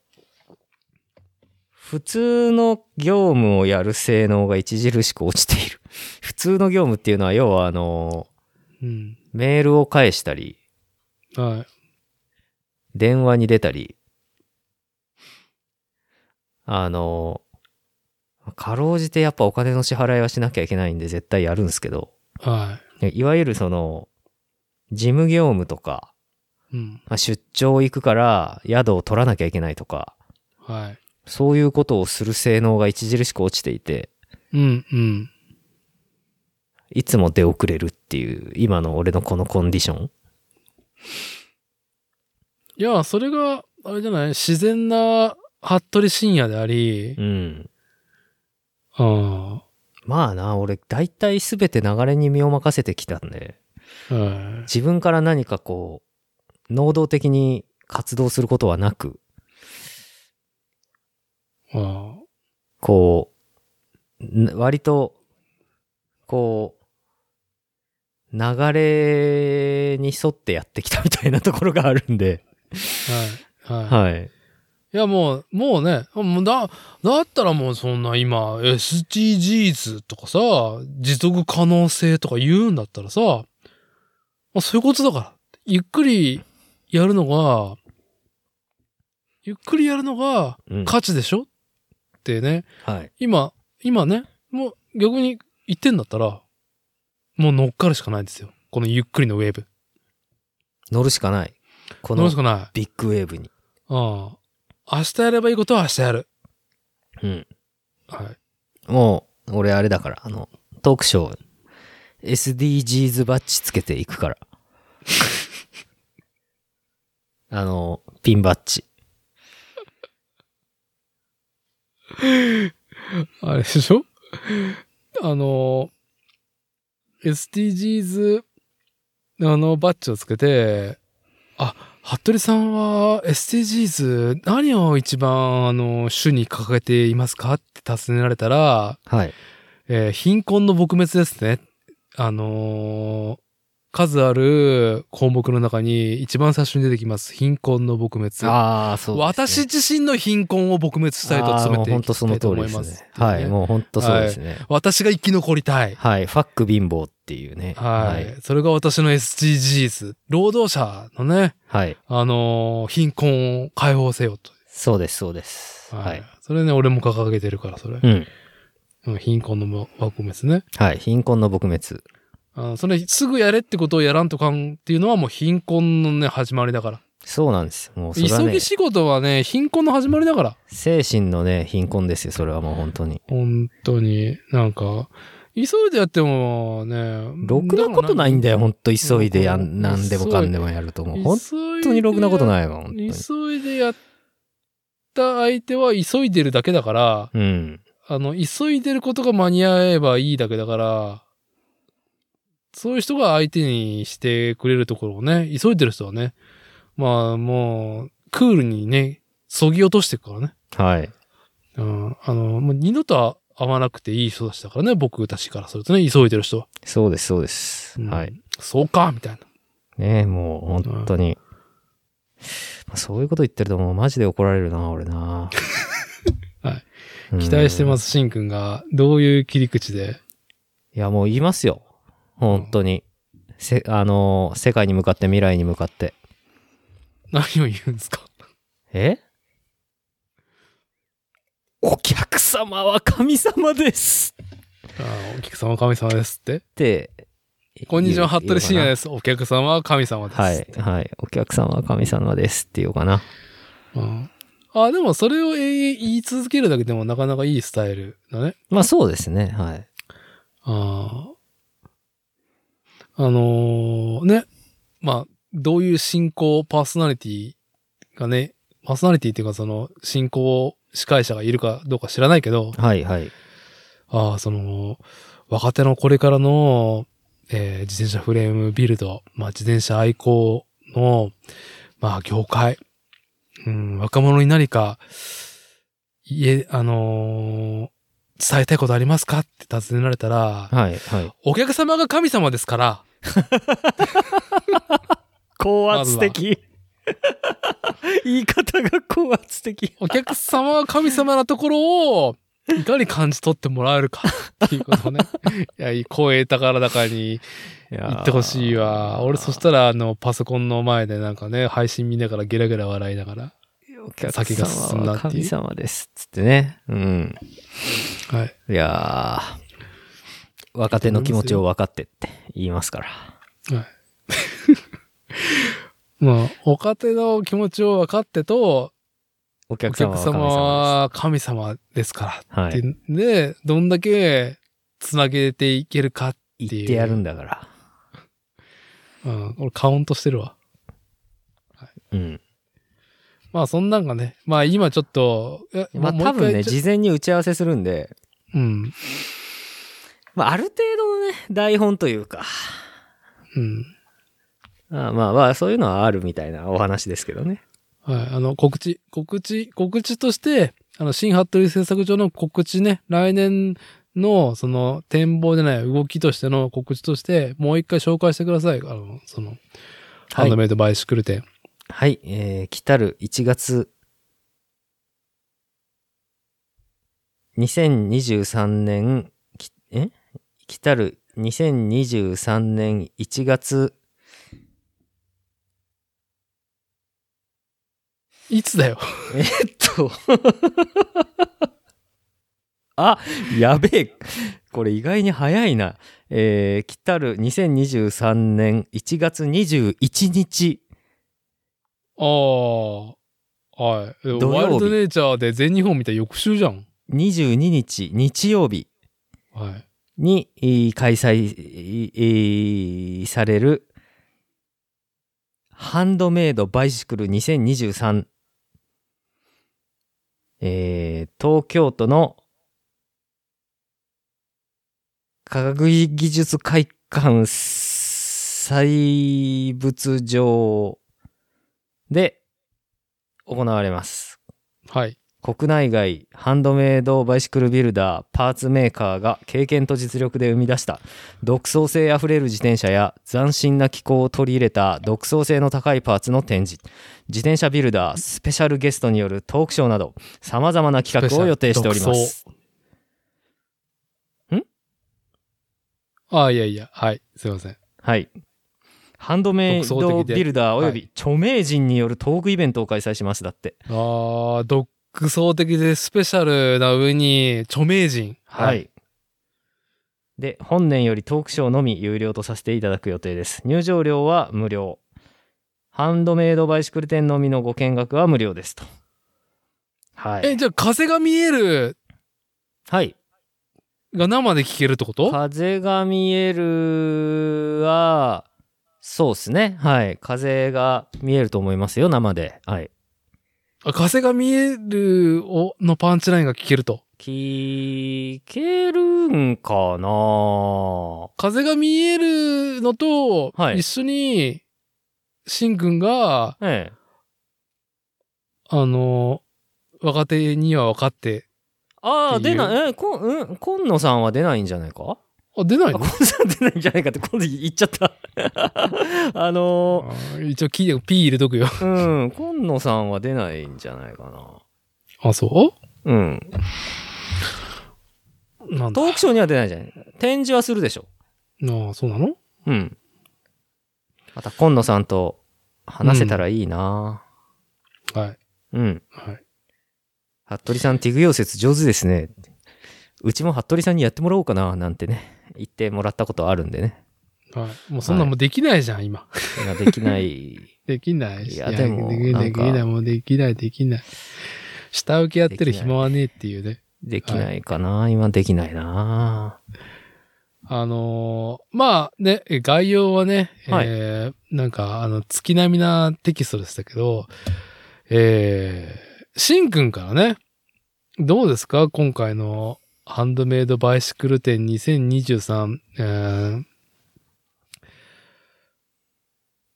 S1: 普通の業務をやる性能が著しく落ちている。 普通の業務っていうのは、要はあの、
S2: うん。
S1: メールを返したり、
S2: はい。
S1: 電話に出たり、あの、かろうじてやっぱお金の支払いはしなきゃいけないんで絶対やるんですけど、
S2: はい
S1: わゆるその、事務業務とか、
S2: い。うん。
S1: まあ出張行くから宿を取らなきゃいけないとか、
S2: はい。
S1: そういうことをする性能が著しく落ちていて、
S2: うん、うん。
S1: いつも出遅れるっていう、今の俺のこのコンディション。
S2: いや、それが、あれじゃない自然な服部深夜であり
S1: う、ん。
S2: うん。
S1: まあな、俺大体全て流れに身を任せてきたんで、
S2: はい
S1: 自分から何かこう、能動的に活動することはなく、
S2: うん
S1: こう、ん割と、こう、流れに沿ってやってきたみたいなところがあるんで。
S2: はい。はい。
S1: はい。
S2: いや、もう、もうね、もうだ、だったらもうそんな今、SDGs とかさ、持続可能性とか言うんだったらさ、まあ、そういうことだから。ゆっくりやるのが、ゆっくりやるのが
S1: うん。
S2: 価値でしょってね、
S1: はい。
S2: 今、今ね、もう逆に言ってんだったら、もう乗っかるしかないですよ。このゆっくりのウェーブ。
S1: 乗るしかない。こ
S2: 乗
S1: の
S2: るしかない。
S1: ビッグウェーブに。
S2: うん。明日やればいいことは明日やる。
S1: うん。
S2: はい。
S1: もう、俺あれだから、あの、トークショー、SDGs バッジつけていく から。あの、ピンバッジ。
S2: あれでしょあの、SDGs、あの、バッジをつけて、あ、服部さんは SDGs 何を一番、あの、主に掲げていますかって尋ねられたら、
S1: はい。
S2: えー貧困の撲滅ですね。あのー数ある項目の中に一番最初に出てきます貧困の撲滅。
S1: ああ、そうですね、
S2: 私自身の貧困を撲滅したいと努めてい
S1: 本
S2: き
S1: 当そ
S2: た
S1: の
S2: いと
S1: 通り
S2: 思
S1: で
S2: い
S1: す
S2: ま
S1: ね
S2: す。
S1: はい、もう本当そうですね。
S2: 私が生き残りたい。
S1: はい、ファック貧乏っていうね。
S2: はい。それが私の SDGs。労働者のね、
S1: はい。はい
S2: あのー貧困を解放せよと。
S1: そうです、そうです。はい。
S2: それね、俺も掲げてるから、それ
S1: う。ん。
S2: うん、貧困の枠目ですね。
S1: はい。貧困の撲滅。
S2: あのそれ、すぐやれってことをやらんとかんっていうのはもう貧困のね、始まりだから。
S1: そうなんです。もうそれは
S2: 急
S1: ね
S2: ぎ、仕事はね、貧困の始まりだから。
S1: 精神のね、貧困ですよ。それはもう本当に。
S2: 本当に、なんか、急いでやってもね、
S1: ろくなことないんだよ。本当急いでやん、
S2: なんか
S1: 何でもかんでもやると思う。本
S2: 本
S1: 当にろくなこと
S2: い。
S1: ないわ、本当に。
S2: 急いでやった相手は急いでるだけだから、
S1: うん。
S2: あの、急いでることが間に合えばいいだけだから、そういう人が相手にしてくれるところをね、急いでる人はね、まあもう、クールにね、そぎ落としていくからね。
S1: はい。
S2: うん。あの、もう二度と会わなくていい人でしたからね、僕たちからするとね、急いでる人は。
S1: そうです、そうです。
S2: うん
S1: はい。。
S2: そうか、みたいな。
S1: ねえもう本当に。まあそういうこと言ってるともうマジで怒られるな、俺な。。
S2: はい期待してますす、しんくんが。どういう切り口で。
S1: いや、もう言いますよ。本当に。せ、あのー、世界に向かって未来に向かって。
S2: 何を言うんですか
S1: えお客様は神様ですっ
S2: あのお客様は神様ですって。
S1: て。
S2: こんにちは、
S1: 言。
S2: 服部慎也ですす。お客様は神様です。
S1: はい、はい。お客様は神様ですって言おうかな。
S2: うん。あ、でもそれを永遠言い続けるだけでもなかなかいいスタイルだね。
S1: まあそうですね、はい。
S2: ああ。あのーね。まあ、どういう進行パーソナリティがね、パーソナリティっていうかその進行司会者がいるかどうか知らないけど、
S1: はい、はい。
S2: ああ、その、若手のこれからの、えー自転車フレームビルド、まあ、自転車愛好の、まあ、業界、うん、若者に何か、いえ、あのー伝えたいことありますかって尋ねられたら、
S1: はい、はい。
S2: お客様が神様ですから、
S1: 高
S2: 圧的。
S1: 言い方が高圧的。
S2: お客様は神様なところを、いかに感じ取ってもらえるかっていうことをね。いや、声高ら高に行ってほしいわ。俺そしたら、あの、パソコンの前でなんかね、配信見ながらゲラゲラ笑いながら。
S1: お客
S2: 先が進ん
S1: 様
S2: だ
S1: は
S2: っていう
S1: 神様です。つってね。うん。
S2: はい。
S1: いやー若手の気持ちを分かってって言いますから。
S2: まあ、お家庭の気持ちを分かってと、
S1: お
S2: お
S1: 客様
S2: 客
S1: は
S2: 様は神様ですか
S1: 神様
S2: ら。
S1: です。は
S2: でで、どんだけ繋げていけるか。
S1: い。
S2: ていう
S1: 言ってやるんだから。
S2: うん、俺カウントしてるわ。
S1: うん。
S2: まあ、そんなんがね。まあ、今ちょっと、え
S1: まあ
S2: もう
S1: 多分
S2: もう
S1: ね、
S2: 一回ちょ
S1: 事前に打ち合わせするんで、
S2: うん。
S1: まあある程度のね、台本というか、
S2: うん。
S1: あまあまあそういうのはあるみたいなお話ですけどね。
S2: はい、あの、告知、告知、告知として、あの、新ハットリ製作所の告知ね、来年の、その、展望じゃない、動きとしての告知として、もう一回紹介してください。あの、その、ハンドメイドバイシクル店。
S1: はい、えー、来たる1月2023年、きえ来たる2023年1月、
S2: い、つだよ。
S1: えっと、 あ、やべえ。これ意外に早いな。えー、来たる2023年1月21日、
S2: ああ、はい。
S1: 土曜日
S2: ワイルドネイチャーで全日本見た翌週じゃん。
S1: 22日日曜日
S2: はい。
S1: にえー開催えーされるハンドメイドバイシクル2023、えー東京都の科学技術会館採物場で行われます。
S2: はい。
S1: 国内外ハンドメイドバイシクルビルダーパーツメーカーが経験と実力で生み出した独創性あふれる自転車や斬新な機構を取り入れた独創性の高いパーツの展示自転車ビルダースペシャルゲストによるトークショーなどさまざまな企画を予定しております
S2: ああ、いやいや、はい、すいません。
S1: はいハンドメイ
S2: 独創
S1: ド
S2: 的で
S1: ビルダーおよ
S2: は
S1: び著名人によるトークイベントを開催しますだって
S2: ああ、独創的でスペシャルな上に、著名人。
S1: は。い。で、本年よりトークショーのみ有料とさせていただく予定です。入場料は無料。ハンドメイドバイシクル店のみのご見学は無料ですと。はい。
S2: え、じゃあ、風が見える
S1: はい。
S2: が生で聞けるってこと
S1: 風が見えるは、そうですね。はい。風が見えると思いますよ、生で。はい。
S2: あ風が見えるをのパンチラインが聞けると。
S1: 聞けるんかな
S2: 風が見えるのと、
S1: はい
S2: 一緒に、しんくんが、
S1: ええ。
S2: あの、若手には分かって、
S1: ああ、
S2: っ
S1: 出
S2: ていう
S1: ない。え、こん、うん、今野さんは出ないんじゃないか
S2: あ、出ない
S1: あ
S2: の
S1: コンサート出ないんじゃないかって今度言っちゃった あの
S2: あ一応聞いて、P 入れとくよ。
S1: ーうん今野さんは出ないんじゃないか
S2: あ、そ
S1: なうん
S2: うなんだ。
S1: トークショーには出ないじゃない展示はするでしょ
S2: ああ、そうなの
S1: うんまた今野さんと話せたらいいな
S2: はい。
S1: うん、
S2: はい。
S1: 服部さんティグ溶接上手ですねうちも服部さんにやってもらおうかななんてね言ってもらったことあるんでね
S2: はい。もうそんなもうできないじゃん、今。
S1: 今できない
S2: できないし。
S1: いやでも
S2: できない、
S1: な
S2: で
S1: ん
S2: き
S1: か
S2: ない、もうできない、できない。下請けやってる暇はねえっていうね。
S1: できないかな、今できないな
S2: あのーまあね、え概要はね、
S1: はい
S2: えーなんか、あの、月並みなテキストでしたけど、えー、しんくんからね、どうですか今回のハンドメイドバイシクル展2023、えー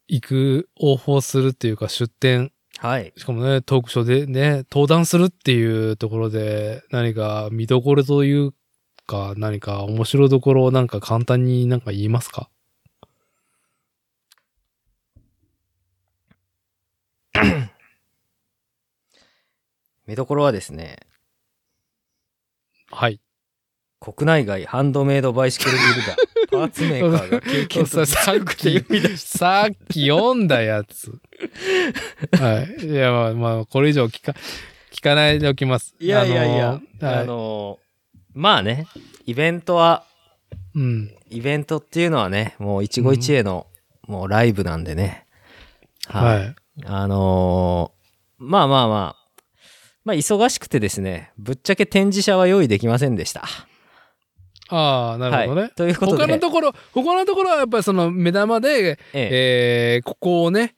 S2: 行く、応募するっていうか出展、
S1: はい
S2: しかもね、トークショーでね、登壇するっていうところで、何か見どころというか、何か面白どころをなんか簡単になんか言いますか
S1: 見どころはですね
S2: はい。
S1: 国内外ハンドメイドバイシクルビル ダーパーツメーカーが経験と実力で生み出し
S2: さっき読んだやつ。はい。いや、まあ、まあ、これ以上聞か、聞かないでおきます。
S1: いやいやいや、あの
S2: あのはい
S1: まあねイベントは
S2: うん。
S1: イベントっていうのはねもう一期一会の、もうライブなんでねは、
S2: はいい。
S1: あのーまあまあまあまあ忙しくてですねぶっちゃけ展示車は用意できませんでした
S2: ああ、なるほど
S1: は
S2: ね
S1: い、。ということで
S2: 他のところ、他のところはやっぱりその目玉で、
S1: ええ
S2: えーここをね、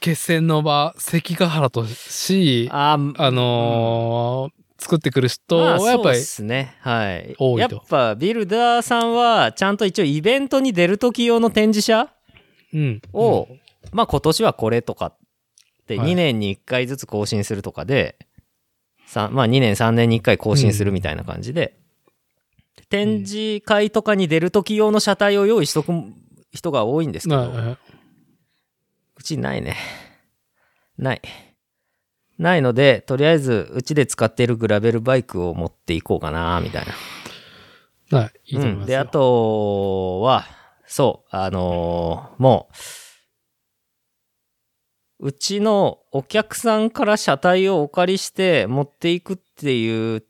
S2: 決戦の場、関ヶ原とし、あ、
S1: あー
S2: のー作ってくる人
S1: まあ
S2: はやっぱ
S1: そう
S2: り、
S1: ですねはい
S2: 多い
S1: やっ
S2: と
S1: ぱビルダーさんはちゃんと一応イベントに出る時用の展示車
S2: うん。
S1: を、まあ今年はこれとかって
S2: はい
S1: 2年に1回ずつ更新するとかで、さまあ2年3年に1回更新するみたいな感じで、展示会とかに出る時用の車体を用意しとく人が多いんですけど、
S2: はいはいう
S1: ちないね。ない。ないので、とりあえず、うちで使っているグラベルバイクを持っていこうかな、みたいな。
S2: はい、いいと思いますよ、
S1: うんで、あとは、そう、あのーもう、うちのお客さんから車体をお借りして持っていくっていう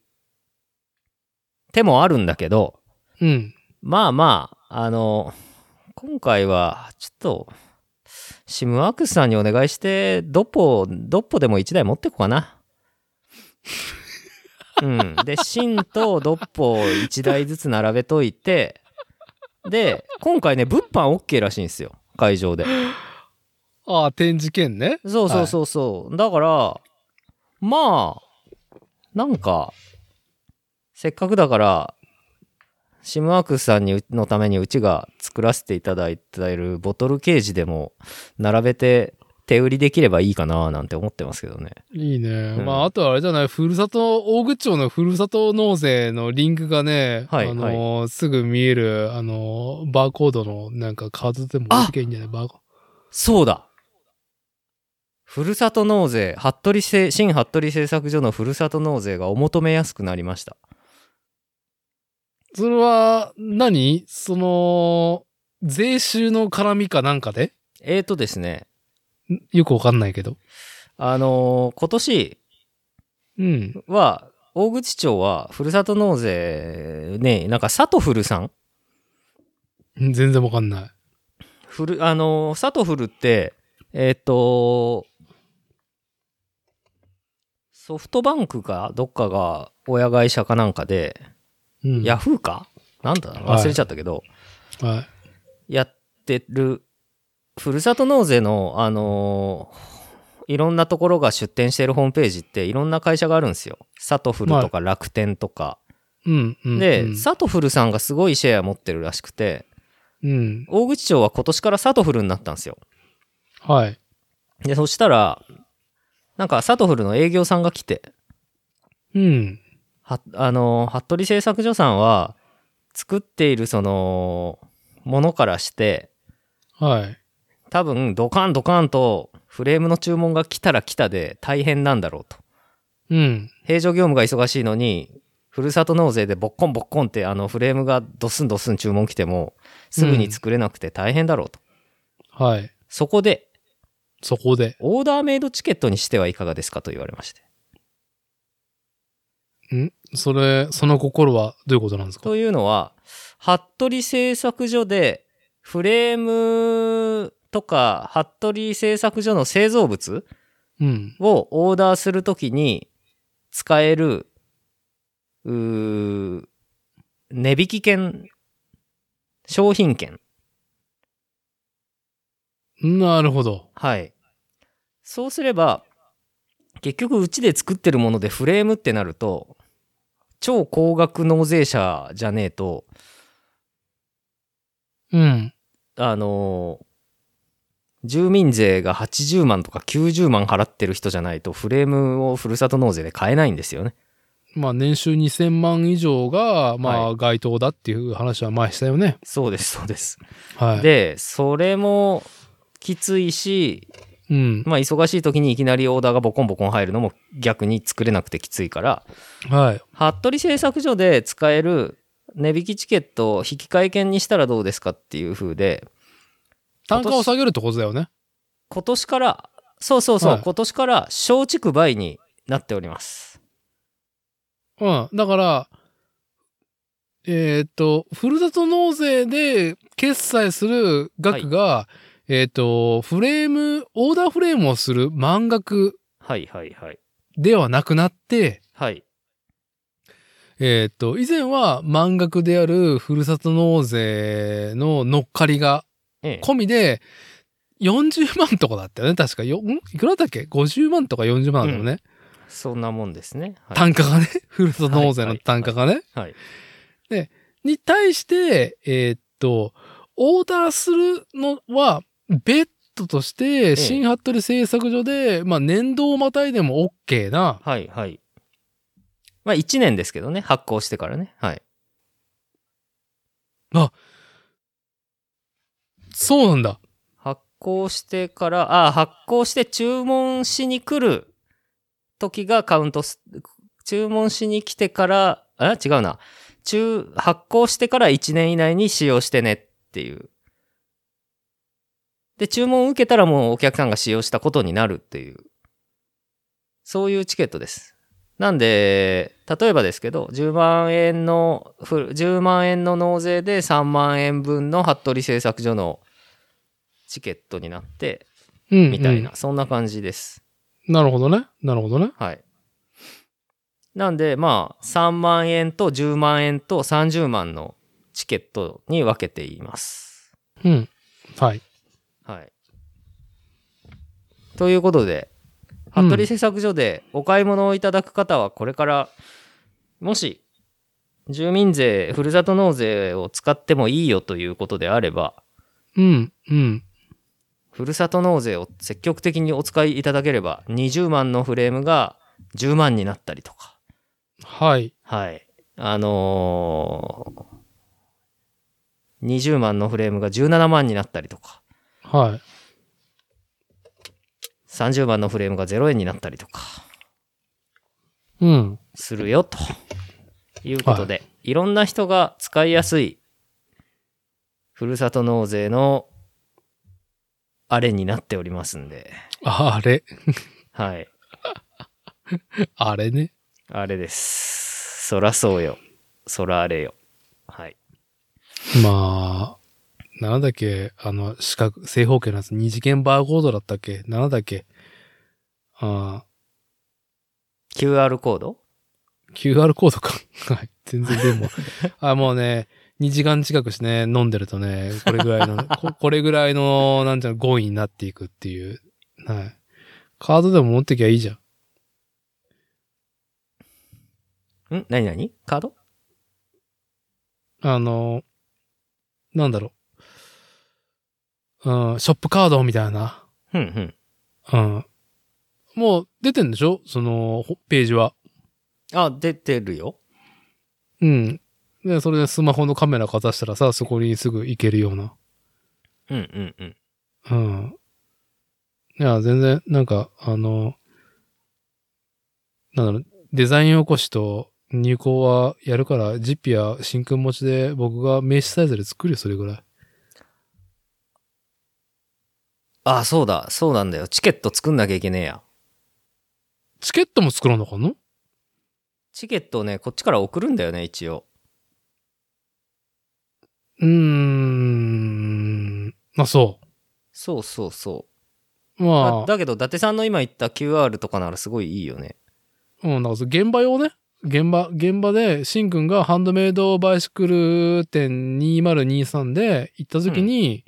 S1: 手もあるんだけど、
S2: うん。
S1: まあまあ、あの今回は、ちょっと、シムワークスさんにお願いして、ドポ、ドポでも1台持ってこうかな。うん。で、シンとドッポを1台ずつ並べといて、で、今回ね、物販 OK らしいんですよ。会場で。
S2: ああ、展示券ね。
S1: そうそうそうそう。だから、まあ、なんか、せっかくだから、シムワークスさんにうのためにうちが作らせていただいているボトルケージでも並べて手売りできればいいかななんて思ってますけどね。
S2: いいね。
S1: ん
S2: まあ、あとはあれじゃない、ふるさと、大口町のふるさと納税のリンクがね、
S1: はい
S2: あの、すぐ見える、あの、バーコードのなんかカードでも
S1: あ
S2: いけばいいんじゃないバーコー
S1: そうだふるさと納税服部製新服部製作所のふるさと納税がお求めやすくなりました
S2: ド。それは何、その、税収の絡みかなんかで
S1: えーとですね
S2: んよくわかんないけど。
S1: あのー今年
S2: うん。
S1: は大口町はふるさと納税ねなんか佐藤ふるさん
S2: 全然わかんない。
S1: ふるあのー佐藤ふるってえーっ、とソフトバンクかどっかが親会社かなんかで、
S2: うん。
S1: ヤフーかなんだ忘れちゃったけど、
S2: はい。
S1: やってる、ふるさと納税の、あのーいろんなところが出店してるホームページっていろんな会社があるんですよ。サトフルとか楽天とか。
S2: うん。うん、
S1: で、サトフルさんがすごいシェア持ってるらしくて、
S2: うん。
S1: 大口町は今年からサトフルになったんですよ。
S2: はい。
S1: で、そしたら、なんかサトフルの営業さんが来て、
S2: うん。
S1: は、あのー、服部製作所さんは、作っているその、ものからして、
S2: はい。
S1: 多分ドカンドカンとフレームの注文が来たら来たで大変なんだろうと
S2: うん。
S1: 平常業務が忙しいのにふるさと納税でボッコンボッコンってあのフレームがドスンドスン注文来てもすぐに作れなくて大変だろうと、
S2: はい。
S1: そこで
S2: そこで。
S1: オーダーメイドチケットにしてはいかがですかと言われまして
S2: んそれ、その心はどういうことなんですか
S1: というのは服部製作所でフレームとか服部製作所の製造物、
S2: うん。
S1: をオーダーするときに使える、うー値引き券、商品券。
S2: なるほど。
S1: はい。そうすれば、結局うちで作ってるものでフレームってなると、超高額納税者じゃねえと、
S2: うん。
S1: あのー住民税が80万とか90万払ってる人じゃないとフレームをふるさと納税で買えないんですよね。
S2: まあ年収2000万以上が、ま
S1: は
S2: あ該当だっていう話は前したよね。
S1: そうです、そうです。
S2: はい。
S1: でそれもきついし、
S2: うん。
S1: まあ、忙しい時にいきなりオーダーがボコンボコン入るのも逆に作れなくてきついから
S2: はい。
S1: 服部製作所で使える値引きチケットを引き換え券にしたらどうですかっていう風で
S2: 単価を下げるってことだよね。
S1: 今年からそうそうそう、
S2: はい
S1: 今年から松竹梅になっております
S2: うん。だから、えーっと、ふるさと納税で決済する額が、えーっと、フレーム、オーダーフレームをする満額
S1: はいはいはい
S2: ではなくなって、
S1: はい
S2: えーっと、以前は満額であるふるさと納税の乗っかりが
S1: ええ
S2: 込みで、40万とかだったよね、確か。よんいくらだっけ ?50 万とか40万だったよね、
S1: そんなもんですねはい、
S2: 単価がね。ふるさと納税の単価がね。
S1: はい、
S2: に対して、えーっと、オーダーするのは、別途として、新ハットリ製作所で、まあ、年度をまたいでも OK な、
S1: はいはいまあ1年ですけどね発行してからねはい
S2: そうなんだ。
S1: 発行してから、あ発行して注文しに来る時がカウントす、注文しに来てから、あ違うな。中、発行してから1年以内に使用してねっていう。で、注文を受けたらもうお客さんが使用したことになるっていう。そういうチケットです。なんで、例えばですけど、10万円の、ふ10万円の納税で3万円分の服部製作所のチケットになって、
S2: うん、
S1: みたいな、そんな感じです。
S2: うん。なるほどね。なるほどね。
S1: はい。なんで、まあ、3万円と10万円と30万のチケットに分けています。
S2: うん。はい。
S1: はい。ということで、
S2: うん
S1: 服部製作所でお買い物をいただく方は、これから、もし、住民税、ふるさと納税を使ってもいいよということであれば、
S2: うん、うん。
S1: ふるさと納税を積極的にお使いいただければ、20万のフレームが10万になったりとか。
S2: はい。
S1: はい。あのー20万のフレームが17万になったりとか、
S2: はい。
S1: 30万のフレームが0円になったりとか
S2: うん。
S1: するよ、ということで、い、ろんな人が使いやすい、ふるさと納税のあれになっておりますんで、
S2: あれ。
S1: はい。
S2: あれね。
S1: あれです。そらそうよ。そらあれよ。はい。
S2: まあ、なんだっけ、あの、四角、正方形のやつ、二次元バーコードだったっけなんだっけあ
S1: QR コード
S2: ー QR コードか。 はい。全然でも。あ、もうね、2時間近くしてね、飲んでるとね、これぐらいの、ここれぐらいの、なんちゃうの、語彙になっていくっていう。はい。カードでも持ってきゃいいじゃん。
S1: ん何何カード
S2: あの、なんだろう。うん、ショップカードみたいな。
S1: うんうん。
S2: うん。もう出てんでしょその、ほページは。
S1: あ、出てるよ。
S2: うん。で、それでスマホのカメラかざしたらさ、そこにすぐ行けるような。
S1: うんうんうん。
S2: うん。いや、全然、なんか、あの、なんだろう、デザイン起こしと入稿はやるから、ジッピや真空持ちで僕が名刺サイズで作るよ、それぐらい。
S1: あ、そうだ、そうなんだよ。チケット作んなきゃいけねえや。
S2: チケットも作らなあかんの
S1: チケットをね、こっちから送るんだよね、一応。
S2: うーん。まあ、そ。
S1: そうそうそうう。
S2: ま
S1: あ
S2: あ、
S1: だけど、伊達さんの今言った QR とかならすごいいいよね。
S2: うん、なんかその現場用ね。現場、現場で、シンくんがハンドメイドバイシクル店2023で行った時に、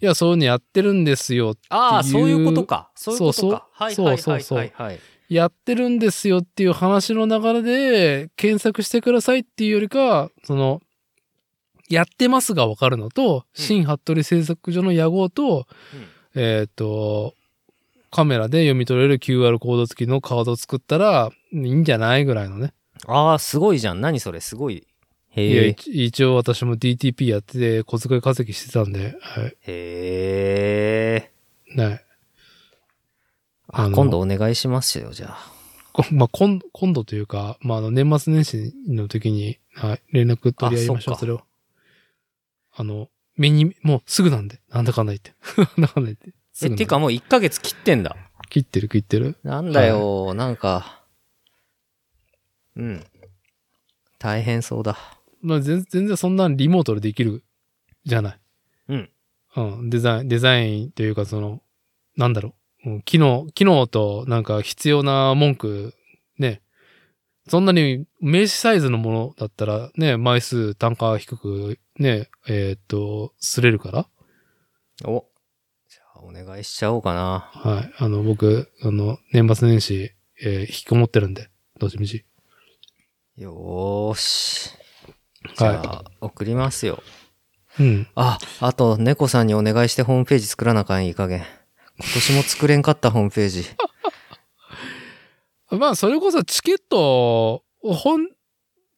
S2: いや、そういうのやってるんですよ。
S1: ああ、
S2: っていう
S1: そういうことか。そういうことか。
S2: そうそう
S1: はいはい
S2: そ
S1: は
S2: う
S1: い
S2: そう
S1: はい、はい。
S2: やってるんですよっていう話の流れで、検索してくださいっていうよりか、その、やってますがわかるのと、
S1: うん
S2: 新服部製作所の野号と、
S1: うん
S2: えっ、と、カメラで読み取れる QR コード付きのカードを作ったら、いいんじゃないぐらいのね。
S1: ああ、すごいじゃん。何それ、すごい。
S2: いや、
S1: へえ。
S2: 一一応私も DTP やってて、小遣い稼ぎしてたんで、はい。
S1: へえ。
S2: ね。
S1: あ
S2: あの
S1: 今度お願いしますよ、じゃあ。
S2: こ まあ、今今度というか、まあ、あの、年末年始の時に、はい、連絡取り合いましょ
S1: あそっ
S2: う、
S1: か
S2: それを。あの、目に、もうすぐなんで、なんだかんだ言って。 なんだかんだ言って。
S1: え、
S2: すぐ
S1: っていう
S2: なんで
S1: かもう1ヶ月切ってんだ。
S2: 切ってる、切ってる。
S1: なんだよ、なんか。うん。大変そうだ。
S2: まあ、全全然そんなんリモートでできるじゃない。
S1: うん。
S2: うん、デザイン、デザインというか、その、なんだろう。うん機能、機能と、なんか必要な文句、ね。そんなに名刺サイズのものだったら、ね、枚数、単価低く、ね、えーっと、すれるから。
S1: お。じゃあ、お願いしちゃおうかな。
S2: はい。あの、僕、あの、年末年始、えー引きこもってるんで、どっちみち。
S1: よーし。じゃあ、
S2: は
S1: 送りますよ。
S2: い。うん。
S1: あ、あと、猫さんにお願いしてホームページ作らなあかんいい加減。今年も作れんかったホームページ。
S2: まあ、それこそチケットを、本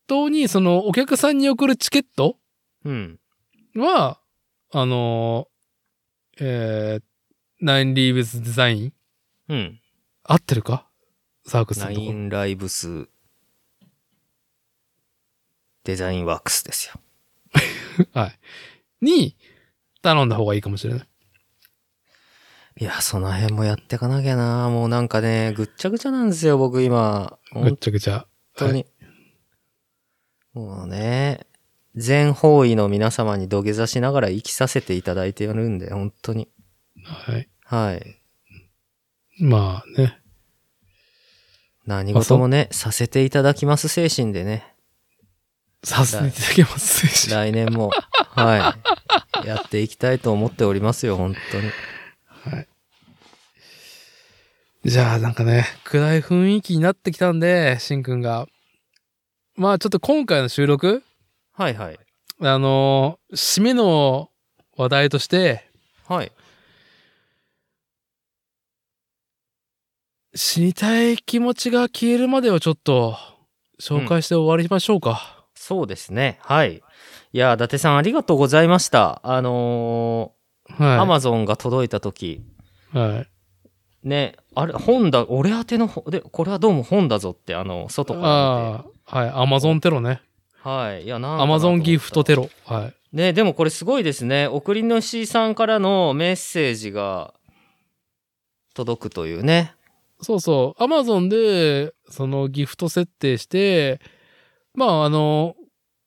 S2: 当に、その、お客さんに送るチケット
S1: うん。
S2: は、あのー、えー、ナインリーブズデザイン
S1: うん。
S2: 合ってるかサークスの
S1: ナ
S2: と
S1: イ
S2: こ。
S1: ンライブスデザインワークスですよ。
S2: に、頼んだ方がいいかもしれない。
S1: いや、その辺もやってかなきゃな。もうなんかね、ぐっちゃぐちゃなんですよ、僕今。
S2: ぐっ
S1: 本
S2: ちゃぐちゃ。
S1: 当に。もうね、全方位の皆様に土下座しながら生きさせていただいているんで、本当に。
S2: はい。は
S1: は
S2: い。
S1: い。
S2: まあね。
S1: 何事もね、させていただきます精神でね、
S2: させていただきます。
S1: 来年も、はい。やっていきたいと思っておりますよ、本当に。
S2: じゃあなんかね、暗い雰囲気になってきたんで、しんくんが。まあちょっと今回の収録、
S1: はいはい。
S2: あのー締めの話題として、
S1: はい。
S2: 死にたい気持ちが消えるまではちょっと、紹介して終わりましょうか。
S1: そうですね。はい。いや、伊達さんありがとうございました。あの
S2: はい。
S1: アマゾンが届いた時
S2: はい。
S1: ね、あれ、本だ、俺宛ての本、で、これはどうも本だぞって、あの、外から
S2: ああ、はい。アマゾンテロね。
S1: 見て。はい。いや、なんだなと思った
S2: アマゾンギフトテロ。はい。
S1: ね、でもこれすごいですね。送り主さんからのメッセージが届くというね。
S2: そうそう。アマゾンで、そのギフト設定して、まあ、あの、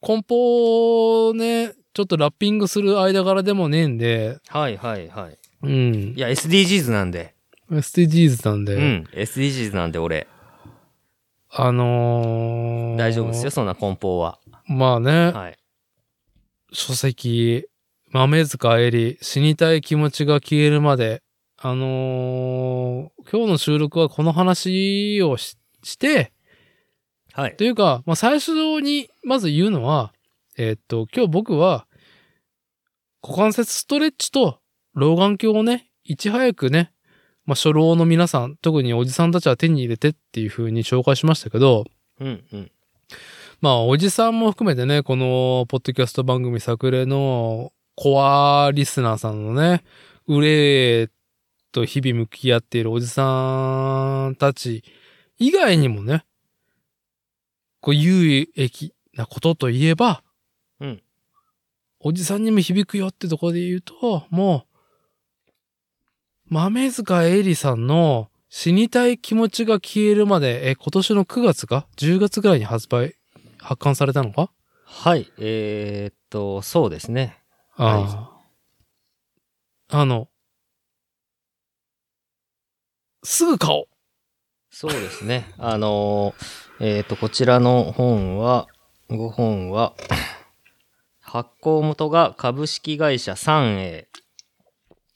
S2: 梱包をね、ちょっとラッピングする間柄でもねえんで、
S1: はいはいはい。
S2: うん
S1: い。や、SDGs なんで。
S2: SDGs なんで、
S1: うん。SDGs なんで俺。
S2: あのー
S1: 大丈夫ですよ、。そんな梱包は。
S2: まあね、
S1: はい。
S2: 書籍、豆塚絵里、死にたい気持ちが消えるまで、あのー今日の収録はこの話をしして、
S1: はい。
S2: というか、まあ、最初にまず言うのは、えーっと、今日僕は、股関節ストレッチと老眼鏡をね、いち早くね、まあ、初老の皆さん、特におじさんたちは手に入れてっていう風に紹介しましたけど、
S1: うんうん。
S2: まあ、おじさんも含めてね、この、ポッドキャスト番組作例の、コアリスナーさんのね、憂いと日々向き合っているおじさんたち以外にもね、こう、有益なことといえば、
S1: うん
S2: おじさんにも響くよってところで言うと、もう、豆塚恵里さんの死にたい気持ちが消えるまで、え、今年の9月か ?10 月ぐらいに発売、発刊されたのか
S1: はい。えーっと、そうですね。
S2: ああ、あの、すぐ買おう
S1: そうですね。あのーえっ、と、こちらの本は、5本は、発行元が株式会社 3A。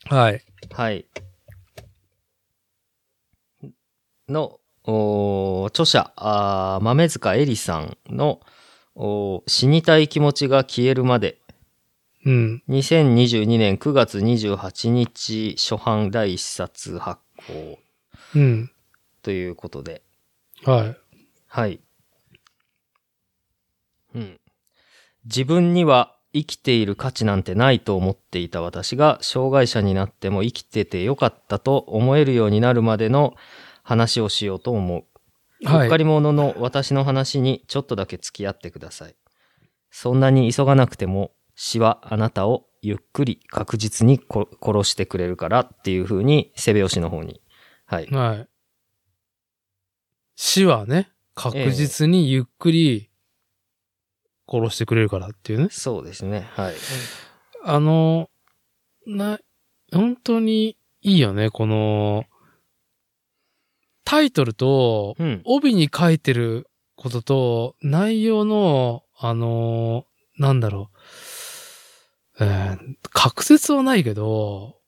S2: はい。
S1: はい。の、おー著者、あー豆塚恵里さんの、おー死にたい気持ちが消えるまで、
S2: うん。
S1: 2022年9月28日初版第1冊発行
S2: うん。
S1: ということで、
S2: はい。
S1: はい。うん。自分には生きている価値なんてないと思っていた私が、障害者になっても生きててよかったと思えるようになるまでの話をしようと思う。
S2: は
S1: う
S2: い
S1: っか。り者の私の話にちょっとだけ付き合ってください。そんなに急がなくても、死はあなたをゆっくり確実にこ殺してくれるからっていう風に、背拍子の方に。はい。
S2: はい。死はね、確実にゆっくり殺してくれるからっていうね。
S1: そうですね。はい。
S2: あの、な、本当にいいよね、この、タイトルと
S1: うん。
S2: 帯に書いてることと、内容の、あのーなんだろう、えー確説はないけど、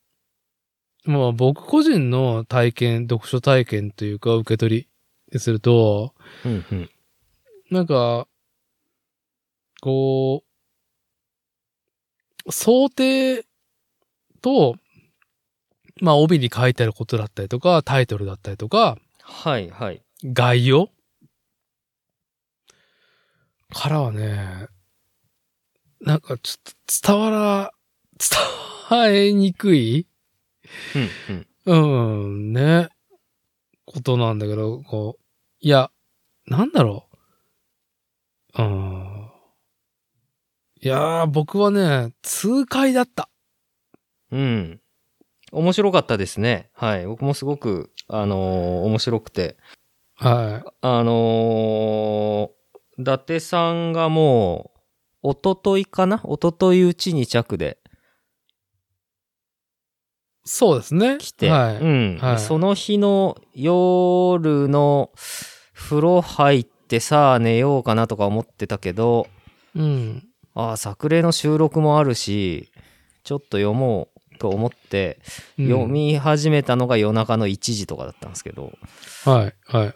S2: まあ僕個人の体験、読書体験というか受け取りすると、
S1: うん。うん。
S2: なんか、こう、想定と、まあ帯に書いてあることだったりとか、タイトルだったりとか、
S1: はい、はい。
S2: 概要からはね、なんかちょっと伝わら、伝えにくい
S1: うんうん
S2: うん、ね、ことなんだけど、こう、いや、なんだろう。うん。いやー、僕はね、痛快だった。
S1: うん。面白かったですね。はい。僕もすごく、あのー面白くて。
S2: は
S1: あのー伊達さんがもう、一昨日かな一昨日うちに着で
S2: い。そうですね。
S1: 来て、
S2: はい。
S1: うん、
S2: はい
S1: その日の夜の風呂入ってさあ寝ようかなとか思ってたけど、
S2: うん。
S1: ああ、作例の収録もあるし、ちょっと読もうと思って、
S2: うん
S1: 読。み始めたのが夜中の1時とかだったんですけど、
S2: はい、はい。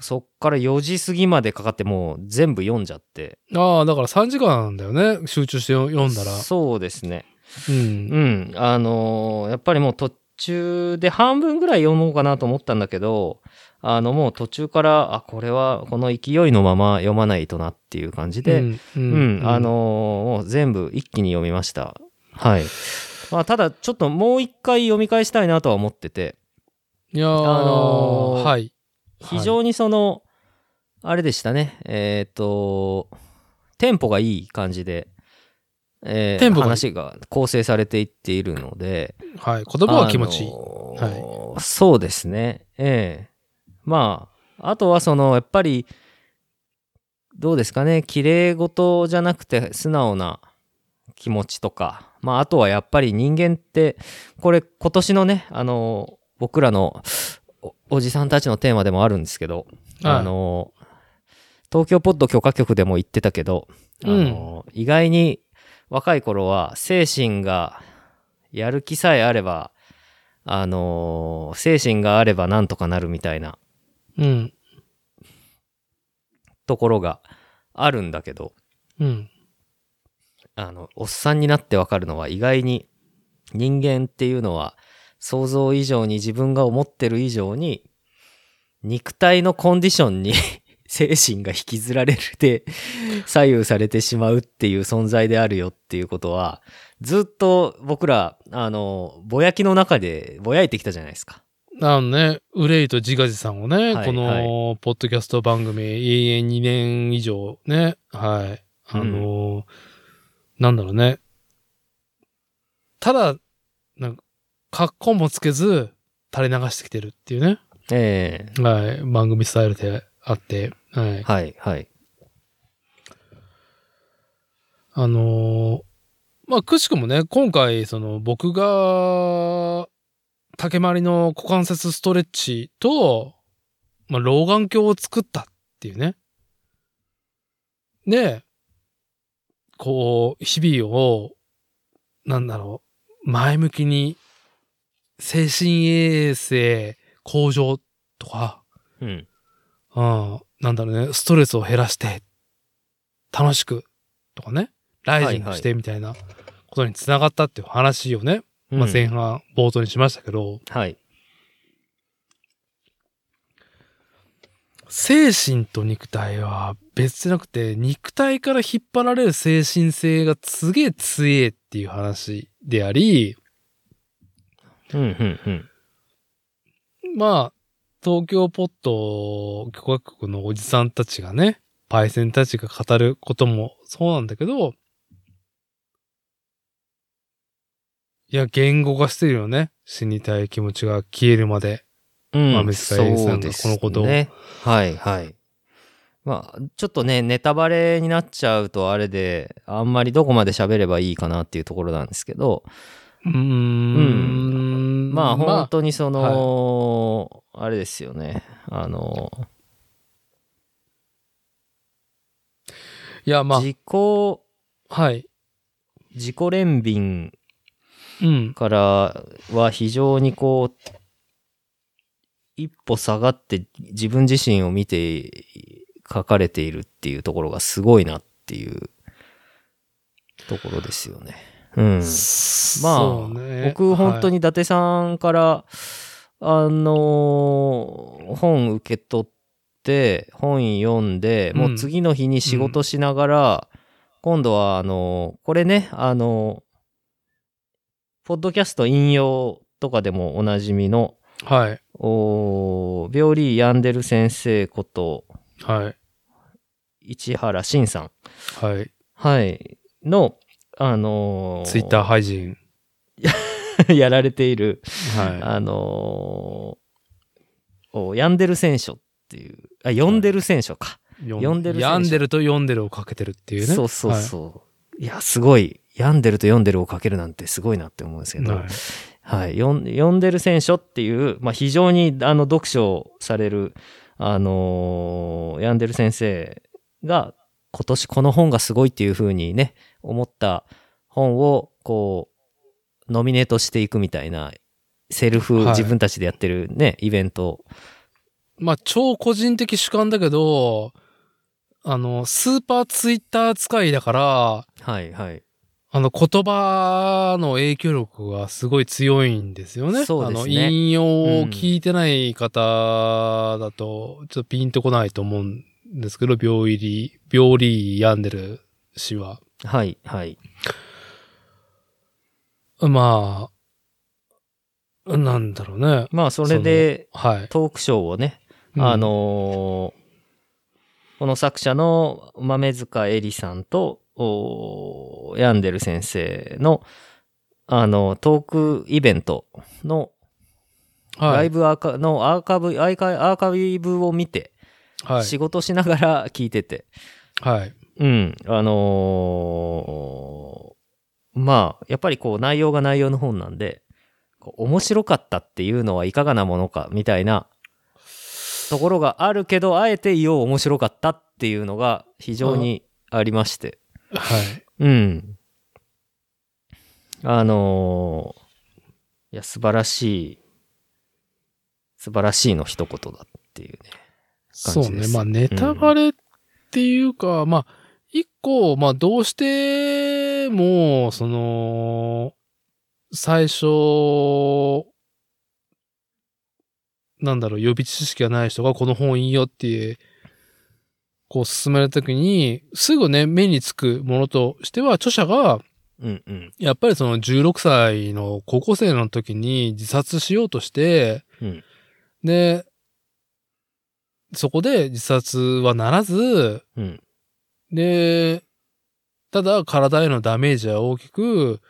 S1: そっから4時過ぎまでかかってもう全部読んじゃって。
S2: ああ、だから3時間なんだよね。集中して読んだら。
S1: そうですね。
S2: う
S1: う
S2: ん。
S1: ん。あのーやっぱりもうと中で半分ぐらい読もうかなと思ったんだけど、あのもう途中から、あ、これはこの勢いのまま読まないとなっていう感じで、
S2: うん、う
S1: うん、あのーもう全部一気に読みました。はい。まあ、ただ、ちょっともう一回読み返したいなとは思ってて、
S2: いやあ
S1: のー
S2: はい
S1: 非常にその、あれでしたね、えっ、と、テンポがいい感じで、えー
S2: テンポがいい
S1: 話が構成されていっているので、
S2: はい言葉は気持ちいい、
S1: あのーそうですね。ええまあ、あとはその、やっぱり、どうですかね、綺麗事じゃなくて素直な気持ちとか、まあ、あとはやっぱり人間って、これ今年のね、あのー僕らのおおじさんたちのテーマでもあるんですけど、
S2: はい
S1: あのー東京ポッド許可局でも言ってたけど、あのー意外に若い頃は精神がやる気さえあれば、あのー精神があればなんとかなるみたいな
S2: うん
S1: ところがあるんだけど、
S2: うん
S1: あの、おっさんになってわかるのは意外に人間っていうのは想像以上に自分が思ってる以上に肉体のコンディションに 精神が引きずられて左右されてしまうっていう存在であるよっていうことはずっと僕らあのぼやきの中でぼやいてきたじゃないですか。
S2: あのね、憂いと自画自賛をね、
S1: はい
S2: このポッドキャスト番組、永遠2年以上ね、はい。あのーなんだろうね。ただ、なんか、格好もつけず、垂れ流してきてるっていうね、
S1: ええ
S2: はい、番組スタイルであって、はい。
S1: はいはい。
S2: あのーまあ、くしくもね、今回、その、僕が、竹まりの股関節ストレッチと、まあ、老眼鏡を作ったっていうね。で、こう、日々を、なんだろう、前向きに、精神衛生向上とか、
S1: うん。
S2: うん、なんだろうね、ストレスを減らして、楽しく、とかね、ライジングしてみたいなことにつながったっていう話をね、まあ、前半冒頭にしましたけど、
S1: はい。
S2: 精神と肉体は別じゃなくて、肉体から引っ張られる精神性がすげえ強えっていう話であり、
S1: うんうんうん。
S2: まあ、東京ポット共和国のおじさんたちがね、パイセンたちが語ることもそうなんだけど、いや、言語化してるよね。死にたい気持ちが消えるまで。
S1: うん
S2: まあ水谷さんがこのことを
S1: そうですね、はいはい。まあ、ちょっとね、ネタバレになっちゃうとあれで、あんまりどこまで喋ればいいかなっていうところなんですけど、
S2: うーん。
S1: まあ本当にそ
S2: まあ
S1: の、あれですよね。あの、
S2: いや、ま
S1: 自己、
S2: あ、はい。
S1: 自己憐憫
S2: うん。
S1: からは非常にこう、一歩下がって自分自身を見て書かれているっていうところがすごいなっていうところですよね。うん。ま
S2: そ
S1: あ、
S2: うね
S1: 僕本当
S2: はい
S1: に伊達さんから、あのー本受け取って、本読んで、
S2: うん
S1: もう次の日に仕事しながら、今度はあのーこれね、あのーポッドキャスト引用とかでもおなじみの、
S2: はい。
S1: おー病理ヤンデル先生こと、
S2: はい。
S1: 市原慎さん。
S2: はい。
S1: はい。の、あの
S2: ツイッター
S1: ー
S2: 廃人。
S1: やられている、
S2: は
S1: あのーお病んでる選手っていう、あ、呼んでる選手か。
S2: い。よ
S1: 読んでる選手
S2: 病んでると読んでるをかけてるっていうね。
S1: そうそうそう。い、や、すごい。病んでると読んでるをかけるなんてすごいなって思うんですけど、
S2: は
S1: はいい。よん読んでる選手っていう、まあ、非常にあの読書をされる、あのー病んでる先生が、今年この本がすごいっていうふうにね、思った本を、こう、ノミネートしていくみたいな、セルフ、
S2: はい
S1: 自分たちでやってるね、イベント
S2: まあ、超個人的主観だけど、あの、スーパーツイッター使いだから、
S1: はいはい。
S2: あの、言葉の影響力がすごい強いんですよね。
S1: そうですね
S2: あの、引用を聞いてない方だと、ちょっとピンとこないと思うんですけど、病入り、病理病んでる詩は。
S1: はい、はい。
S2: まあ、なんだろうね。
S1: まあ、それで、
S2: はい。
S1: トークショーをね、
S2: うん
S1: あ、のーこの作者の豆塚恵里さんと、おーヤンデル先生の、あの、トークイベントの、
S2: はい、
S1: ライブアーカ、のアーカイブ、アーカイアーカイブを見て、
S2: はい。
S1: 仕事しながら聞いてて、
S2: はい。
S1: うん、あのーまあ、やっぱりこう内容が内容の本なんで、こう面白かったっていうのはいかがなものかみたいなところがあるけど、あえて言おう面白かったっていうのが非常にありまして、
S2: はい。
S1: うん。あのーいや、素晴らしい、素晴らしいの一言だっていうね。感
S2: そう
S1: じです
S2: ね。まあ、ネタバレっていうか、まあ、一個、まあ、どうしても、その、最初、なんだろう、予備知識がない人がこの本いいよって、こう進めるときに、すぐね、目につくものとしては、著者が、
S1: うんうん。
S2: やっぱりその16歳の高校生の時に自殺しようとして、
S1: うん
S2: で、そこで自殺はならず、
S1: うん。
S2: で、ただ体へのダメージは大きく、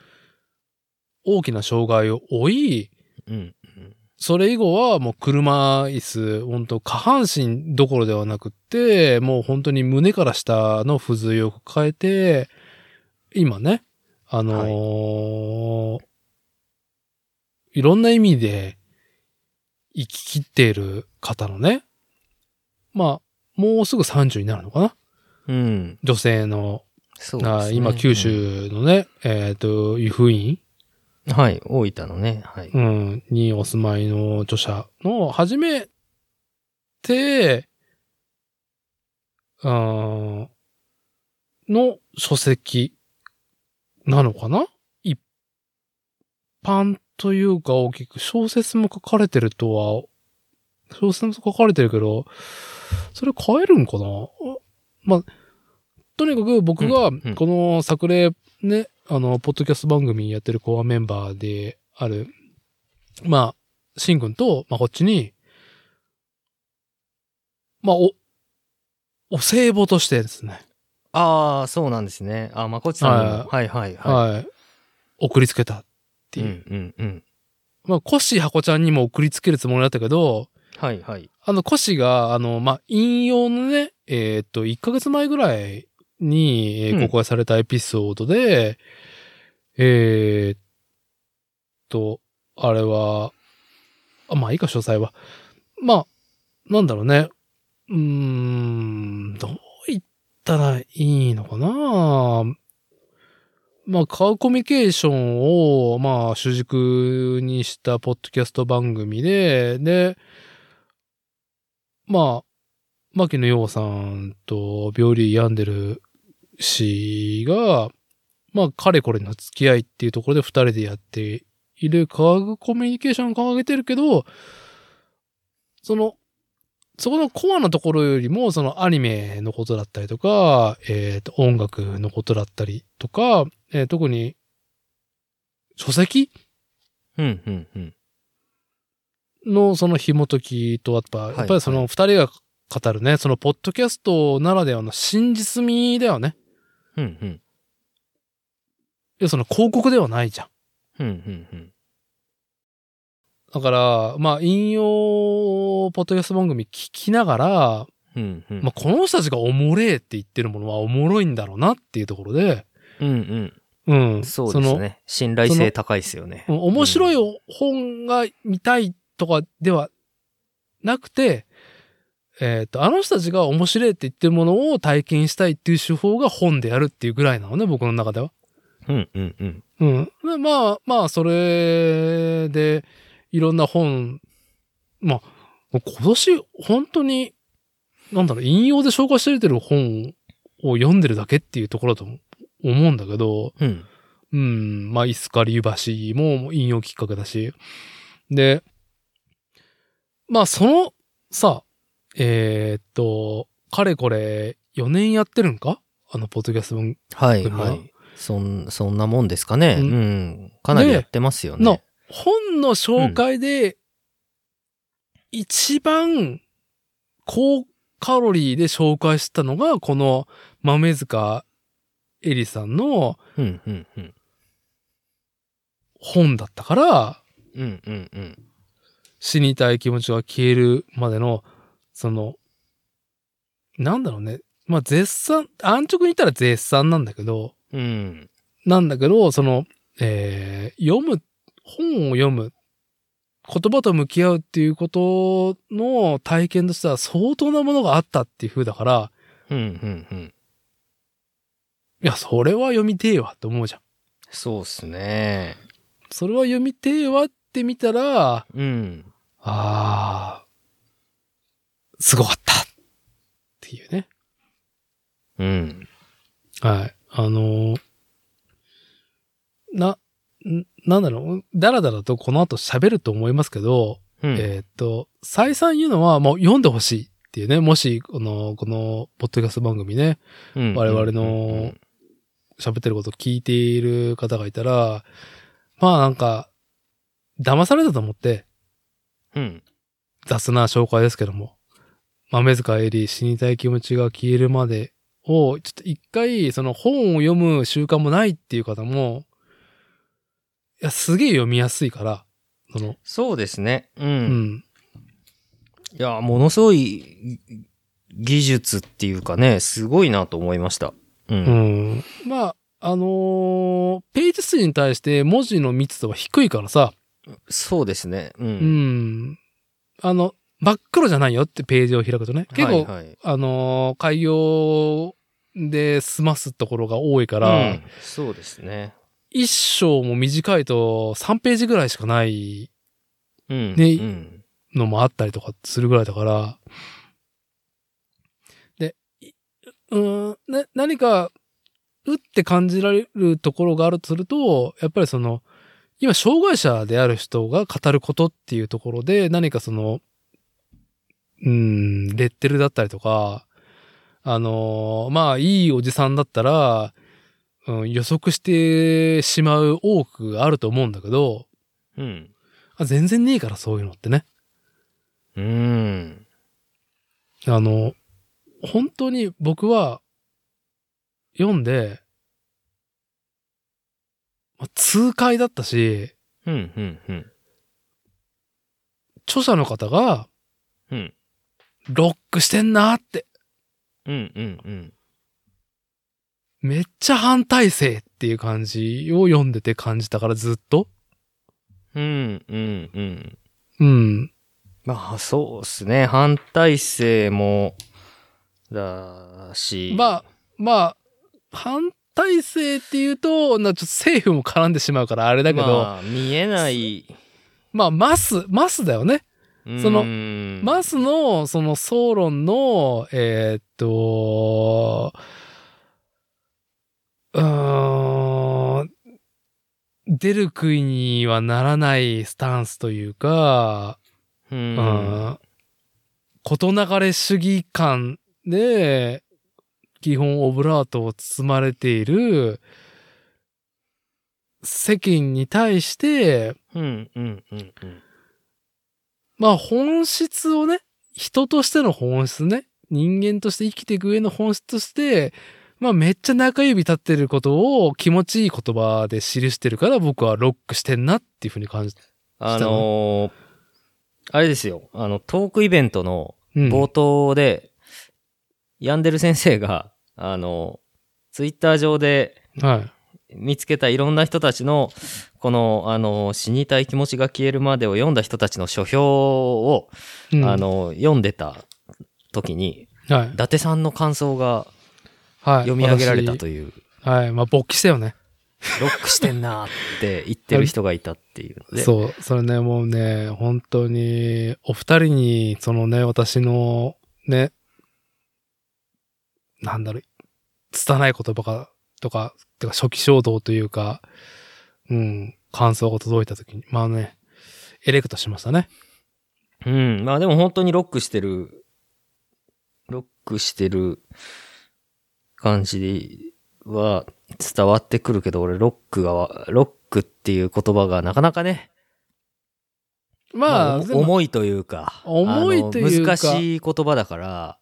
S2: 大きな障害を負い、
S1: うん。
S2: それ以後はもう車椅子、本当下半身どころではなくって、もう本当に胸から下の不随を抱えて、今ね、あのーい、ろんな意味で生き切っている方のね、まあ、もうすぐ30になるのかな
S1: うん。
S2: 女性の、
S1: そうですね
S2: あ今九州のね、えっ、と、湯布院
S1: はい、大分のね。はい。
S2: うん、にお住まいの著者の初めて、うん、の書籍なのかな一般というか大きく小説も書かれてるとは、小説も書かれてるけど、それ変えるんかなあまあ、とにかく僕が
S1: うんうん
S2: この作例ね、あの、ポッドキャスト番組やってるコアメンバーである、まあ、シンくんと、まあ、こっちに、まあ、お、お歳暮としてですね、
S1: ああ、そうなんですね。あ、まこっちさんにも。はいはいは
S2: はい、送りつけたっ
S1: い。
S2: て
S1: う
S2: い
S1: ん
S2: う。
S1: うんうん。
S2: まあ、コッシーハコちゃんにも送りつけるつもりだったけど、
S1: はいはい。
S2: あの、コシが、あの、まあ、引用のね、えーっと、1ヶ月前ぐらいに、えー
S1: うん
S2: 公開されたエピソードで、えーっと、あれは、あ、まあ、いいか、詳細は。まあ、なんだろうね。うーん、どう言ったらいいのかなまあ、カウコミュニケーションを、まあ、主軸にしたポッドキャスト番組で、で、まあ、牧野洋さんと病理病んでる氏が、まあ、かれこれの付き合いっていうところで二人でやっている科学コミュニケーションを掲げてるけど、その、そこのコアなところよりも、そのアニメのことだったりとか、えっ、と、音楽のことだったりとか、えー特に、書籍
S1: うんうんうん。
S2: のその紐解きと、やっぱ、
S1: い
S2: やっぱりその二人が語るね、そのポッドキャストならではの真実味だよね。
S1: うんうん。
S2: 要はその広告ではないじゃん。
S1: うんうんうん。
S2: だから、まあ、引用、ポッドキャスト番組聞きながら、
S1: うんうん。
S2: まあ、この人たちがおもれえって言ってるものはおもろいんだろうなっていうところで、
S1: うん
S2: うん。
S1: うん。そうですね。信頼性高いですよね
S2: そ。の。うん面白
S1: い。
S2: い本が見たいとかではなくて、えっ、と、あの人たちが面白いって言ってるものを体験したいっていう手法が本であるっていうぐらいなのね、僕の中では。
S1: うんうんうん。
S2: うん。でまあ、まあ、それで、いろんな本、まあ、今年、本当に、なんだろう、引用で紹介してる本を読んでるだけっていうところだと思うんだけど、
S1: うん。
S2: うん、まあ、イスカリュー橋も引用きっかけだし。で、まあ、その、さ、えーっと、かれこれ4年やってるんかあの、ポッドキャスト分
S1: はい、
S2: 車
S1: はい。そん、そんなもんですかね。
S2: う
S1: うんん。かなりやってますよ
S2: の
S1: ね。
S2: 本の紹介で、一番高カロリーで紹介したのが、この豆塚エリさんの
S1: うん、うん、うん。
S2: 本だったから、
S1: うん、うん、うん。
S2: 死にたい気持ちが消えるまでの、その、なんだろうね。まあ、絶賛、安直に言ったら絶賛なんだけど、
S1: うん。
S2: なんだけど、その、えー読む、本を読む、言葉と向き合うっていうことの体験としては相当なものがあったっていう風だから、
S1: うん、うん、うん。
S2: いや、それは読みてえわって思うじゃん。
S1: そうっすね。
S2: それは読みてえわって見たら、
S1: うん。
S2: あー、すごかったっていうね。
S1: うん。
S2: はい。あのーな、んなんだろう、だらだらとこの後喋ると思いますけど、
S1: うん。
S2: えーっと、再三言うのはもう読んでほしいっていうね、もし、この、この、ポッドキャスト番組ね、
S1: うん
S2: 我々の、喋ってること聞いている方がいたら、まあなんか、騙されたと思って、
S1: うん。
S2: 雑な紹介ですけども、豆塚エリ死にたい気持ちが消えるまでを、ちょっと一回、その本を読む習慣もないっていう方も、いや、すげえ読みやすいから、その、
S1: そうですね。う。
S2: うんん、
S1: いや、ものすごいぎ技術っていうかね、すごいなと思いました。う。
S2: うんん。まあ、あのーページ数に対して文字の密度は低いからさ、
S1: そうですね。う。
S2: うんん。あの、真っ黒じゃないよってページを開くとね、結構、
S1: はいはい
S2: あのー開業で済ますところが多いから、
S1: うんそうですね。
S2: 一章も短いと3ページぐらいしかない
S1: うん。
S2: ね
S1: うん。
S2: のもあったりとかするぐらいだから、で、いうーん、な、何か、うって感じられるところがあるとすると、やっぱりその、今、障害者である人が語ることっていうところで、何かその、うーん、レッテルだったりとか、あのーまあ、いいおじさんだったら、うん、予測してしまう多くがあると思うんだけど、
S1: うん。
S2: あ全然ねえから、そういうのってね。
S1: うん。
S2: あの、本当に僕は、読んで、まあ痛快だったし、
S1: うん。うん。うん。
S2: 著者の方が、
S1: うん
S2: ロックしてんなって、
S1: うん。うん。うん。
S2: めっちゃ反体制っていう感じを読んでて感じたからずっと。
S1: うん。うん。うん。
S2: うん。
S1: まあ、そうっすね。反体制も、だし。
S2: まあ、まあ、反体制っていうと、なちょっと政府も絡んでしまうからあれだけど、
S1: まあ、見えない。
S2: まあ、マス、マスだよね。その
S1: の
S2: マスの、その、総論の、えーっと、うーん、出る杭にはならないスタンスというか、
S1: う。
S2: うんん、事流れ主義感で、基本オブラートを包まれている世間に対して、
S1: うん。うん。うん。うん。
S2: まあ本質をね、人としての本質ね、人間として生きていく上の本質として、まあめっちゃ中指立ってることを気持ちいい言葉で記してるから僕はロックしてんなっていうふうに感じた。
S1: あのーあれですよ。あの、トークイベントの
S2: うん。
S1: 冒頭で、ヤンデル先生が、あの、ツイッター上で
S2: はい。
S1: 見つけたいろんな人たちの、この、あの、死にたい気持ちが消えるまでを読んだ人たちの書評を、
S2: うん
S1: あ、の、読んでた時に、
S2: はい
S1: 伊。達さんの感想が
S2: はい。
S1: 読み上げられた
S2: い
S1: という、
S2: う。はい。 まあ勃起したよね。
S1: ロックしてんなーって言ってる人がいたっていうので。
S2: そう。それね、もうね、本当に、お二人に、そのね、私の、ね、なんだろう、拙い言葉がとか、てか初期衝動というか、うん、感想が届いた時に、まあね、エレクトしましたね。
S1: うん。まあでも本当にロックしてる、ロックしてる感じは伝わってくるけど、俺ロックが、ロックっていう言葉がなかなかね、
S2: まあ、
S1: お
S2: でも
S1: 重いというか、
S2: 重いというか
S1: あの難しい言葉だから、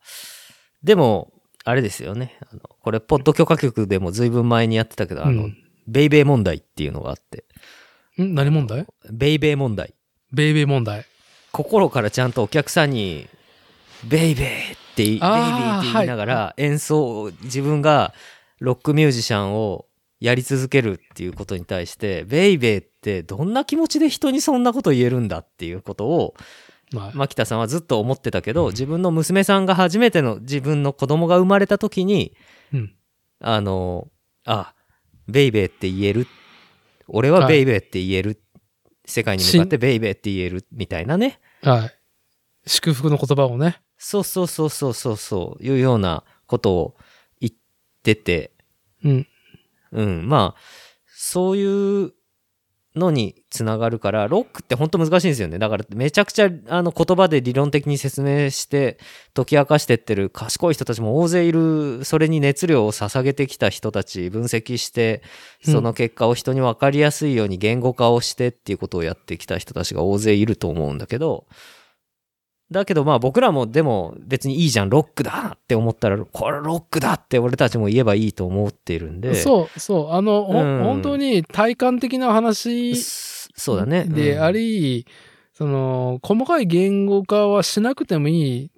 S1: でも、あれですよね。あのこれ、ポッド許可局でも随分前にやってたけど、あの、
S2: うん
S1: ベイベー問題っていうのがあって、
S2: ん何問題
S1: ベイベー問題。
S2: ベイベー問題。
S1: 心からちゃんとお客さんに「ベイベー」って言いベイビー
S2: あー
S1: って言いながら演奏を自分がロックミュージシャンをやり続けるっていうことに対して「ベイベー」ってどんな気持ちで人にそんなこと言えるんだっていうことを
S2: まあ、
S1: 牧田さんはずっと思ってたけど自分の娘さんが初めての自分の子供が生まれた時に
S2: うん。
S1: あのあベイベーって言える俺はベイベーって言える世界に向かってベイベーって言えるみたいなね
S2: はい。祝福の言葉をね。
S1: そうそうそうそうそうそう、いうようなことを言ってて、
S2: うん。
S1: うん、まあ、そういうのにつながるから、ロックって本当難しいんですよね。だからめちゃくちゃあの言葉で理論的に説明して解き明かしてってる賢い人たちも大勢いる、それに熱量を捧げてきた人たち、分析して、
S2: うん
S1: その結果を人に分かりやすいように言語化をしてっていうことをやってきた人たちが大勢いると思うんだけど、だけどまあ僕らもでも別にいいじゃん、ロックだって思ったら、これロックだって俺たちも言えばいいと思っているんで。
S2: そうそう。あの、ほ
S1: うん
S2: 本当に体感的な話
S1: そそうだね。
S2: で
S1: うん
S2: あり、その、細かい言語化はしなくてもいい。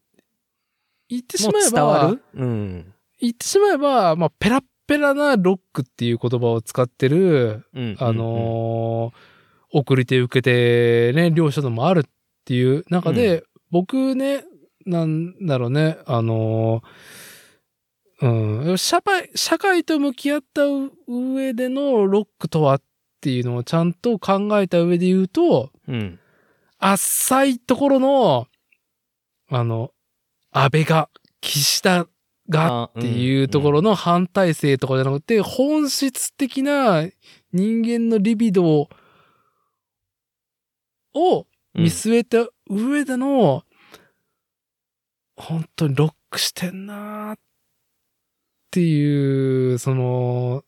S2: 言ってし
S1: もう
S2: まえ
S1: 伝わ
S2: ば
S1: る、うん。
S2: 言ってしまえば、まあ、ペラッペラなロックっていう言葉を使ってる、
S1: うん
S2: あのー送り手受け手ね、両者ともあるっていう中で、僕ね、なんだろうね、あのーうん、社会、社会と向き合った上でのロックとはっていうのをちゃんと考えた上で言うと、
S1: うんうん
S2: 浅いところの、あの、安倍が、岸田が
S1: あ
S2: っていうところの反体制とかじゃなくて、本質的な人間のリビドを
S1: うん
S2: 見据えた上での、本当にロックしてんなーっていう、その、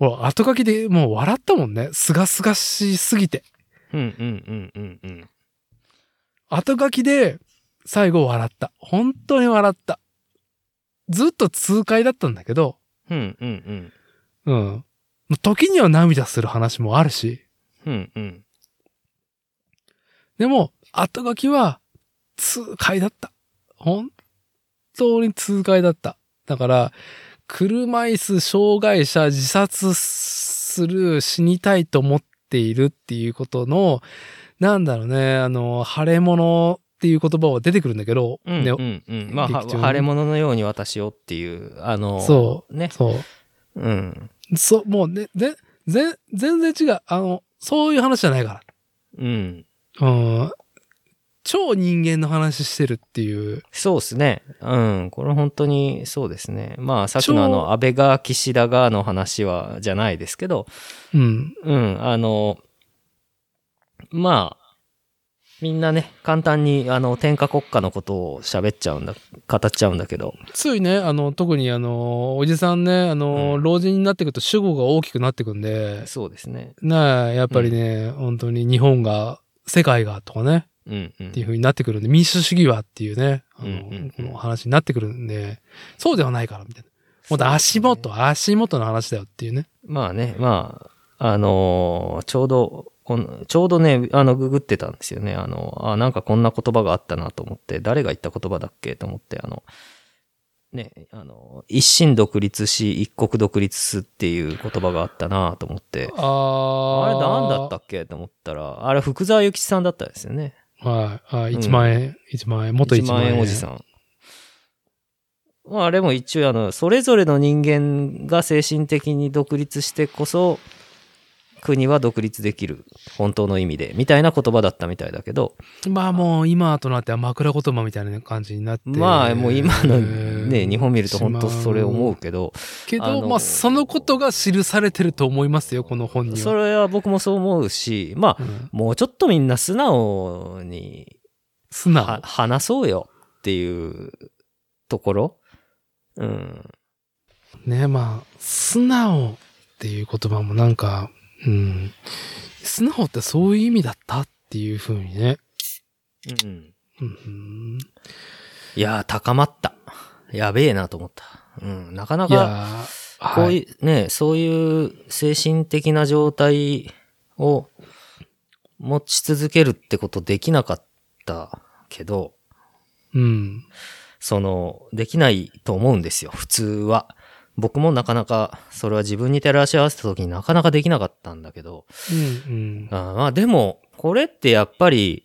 S2: 俺後書きでもう笑ったもんね。すがすがしすぎて。
S1: うんうんうんうんうん
S2: 後書きで最後笑った。本当に笑った。ずっと痛快だったんだけど、
S1: うんうんうん
S2: うん。時には涙する話もあるし、
S1: うんうん
S2: でも、後書きは痛快だった。本当に痛快だった。だから、車椅子障害者自殺する死にたいと思っているっていうことの、なんだろうね、あの、腫れ物っていう言葉は出てくるんだけど、
S1: うん
S2: ね
S1: うんうんまあは
S2: 劇中に
S1: 腫れ物のように私をっていうあの
S2: そう
S1: ね
S2: そう。
S1: うん
S2: そう、もうね、ぜ、ぜ、全然違う。あの、そういう話じゃないか
S1: うん
S2: ら。うん。超人間の話してるっていう。
S1: そうですねうんこれ本当にそうですねまあさっきのあの安倍が岸田がの話はじゃないですけど
S2: うん。
S1: うん、あの、まあ、みんなね、簡単に、あの、天下国家のことを喋っちゃうんだ、語っちゃうんだけど、
S2: ついね、あの、特にあの、おじさんね、あの、
S1: うん
S2: 老人になってくると主語が大きくなってくんで、
S1: そうですね。
S2: なあ、やっぱりね、本当に日本が、世界がとかね、
S1: うん、うん。
S2: っていう風になってくるんで、民主主義はっていうね、あの、
S1: うんうんうん
S2: この話になってくるんで、そうではないから、みたいな。もっと足
S1: そう
S2: 元、
S1: ですね
S2: 足元の話だよっていうね。
S1: まあね、まあ、あのーちょうど、このちょうどね、あの、ググってたんですよね。あの、あ、なんかこんな言葉があったなと思って、誰が言った言葉だっけと思って、あの、ね、あの、一心独立し、一国独立すっていう言葉があったなと思って、
S2: ああ
S1: あれ何だったっけと思ったら、あれ福沢諭吉さんだったんですよね。
S2: はい。あ
S1: ん
S2: 1万円、1万円、元
S1: 1
S2: 1万
S1: 万
S2: 円。
S1: 円おじさん。まあ、あれも一応あの、それぞれの人間が精神的に独立してこそ、国は独立できる本当の意味でみたいな言葉だったみたいだけど
S2: まあもう今となっては枕言葉みたいな感じになって
S1: まあもう今のね日本見ると本当それ思う
S2: う
S1: けど
S2: けど
S1: あの
S2: まあそのことが記されてると思いますよこの本には
S1: それは僕もそう思うしまあ
S2: うん
S1: もうちょっとみんな素直に
S2: 素直
S1: は話そうよっていうところうん
S2: ねまあ素直っていう言葉もなんかうん素直ってそういう意味だったっていうふうにね、
S1: うん
S2: うん、
S1: いやー高まったやべえなと思ったうんなかないか
S2: やー
S1: こ
S2: は
S1: う
S2: い
S1: いう、ね、そういう精神的な状態を持ち続けるってことできなかったけど、
S2: うん
S1: その、できないと思うんですよ、普通は。僕もなかなか、それは自分に照らし合わせた時になかなかできなかったんだけど、
S2: うんうん
S1: あーまあでも、これってやっぱり、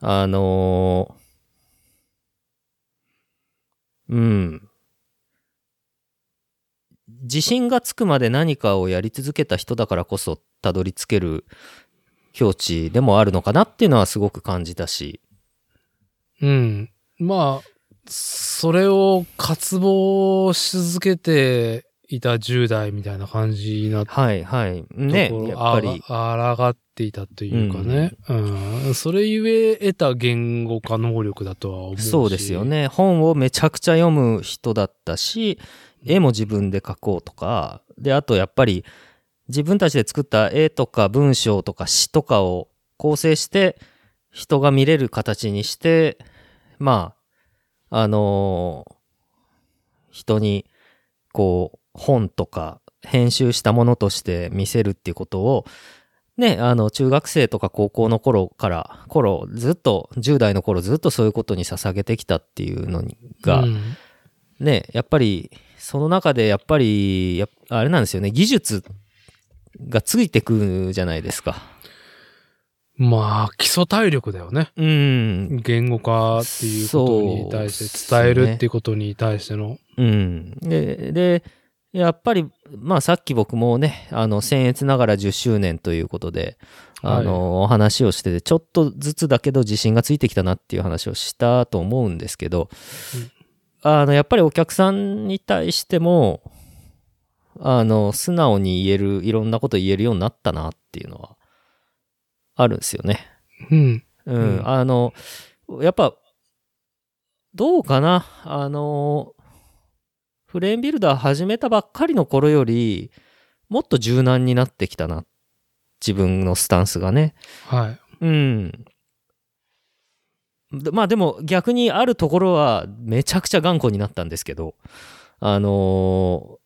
S1: あのーうん。自信がつくまで何かをやり続けた人だからこそたどり着ける境地でもあるのかなっていうのはすごく感じたし。
S2: うん。まあ、それを渇望し続けていた10代みたいな感じなとこ
S1: はいはい。
S2: ろ、
S1: ね、やっぱり。
S2: あらあらがっていたというかね。うん。それゆえ得た言語化能力だとは思うし。
S1: そうですよ。ね。本をめちゃくちゃ読む人だったし、絵も自分で描こうとか、で、あとやっぱり自分たちで作った絵とか文章とか詩とかを構成して、人が見れる形にして、まあ、あのー人に、こう、本とか編集したものとして見せるっていうことを、ね、あの、中学生とか高校の頃から、頃、ずっと、10代の頃ずっとそういうことに捧げてきたっていうのにが、
S2: うん
S1: ね、やっぱり、その中でやっぱり、やっあれなんですよね、技術がついてくるじゃないですか。
S2: まあ、基礎体力だよね。
S1: うん。
S2: 言語化っていうことに対して、伝え
S1: そうです
S2: る
S1: ね
S2: っていうことに対しての。
S1: うん。で、で、やっぱり、まあさっき僕もね、あの、僭越ながら10周年ということで、あの、お話をしてて、ちょっとずつだけど自信がついてきたなっていう話をしたと思うんですけど、あの、やっぱりお客さんに対しても、あの、素直に言える、いろんなこと言えるようになったなっていうのは、あるんですよね。
S2: うん。
S1: う
S2: うん
S1: ん、あの、やっぱ、どうかなあの、フレームビルダー始めたばっかりの頃より、もっと柔軟になってきたな。自分のスタンスがね。
S2: はい。
S1: うん。でまあでも逆にあるところはめちゃくちゃ頑固になったんですけど、あの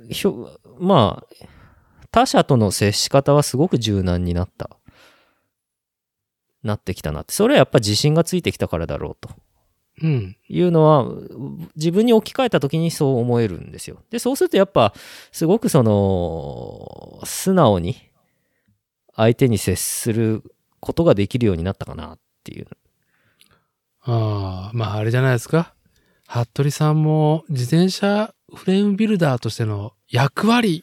S1: ーひょまあ、他者との接し方はすごく柔軟になった。なってきたなって。それはやっぱ自信がついてきたからだろうと
S2: うん。
S1: いうのは、う自分に置き換えた時にそう思えるんですよ。で、そうするとやっぱ、すごくその、素直に相手に接することができるようになったかなっていう。
S2: ああ、まああれじゃないですか。服部さんも自転車フレームビルダーとしての役割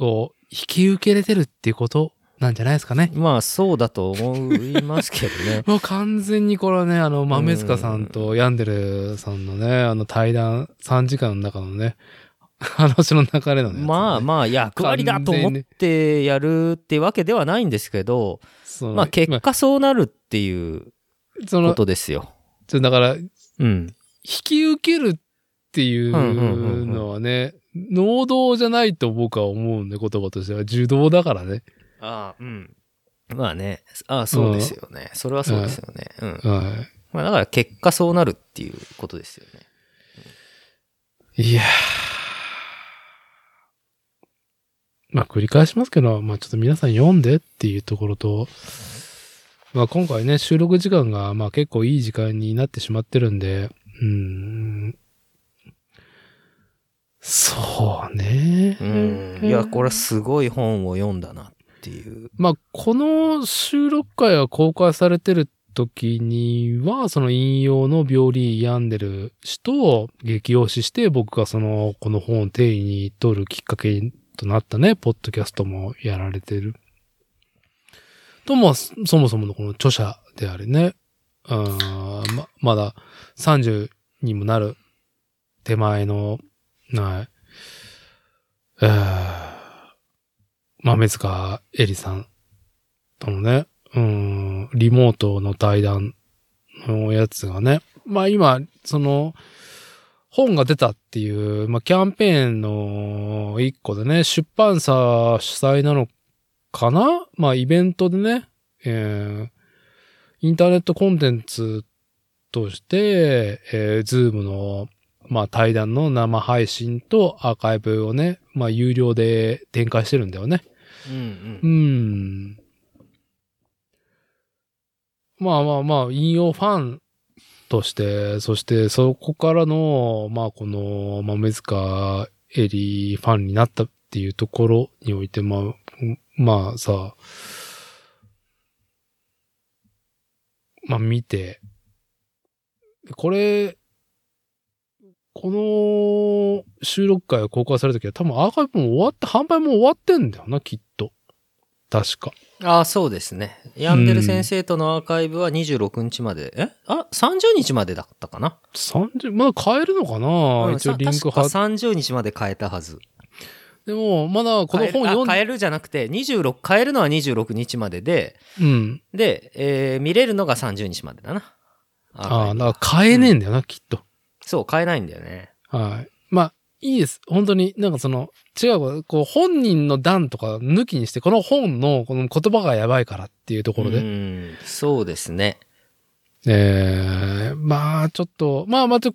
S2: を引き受けれてるっていうことなんじゃないですかね。。
S1: まあ、そうだと思いますけどね
S2: もう完全にこれはね、あの、豆塚さんとヤンデルさんのね、あの対談3時間の中のね、 話の流れのね。
S1: まあまあ、役割だと思ってやるってわけではないんですけど、
S2: あ、その
S1: まあ、結
S2: ま
S1: 果そうなるっていう
S2: あそ
S1: こ
S2: の、ち
S1: とですよ。
S2: ょだから、引
S1: うん。
S2: き受けるってい
S1: うんうんうんう
S2: うんのはね、能動じゃないと僕は思うんで、言葉としては。受動だからね。
S1: ああ、うん。まあね、ああ、そうですよね。それはそうですよね。うん。
S2: はい。
S1: まあ、だから結果そうなるっていうことですよね。
S2: いやーまあ繰り返しますけど、まあちょっと皆さん読んでっていうところと、まあ今回ね、収録時間がまあ結構いい時間になってしまってるんで、うーん。そうね。
S1: うん。いや、これはすごい本を読んだなっていう。
S2: まあこの収録回が公開されてる時には、その引用の病理病んでる人を激推しして、僕がその、この本を定位に取るきっかけとなったね、ポッドキャストもやられてる。と、まあ、そそもそものこの著者であれね、あーま、まだ30にもなる手前の、ない、えー、豆塚えりさんとのね、うん、リモートの対談のやつがね、まあ今、その、本が出たっていう、まあ、キャンペーンの一個でね、出版社主催なのかなまあ、イベントでね、えーインターネットコンテンツとして、えー、ズームの、まあ、対談の生配信とアーカイブをね、まあ、有料で展開してるんだよね。
S1: うん
S2: う。ん。まあまあまあ、引用ファンとして、そしてそこからの、まあこの、豆塚エリファンになったっていうところにおいて、まあ、うんまあさ、まあ見て、これ、この収録回が公開された時は多分アーカイブも終わって、販売も終わってんだよな、きっと。確か。
S1: ああ、そうですね。ヤンデル先生とのアーカイブは26日まで、えあ、30日までだったかな
S2: 30、まだ買えるのかな、
S1: うん
S2: 一応
S1: さ
S2: リンク貼
S1: 確
S2: っ
S1: か30日まで変えたはず。
S2: でも、まだこの本
S1: 変えるあ
S2: 読んで、
S1: 変えるじゃなくて、26、変えるのは26日までで、
S2: うん。
S1: で、えー見れるのが30日までだな。
S2: あ
S1: アーカイ
S2: あ、
S1: ブ
S2: だから買えねえんだよな、きっと。
S1: そう、変えないんだよね。
S2: はい。まあ、いいです。本当に、なんかその、違うわ、こう、本人の段とか抜きにして、この本の、この言葉がやばいからっていうところで、
S1: うん、そうですね。
S2: ええまあ、ちょっと、まあ、また、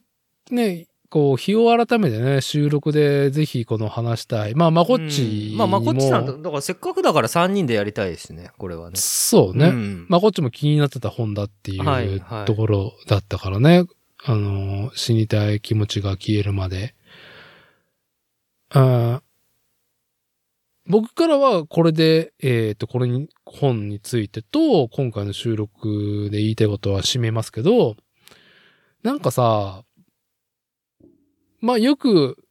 S2: ね、こう、日を改めてね、収録でぜひこの話したい。まあ、まこっちに
S1: うん
S2: も、
S1: まあ、まこっちさんと、だからせっかくだから3人でやりたいですね、これはね。
S2: そうね。
S1: うん
S2: まあ、こっちも気になってた本だっていう、
S1: はいはい
S2: ところだったからね。あの、死にたい気持ちが消えるまで。あー僕からはこれで、えっ、と、これに、本についてと、今回の収録で言いたいことは締めますけど、なんかさ、まあ、よく、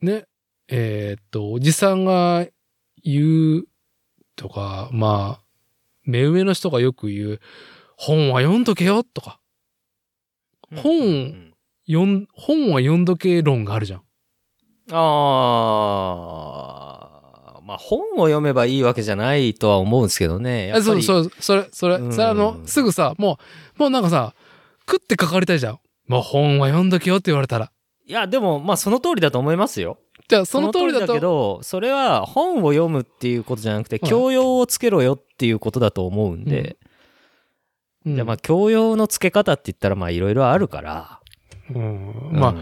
S2: ね、えっ、と、おじさんが言うとか、まあ、目上の人がよく言う、本は読んどけよとか、本
S1: うん
S2: 読ん、本は読んどけ論があるじゃん。
S1: ああ、まあ本を読めばいいわけじゃないとは思うんですけどね。やっぱり
S2: そうそう、それ、それ、
S1: うん
S2: それあの、すぐさ、もう、もうなんかさ、食ってかかりたいじゃん。まあ本は読んどけよって言われたら。
S1: いや、でも、まあその通りだと思いますよ。
S2: じゃあその通りだ
S1: その通りだけ
S2: と、
S1: ど、それは本を読むっていうことじゃなくて、
S2: はい
S1: 教養をつけろよっていうことだと思うんで、
S2: うん
S1: じゃあまあ教養のつけ方って言ったら、まあいろいろあるから。
S2: うん
S1: うん
S2: まあ、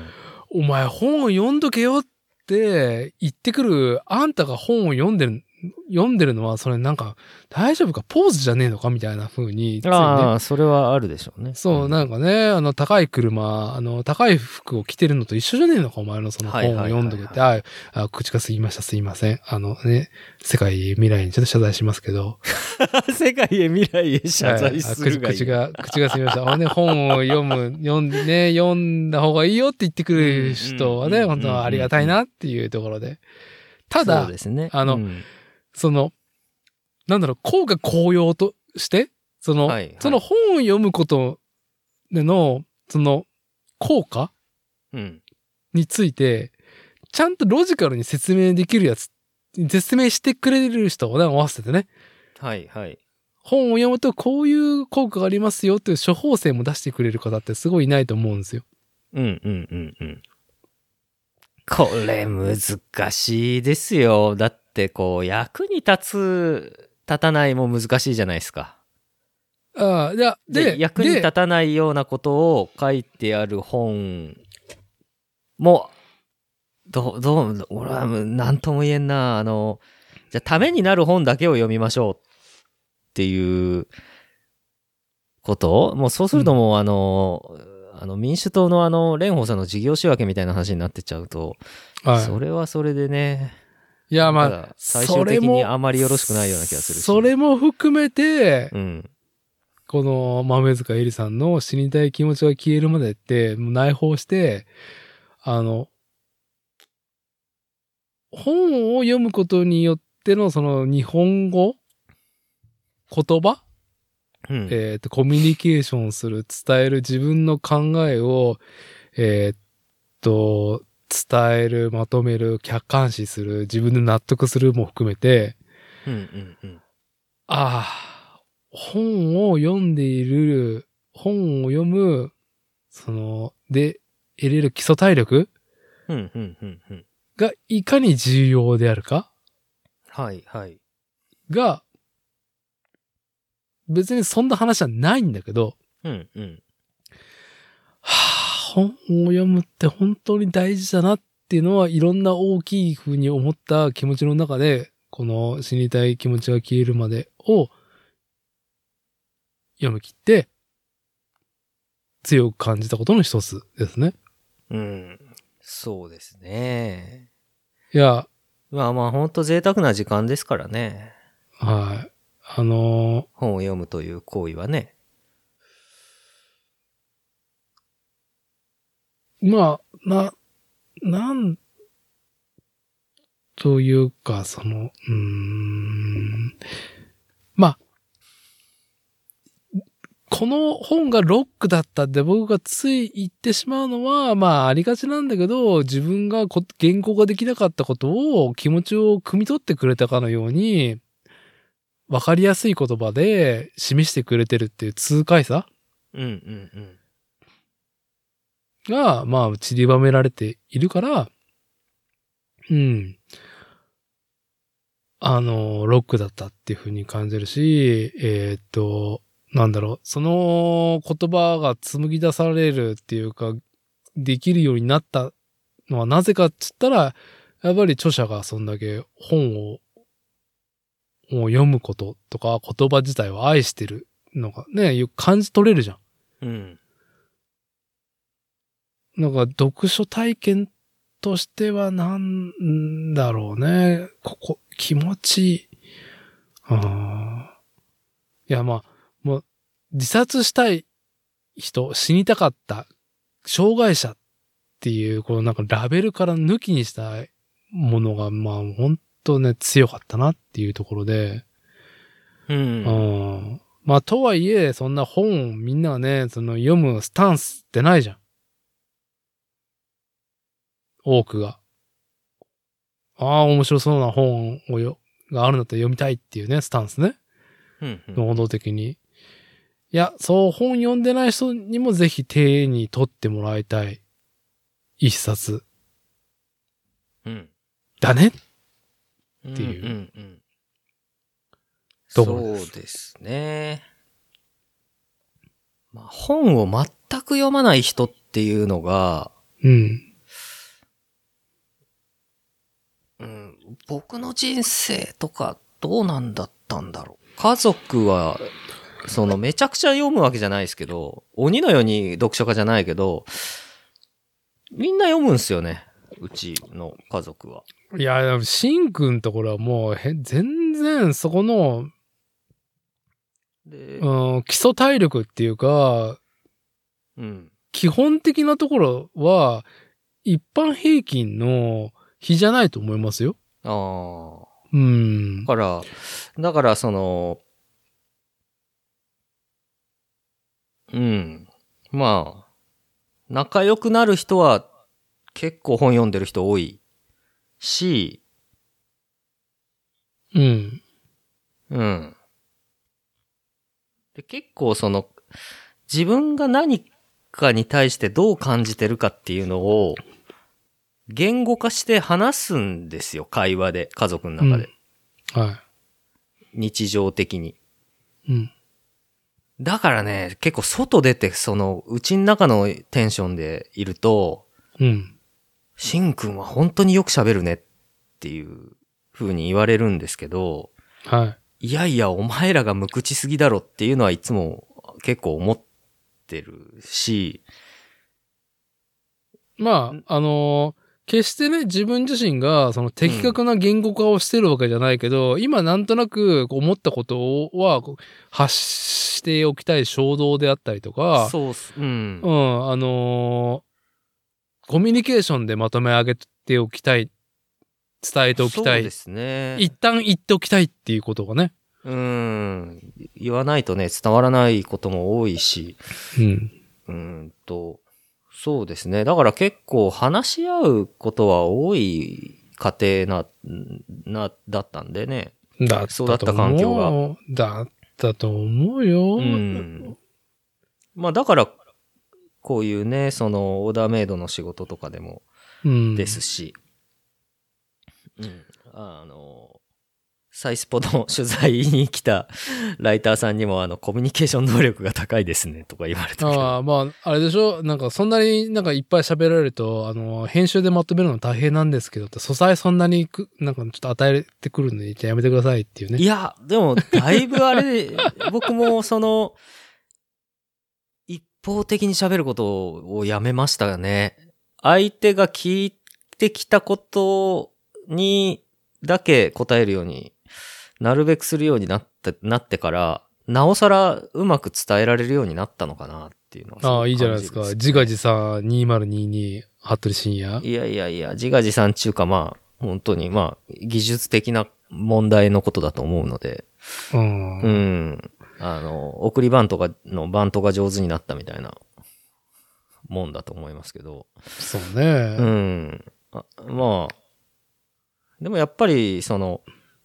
S2: お前本を読んどけよって言ってくる、あんたが本を読んでる、読んでるのは、それなんか、大丈夫かポーズじゃねえのかみたいな風に、ついね
S1: ああ、それはあるでしょうね。
S2: そう、
S1: ん
S2: なんかね、あの、高い車、あの、高い服を着てるのと一緒じゃねえのか、お前のその
S1: はい
S2: 本
S1: は
S2: を
S1: いはいはい
S2: 読んどけって、ああ、口が過ぎました、すいません。あのね、世界未来にちょっと謝罪しますけど。
S1: 世界へ未来へ謝罪するが
S2: はい
S1: い。
S2: い口口が、口が過ぎました。あのね、本を読む、読んでね、読んだ方がいいよって言ってくる人は
S1: うん
S2: ね、
S1: うん
S2: 本当はありがたいなっていうところで。た
S1: そ
S2: だ
S1: う、ですね。
S2: あの
S1: うん
S2: その、なんだろう、効果効用として、その、
S1: はいはい
S2: その本を読むことでの、その、効果
S1: うん
S2: について、ちゃんとロジカルに説明できるやつ、説明してくれる人をね、合わせてね、
S1: はいはい。
S2: 本を読むとこういう効果がありますよという処方箋も出してくれる方ってすごいいないと思うんですよ。
S1: うんうんうんうん。これ難しいですよ。だってこう役に立つ、立たないも難しいじゃないですか。
S2: ああ、じゃあ、
S1: で、
S2: で、
S1: 役に
S2: で
S1: 立たないようなことを書いてある本も、どう、どう、俺は何とも言えんな。あの、じゃあためになる本だけを読みましょうっていうこともうそうするともうあの、あの民主党のあの蓮舫さんの事業仕分けみたいな話になってっちゃうと、
S2: は
S1: それはそれでね
S2: い。いや、
S1: た
S2: まあ
S1: だ、最終的に
S2: それも
S1: あまりよろしくないような気がするし
S2: それも含めて、
S1: うん
S2: この豆塚えりさんの死にたい気持ちが消えるまでって、もう内包して、あの、本を読むことによってのその日本語言葉、
S1: うん
S2: えっ、と、コミュニケーションする、伝える自分の考えを、えっ、と、伝える、まとめる、客観視する、自分で納得するも含めて、
S1: うんうんうん
S2: ああ、本を読んでいる、本を読む、その、で、得れる基礎体力
S1: うんうんうんうん
S2: がいかに重要であるか
S1: はいはい
S2: が、別にそんな話はないんだけど、
S1: うんうん
S2: はあ、本を読むって本当に大事だなっていうのは、いろんな大きい風に思った気持ちの中で、この死にたい気持ちが消えるまでを読み切って、強く感じたことの一つですね。
S1: うんそうですね
S2: いや、
S1: まあまあほんと贅沢な時間ですからね
S2: はい。あの
S1: 本を読むという行為はね
S2: ーまあ、な、なん、というか、その、うーん、まあ、この本がロックだったって僕がつい言ってしまうのは、まあありがちなんだけど、自分がこ原稿ができなかったことを気持ちを汲み取ってくれたかのように、わかりやすい言葉で示してくれてるっていう痛快さ
S1: うんうんうん
S2: が、まあ、散りばめられているから、うん。あの、ロックだったっていう風に感じるし、えーっと、なんだろう、その言葉が紡ぎ出されるっていうか、できるようになったのはなぜかっつったら、やっぱり著者がそんだけ本を、を読むこととか言葉自体を愛してるのがね、よく感じ取れるじゃん。
S1: うん
S2: なんか読書体験としてはなんだろうね。ここ、気持ちいい。あーいや、まあ、もう、自殺したい人、死にたかった、障害者っていう、このなんかラベルから抜きにしたものが、まあ、本当ね、強かったなっていうところで、
S1: うん
S2: うんまあ、とはいえ、そんな本をみんながね、その読むスタンスってないじゃん。多くが。ああ、面白そうな本をよ、があるんだったら読みたいっていうね、スタンスね。
S1: うんうん
S2: 能動的に。いや、そう、本読んでない人にもぜひ手に取ってもらいたい一冊
S1: うん
S2: だね。
S1: って
S2: いう
S1: うんうんうん、
S2: と
S1: そ
S2: ころ
S1: う
S2: です
S1: ですね。まあ、本を全く読まない人っていうのが、
S2: うん。
S1: うん、僕の人生とかどうなんだったんだろう。家族は、そのめちゃくちゃ読むわけじゃないですけど、鬼のように読書家じゃないけど、みんな読むんすよね。うちの家族は。
S2: いや、でもシンくんところはもうへ、全然そこの
S1: で、
S2: うん、基礎体力っていうか、
S1: うん。
S2: 基本的なところは、一般平均の比じゃないと思いますよ。
S1: ああ。
S2: うん
S1: だ。から、だからその、うん。まあ、仲良くなる人は結構本読んでる人多いし、
S2: うん。
S1: うん。で結構その、自分が何かに対してどう感じてるかっていうのを、言語化して話すんですよ、会話で、家族の中で。
S2: は
S1: 日常的に。
S2: い。うん。
S1: だからね、結構外出て、その、うちの中のテンションでいると、
S2: うん。
S1: しんくんは本当によく喋るねっていう風に言われるんですけど、
S2: はい
S1: やいや、お前らが無口すぎだろっていうのはいつも結構思ってるし、
S2: い。まあ、あのー決してね、自分自身が、その的確な言語化をしてるわけじゃないけど、今なんとなくこう思ったことは、こう発しておきたい衝動であったりとか、
S1: そうっす、うん
S2: う。ん、あのーコミュニケーションでまとめ上げておきたい伝えておきた
S1: そう
S2: い
S1: で。すね。
S2: 一旦言っておきたいっていうことがね。
S1: うん。言わないとね、伝わらないことも多いし、
S2: うん。
S1: うーんと、そうですね。だから結構話し合うことは多い家庭な、な、だったんでね。
S2: だ
S1: そうだった環境が
S2: が。だったと思うよ。
S1: うん。まあだから、こういうね、その、オーダーメイドの仕事とかでも
S2: うん
S1: です。し、うん。あの、サイスポの取材に来たライターさんにも、あの、コミュニケーション能力が高いですね、とか言われたけど。
S2: ああ、まあ、あれでしょなんか、そんなになんかいっぱい喋られると、あの、編集でまとめるの大変なんですけどって、素材そんなにく、なんかちょっと与えてくるのに、じゃあやめてくださいっていう
S1: い
S2: ね。
S1: や、でも、だいぶあれ で、僕もその、一方的に喋ることをやめましたね。相手が聞いてきたことにだけ答えるように、なるべくするようになって、なってから、なおさらうまく伝えられるようになったのかなっていうのは
S2: ああ、いいじゃないですか。
S1: 感
S2: 自画自賛2022、服部深夜。
S1: いやいやいや、自画自賛中か、まあ、本当に、まあ、技術的な問題のことだと思うので、
S2: うん。
S1: うん。あの、送りバントが、のバントが上手になったみたいなもんだと思いますけど。
S2: そう
S1: う
S2: ね。
S1: ん。あまあ、でもやっぱり、その、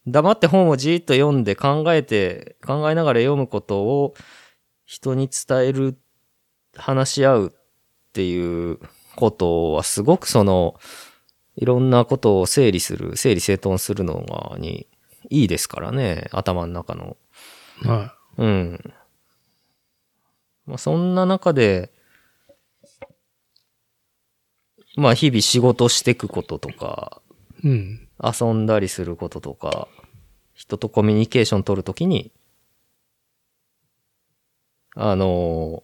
S1: 黙って本をじーっと読んで考えて、考えながら読むことを人に伝える、話し合うっていうことはすごくその、いろんなことを整理する、整理整頓するのが、に、いいですからね、頭の中の
S2: は
S1: うん。まあ、そんな中で、まあ、日々仕事してくこととか、
S2: い。うん。
S1: 遊んだりすることとか、人とコミュニケーション取るときに、あの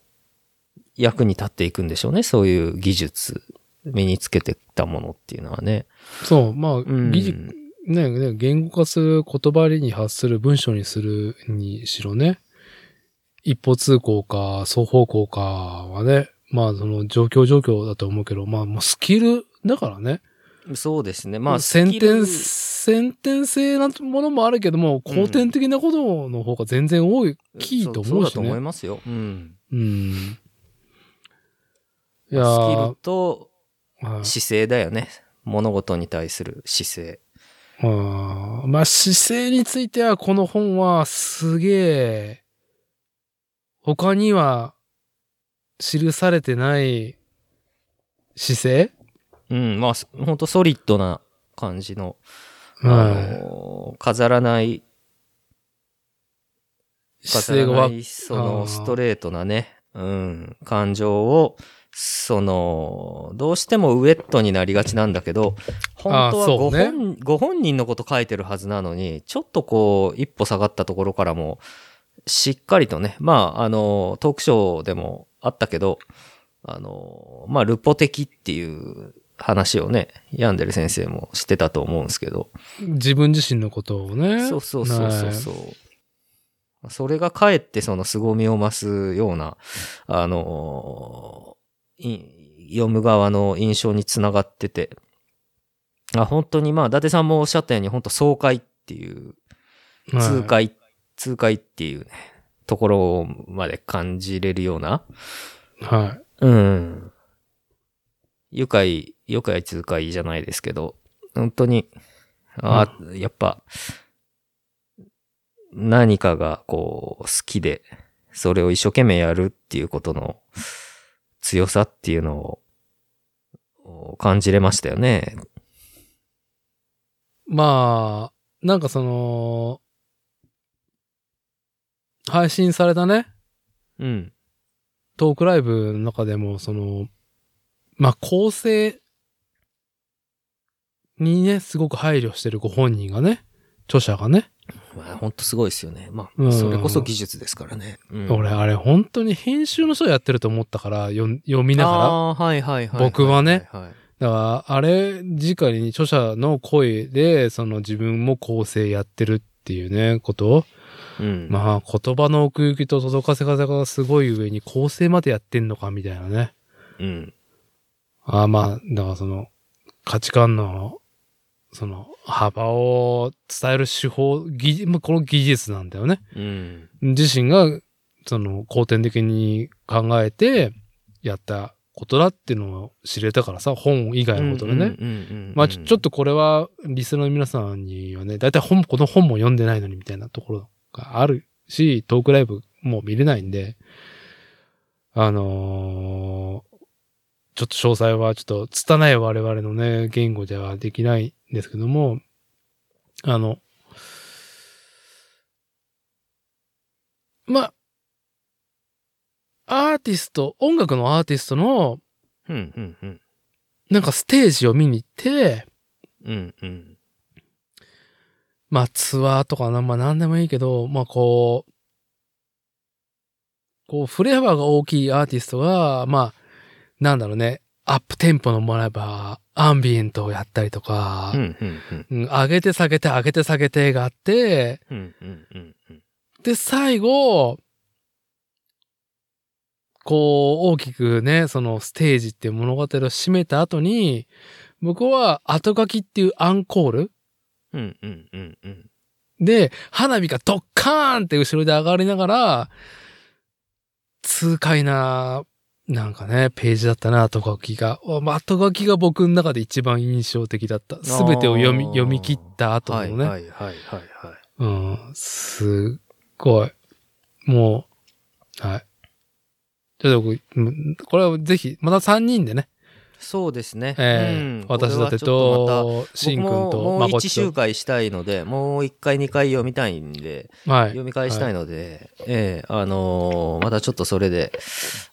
S1: 役に立っていくんでしょうね。そういう技術、身につけてきたものっていうのはね。
S2: そう、まあ、
S1: うん。
S2: 技術、ね、ね言語化する言葉に発する文章にするにしろね、一方通行か双方向かはね、まあその状況状況だと思うけど、まあもうスキルだからね。
S1: そうですね。まあ、
S2: 先天、
S1: ス
S2: 先天性なものもあるけども、後天的なことの方が全然多い、
S1: キ
S2: キ
S1: ル
S2: ーと
S1: そ
S2: 思
S1: う
S2: う
S1: だ
S2: し
S1: と思い
S2: ね。
S1: ますよ。うん。
S2: うん。い
S1: スキ
S2: やー
S1: ルと、
S2: はい
S1: 姿勢だよね。物事に対する姿勢。
S2: あーまあ、姿勢については、この本はすげえ、他には記されてない姿勢
S1: うん、まあ、すほんとソリッドな感じの、あ
S2: は
S1: のー飾らない、
S2: い。
S1: 飾
S2: 姿勢
S1: ら
S2: が
S1: な
S2: わ、
S1: い、その
S2: あー
S1: ストレートなね、うん、感情を、その、どうしてもウエットになりがちなんだけど、本当
S2: あ
S1: は
S2: ー
S1: ご
S2: そうね
S1: 本,、ご本人のこと書いてるはずなのに、ちょっとこう、一歩下がったところからも、しっかりとね、まあ、あの、トークショーでもあったけど、あの、まあ、ルポ的っていう話をね、ヤンデル先生もしてたと思うんですけど、
S2: 自分自身のことをね。
S1: そうそうそうそうそう。それがかえってその凄みを増すような、あのい読む側の印象につながってて、あ本当にまあ、伊達さんもおっしゃったように、本当爽快っていう
S2: はい
S1: 痛。快、痛快っていうね、ところまで感じれるような、
S2: は
S1: うん。愉快、愉快痛快じゃないですけど、本当に、あ、あやっぱ、何かがこう好きで、それを一生懸命やるっていうことの強さっていうのを感じれましたよね。
S2: い。まあ、なんかその、配信されたね、
S1: うん。
S2: トークライブの中でも、その、まあ、構成にね、すごく配慮してるご本人がね、著者がね、
S1: まあ、ほんとすごいですよね。ま
S2: う
S1: あ、
S2: ん
S1: それこそ技術ですからね。うん
S2: 俺あれ本当に編集の人やってると思ったから、読読みなが
S1: あーはいはいはいいいい。
S2: 僕はね
S1: はいはい
S2: ら。だから、あれ、直に著者の声で、その自分も構成やってるっていうね、ことを、
S1: うん。
S2: まあ、言葉の奥行きと届かせ方がすごい上に構成までやってんのか、みたいなね。
S1: うん。
S2: ああまあ、だからその、価値観のその幅を伝える手法、技まあこの技術なんだよね。
S1: うん。
S2: 自身が、その、後天的に考えて、やったことだっていうのを知れたからさ、本以外のことでね。
S1: うんうんうんうん
S2: まあちょ、ちょっとこれは、リスナーの皆さんにはね、だいたい本、この本も読んでないのにみたいなところがあるし、トークライブもう見れないんで、あのーちょっと詳細はちょっと、拙い我々のね、言語ではできないんですけども、あの、まあ、アーティスト、音楽のアーティストの、
S1: うんうんうん。
S2: なんかステージを見に行って、
S1: うんうん。
S2: まあツアーとかな、まあ何でもいいけど、まあこう、こうフレーバーが大きいアーティストが、まあ、なんだろうね、アップテンポのもらえば、アンビエントをやったりとか
S1: う、んうんうん。
S2: うん、上げて下げて上げて下げてがあって、
S1: うんうんうんうん。
S2: で、最後、こう、大きくね、そのステージっていう物語を締めた後に、僕は後書きっていうアンコール
S1: うんうんうんうん。
S2: で、花火がドッカーンって後ろで上がりながら、痛快な、なんかね、ページだったな、後書きが。おまあ後書きが僕の中で一番印象的だった。すべてを読み、
S1: あー
S2: 読み切った後の
S1: は
S2: ね
S1: い。はいはいはいはい。
S2: うん、すっごい。もう、はい。ちょっと僕、うんこれはぜひ、また3人でね、
S1: そうですね。
S2: え
S1: うん
S2: ー私だて、
S1: これはちょっまた
S2: と、しんくん
S1: 僕も
S2: と、
S1: も
S2: ま
S1: う
S2: こっ
S1: 一
S2: ち
S1: 周
S2: と、
S1: 回したいので、もう一回、二回読みたいんで、
S2: はい。
S1: 読み返したいので、ええあのーまたちょっとそれで、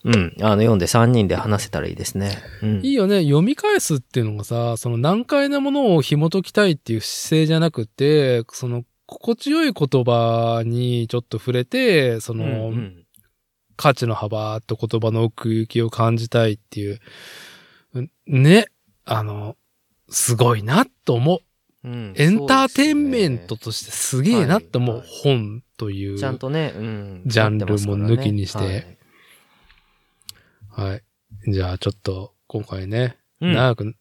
S1: うん、あの、読んで三人で話せたらいいですね。うん。
S2: いいよね。読み返すっていうのがさ、その難解なものを紐解きたいっていう姿勢じゃなくて、その心地よい言葉にちょっと触れて、そ
S1: うん
S2: の
S1: うん
S2: 価値の幅と言葉の奥行きを感じたいっていう、うんね、あの、すごいなと思
S1: う
S2: う。
S1: ん
S2: エンターテインメントとしてすげえなって思う。
S1: はいはい
S2: 本とい
S1: そうですね
S2: う。
S1: ちゃんとね、うん。
S2: ジャンルも抜きにして
S1: やって
S2: はい。じゃあちょっと今回ね、
S1: ますからね
S2: 長く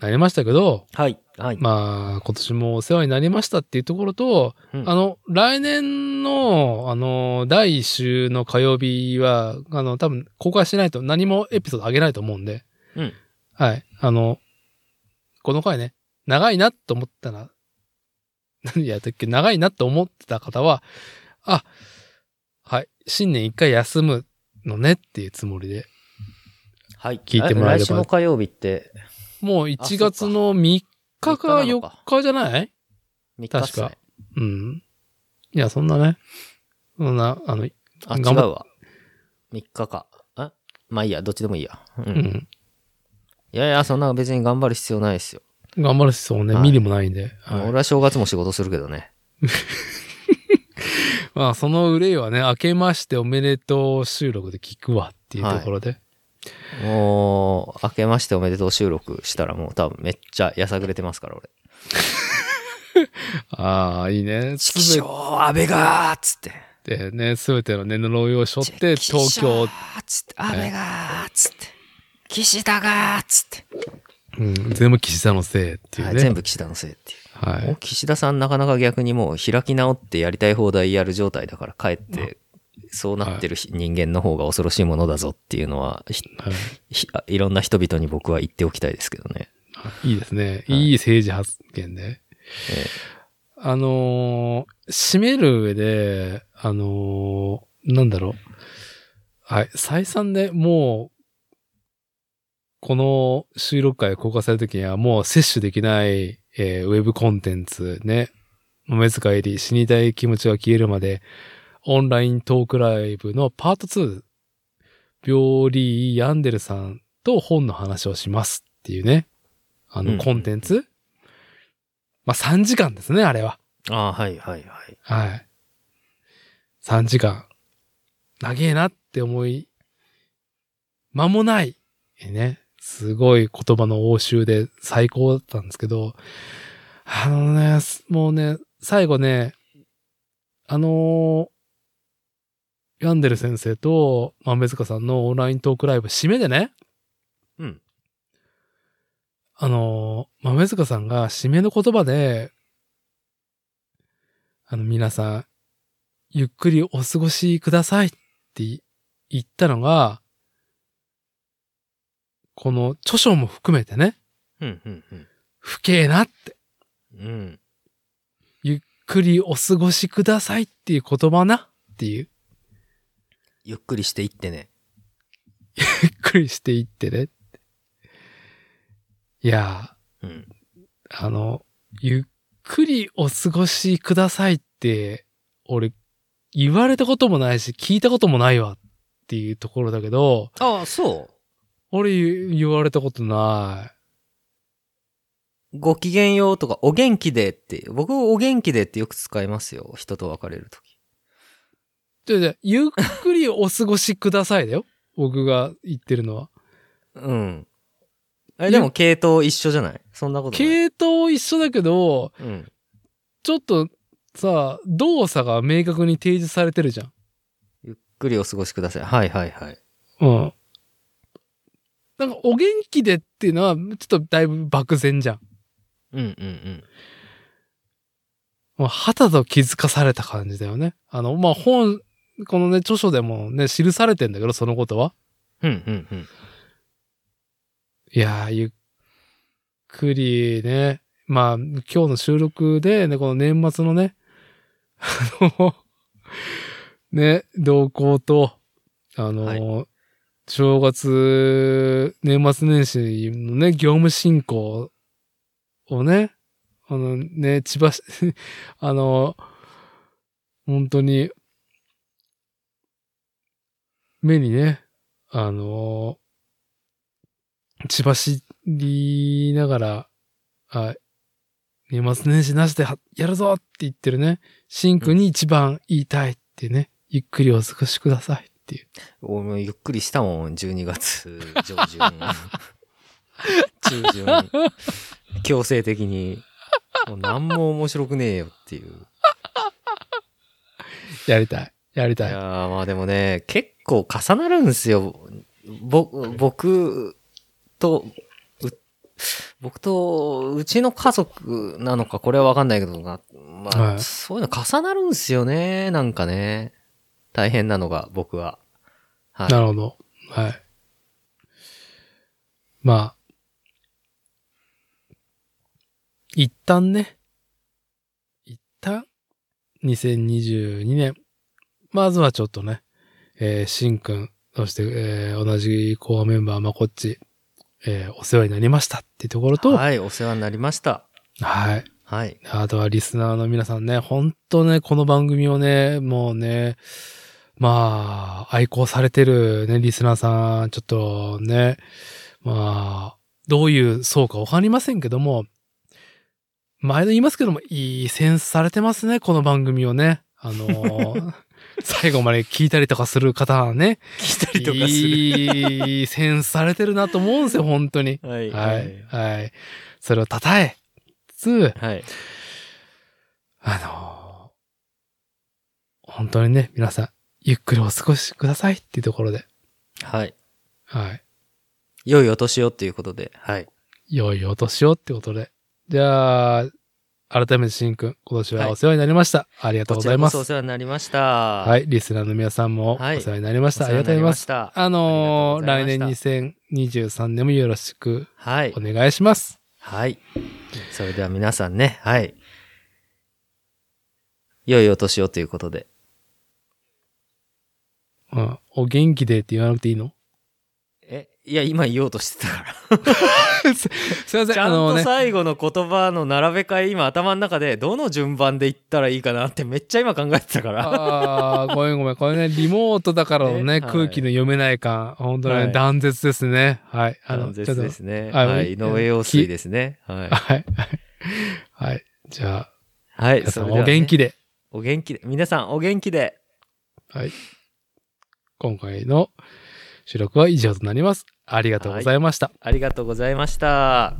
S2: なりましたけど、
S1: はい。うんはい。はい。
S2: まあ、今年もお世話になりましたっていうところと、
S1: うん
S2: あの、来年の、あの、第1週の火曜日は、あの、多分公開しないと何もエピソード上げないと思うんで、
S1: うん
S2: はい。あの、この回ね、長いな と思ったら、何やったっけ長いなと思ってた方は、あ、はい、新年一回休むのねっていうつもりで、
S1: はい。
S2: 聞いてもらえれ
S1: 来
S2: ば
S1: 週の火曜日って
S2: もう
S1: あそ
S2: 1
S1: っか
S2: 月の3
S1: 三
S2: 日か
S1: 日なの
S2: 4
S1: か
S2: 日じゃない
S1: 3日っすね。
S2: 確うん。いや、そんなね。そんな、あの、
S1: あ、違
S2: 頑張っ
S1: うわ。3日か。あまあいいや、どっちでもいいや。うん。
S2: う
S1: い
S2: ん。
S1: やいや、そんな別に頑張る必要ないですよ。
S2: 頑張るしそうね。
S1: はい
S2: 見りもないんで。はい
S1: 俺は正月も仕事するけどね。
S2: まあ、その憂いはね、明けましておめでとう収録で聞くわっていうところで。
S1: もう、明けましておめでとう収録したらもう多分めっちゃやさぐれてますから、俺。
S2: ああ、いいね。
S1: ち
S2: す
S1: きしょう、安倍がーっつって。
S2: べてね、すべてのね、呪いを背負って、
S1: ちき
S2: 東
S1: しょう
S2: 京
S1: っ、つって、安倍がーっつって。岸田がーっつって。
S2: うん、全部岸田のせいってい
S1: は
S2: う
S1: い、
S2: ね。
S1: 全部岸田のせいっていう。
S2: は
S1: もう
S2: い。
S1: 岸田さんなかなか逆にもう開き直ってやりたい放題やる状態だからかえってそうなってるひ人間の方が恐ろしいものだぞっていうのはひ
S2: はい
S1: ひあいろんな人々に僕は言っておきたいですけどね。
S2: いいですね。
S1: はい
S2: いい政治発言で。
S1: え
S2: あのー締める上で、あのーなんだろう。はい、再三でもう、この収録回が公開された時にはもう摂取できない、えーウェブコンテンツね、豆塚入り死にたい気持ちが消えるまで、オンライントークライブのパート2、病理ヤンデルさんと本の話をしますっていうね、あ
S1: う
S2: の
S1: ん
S2: コンテンツ、まあ3時間ですね、あれは。
S1: ああ、はいはいはい。
S2: はい。3時間。長えなって思い、間もない。えね。すごい言葉の応酬で最高だったんですけど、あのね、すもうね、最後ね、あのー、ヤンデル先生と豆塚さんのオンライントークライブ締めでね、
S1: うん。
S2: あの、豆塚さんが締めの言葉で、あの、皆さん、ゆっくりお過ごしくださいって言ったのが、この著書も含めてね、
S1: うんうんうん
S2: 不敬なって、
S1: うん
S2: ゆっくりお過ごしくださいっていう言葉なっていう、
S1: ゆっくりしていってね
S2: ゆっくりしていってねって。いやー、
S1: うん
S2: あの、ゆっくりお過ごしくださいって、俺、言われたこともないし、聞いたこともないわっていうところだけど、
S1: ああそ
S2: 俺言言われたことな
S1: うごきげんようとかお元気でって僕お元気でってよく使いますよ人と別れるとき
S2: い。じゃあじゃあゆっくりお過ごしくださいだ よ。僕が言ってるのは。
S1: うんあれでも系統一緒じゃないそんなことない
S2: 系統一緒だけど、
S1: うん
S2: ちょっとさ、動作が明確に提示されてるじゃん。
S1: ゆっくりお過ごしくださいはいはいはい
S2: うん。なんか、お元気でっていうのは、ちょっとだいぶ漠然じゃん。
S1: うんうんうん
S2: もう、肌と気づかされた感じだよね。あの、まあ、本、このね、著書でもね、記されてんだけど、そのことは。
S1: うんうんうん
S2: いやー、ゆっくりね。まあ、今日の収録でね、この年末のね、あの、 ね、動向と、あの、
S1: は
S2: 正月、年末年始のね、業務進行をね、あのね、千葉市、 あの、本当に、目にね、あの、千葉知りながら、あ、年末年始なしではやるぞって言ってるね。シンクに一番言いたいってね。ゆっくりお過ごしくださいっていう。
S1: 俺もゆっくりしたもん、12月 上旬。中旬。強制的に。もう何も面白くねえよっていう。
S2: やりたい。やり
S1: い
S2: たい。
S1: やーまあでもね、結構重なるんですよ。ぼ、僕と、う僕と、うちの家族なのか、これはわかんないけどな、まあ、
S2: はい
S1: そういうの重なるんですよね、なんかね。大変なのが、僕は。はい。
S2: なるほど。はい。まあ。一旦ね。一旦、2022年。まずはちょっとね、えー、しんくん、そして、えー同じコアメンバー、まこっち、えーお世話になりましたっていうところと、はい。
S1: はい、お世話になりました。はい。
S2: あとはリスナーの皆さんね、ほんとね、この番組をね、もうね、まあ、愛好されてるね、リスナーさん、ちょっとね、まあ、どういう層かわかりませんけども、前の言いますけども、いいセンスされてますね、この番組をね。あのー 最後まで聞いたりとかする方はね、
S1: 聞いたりとかする。
S2: いいセンスされてるなと思うんですよ、本当に。
S1: はい
S2: はい、はい。それを称え、つつ、
S1: はい。
S2: あのー本当にね、皆さん、ゆっくりお過ごしくださいっていうところで、
S1: はい。
S2: はい。
S1: 良いお年をということで、はい。
S2: 良いお年をってことで。じゃあ、改めてしんくん、今年はお世話になりました。ありがとう
S1: こ
S2: ご
S1: ち
S2: ざい
S1: らこ
S2: ま
S1: そお
S2: す。
S1: 世話になりました。。
S2: はいい、リスナーの皆さんもお
S1: はい
S2: 世話になりました。
S1: お
S2: あり
S1: 世話に
S2: がとう
S1: なり
S2: ございま。
S1: ますした。
S2: あのー
S1: あ
S2: 来
S1: りが
S2: 年
S1: とうございま
S2: 2023年もよろしく
S1: はい
S2: お。願いします。
S1: はい。それでは皆さんね、はい。良いお年をということで。
S2: うん、お元気でって言わなくていいの
S1: え、いや、今言おうとしてた から。
S2: すいません、
S1: ちゃ
S2: あ
S1: ん
S2: の
S1: と
S2: ね、
S1: 最後の言葉の並べ替え、今頭の中で、どの順番で言ったらいいかなってめっちゃ今考えてたから。
S2: ああ、ごめんごめん。これね、リモートだからのね、
S1: ね
S2: 空気の読めない感、本当にね、
S1: はい
S2: 断絶ですね。はい。あ
S1: 断
S2: の、
S1: 絶で
S2: ち
S1: すね。
S2: あ
S1: はい。井上陽水ですね。は
S2: ょ
S1: い
S2: っと。。はい。はいはい。じゃあ、
S1: はい。
S2: 皆
S1: そ
S2: さん
S1: れでは
S2: お
S1: ね
S2: 元気で。
S1: お元気で。皆さんお元気で。
S2: はい。今回の収録は以上となります。ありがとうございました。
S1: ありがとうございました。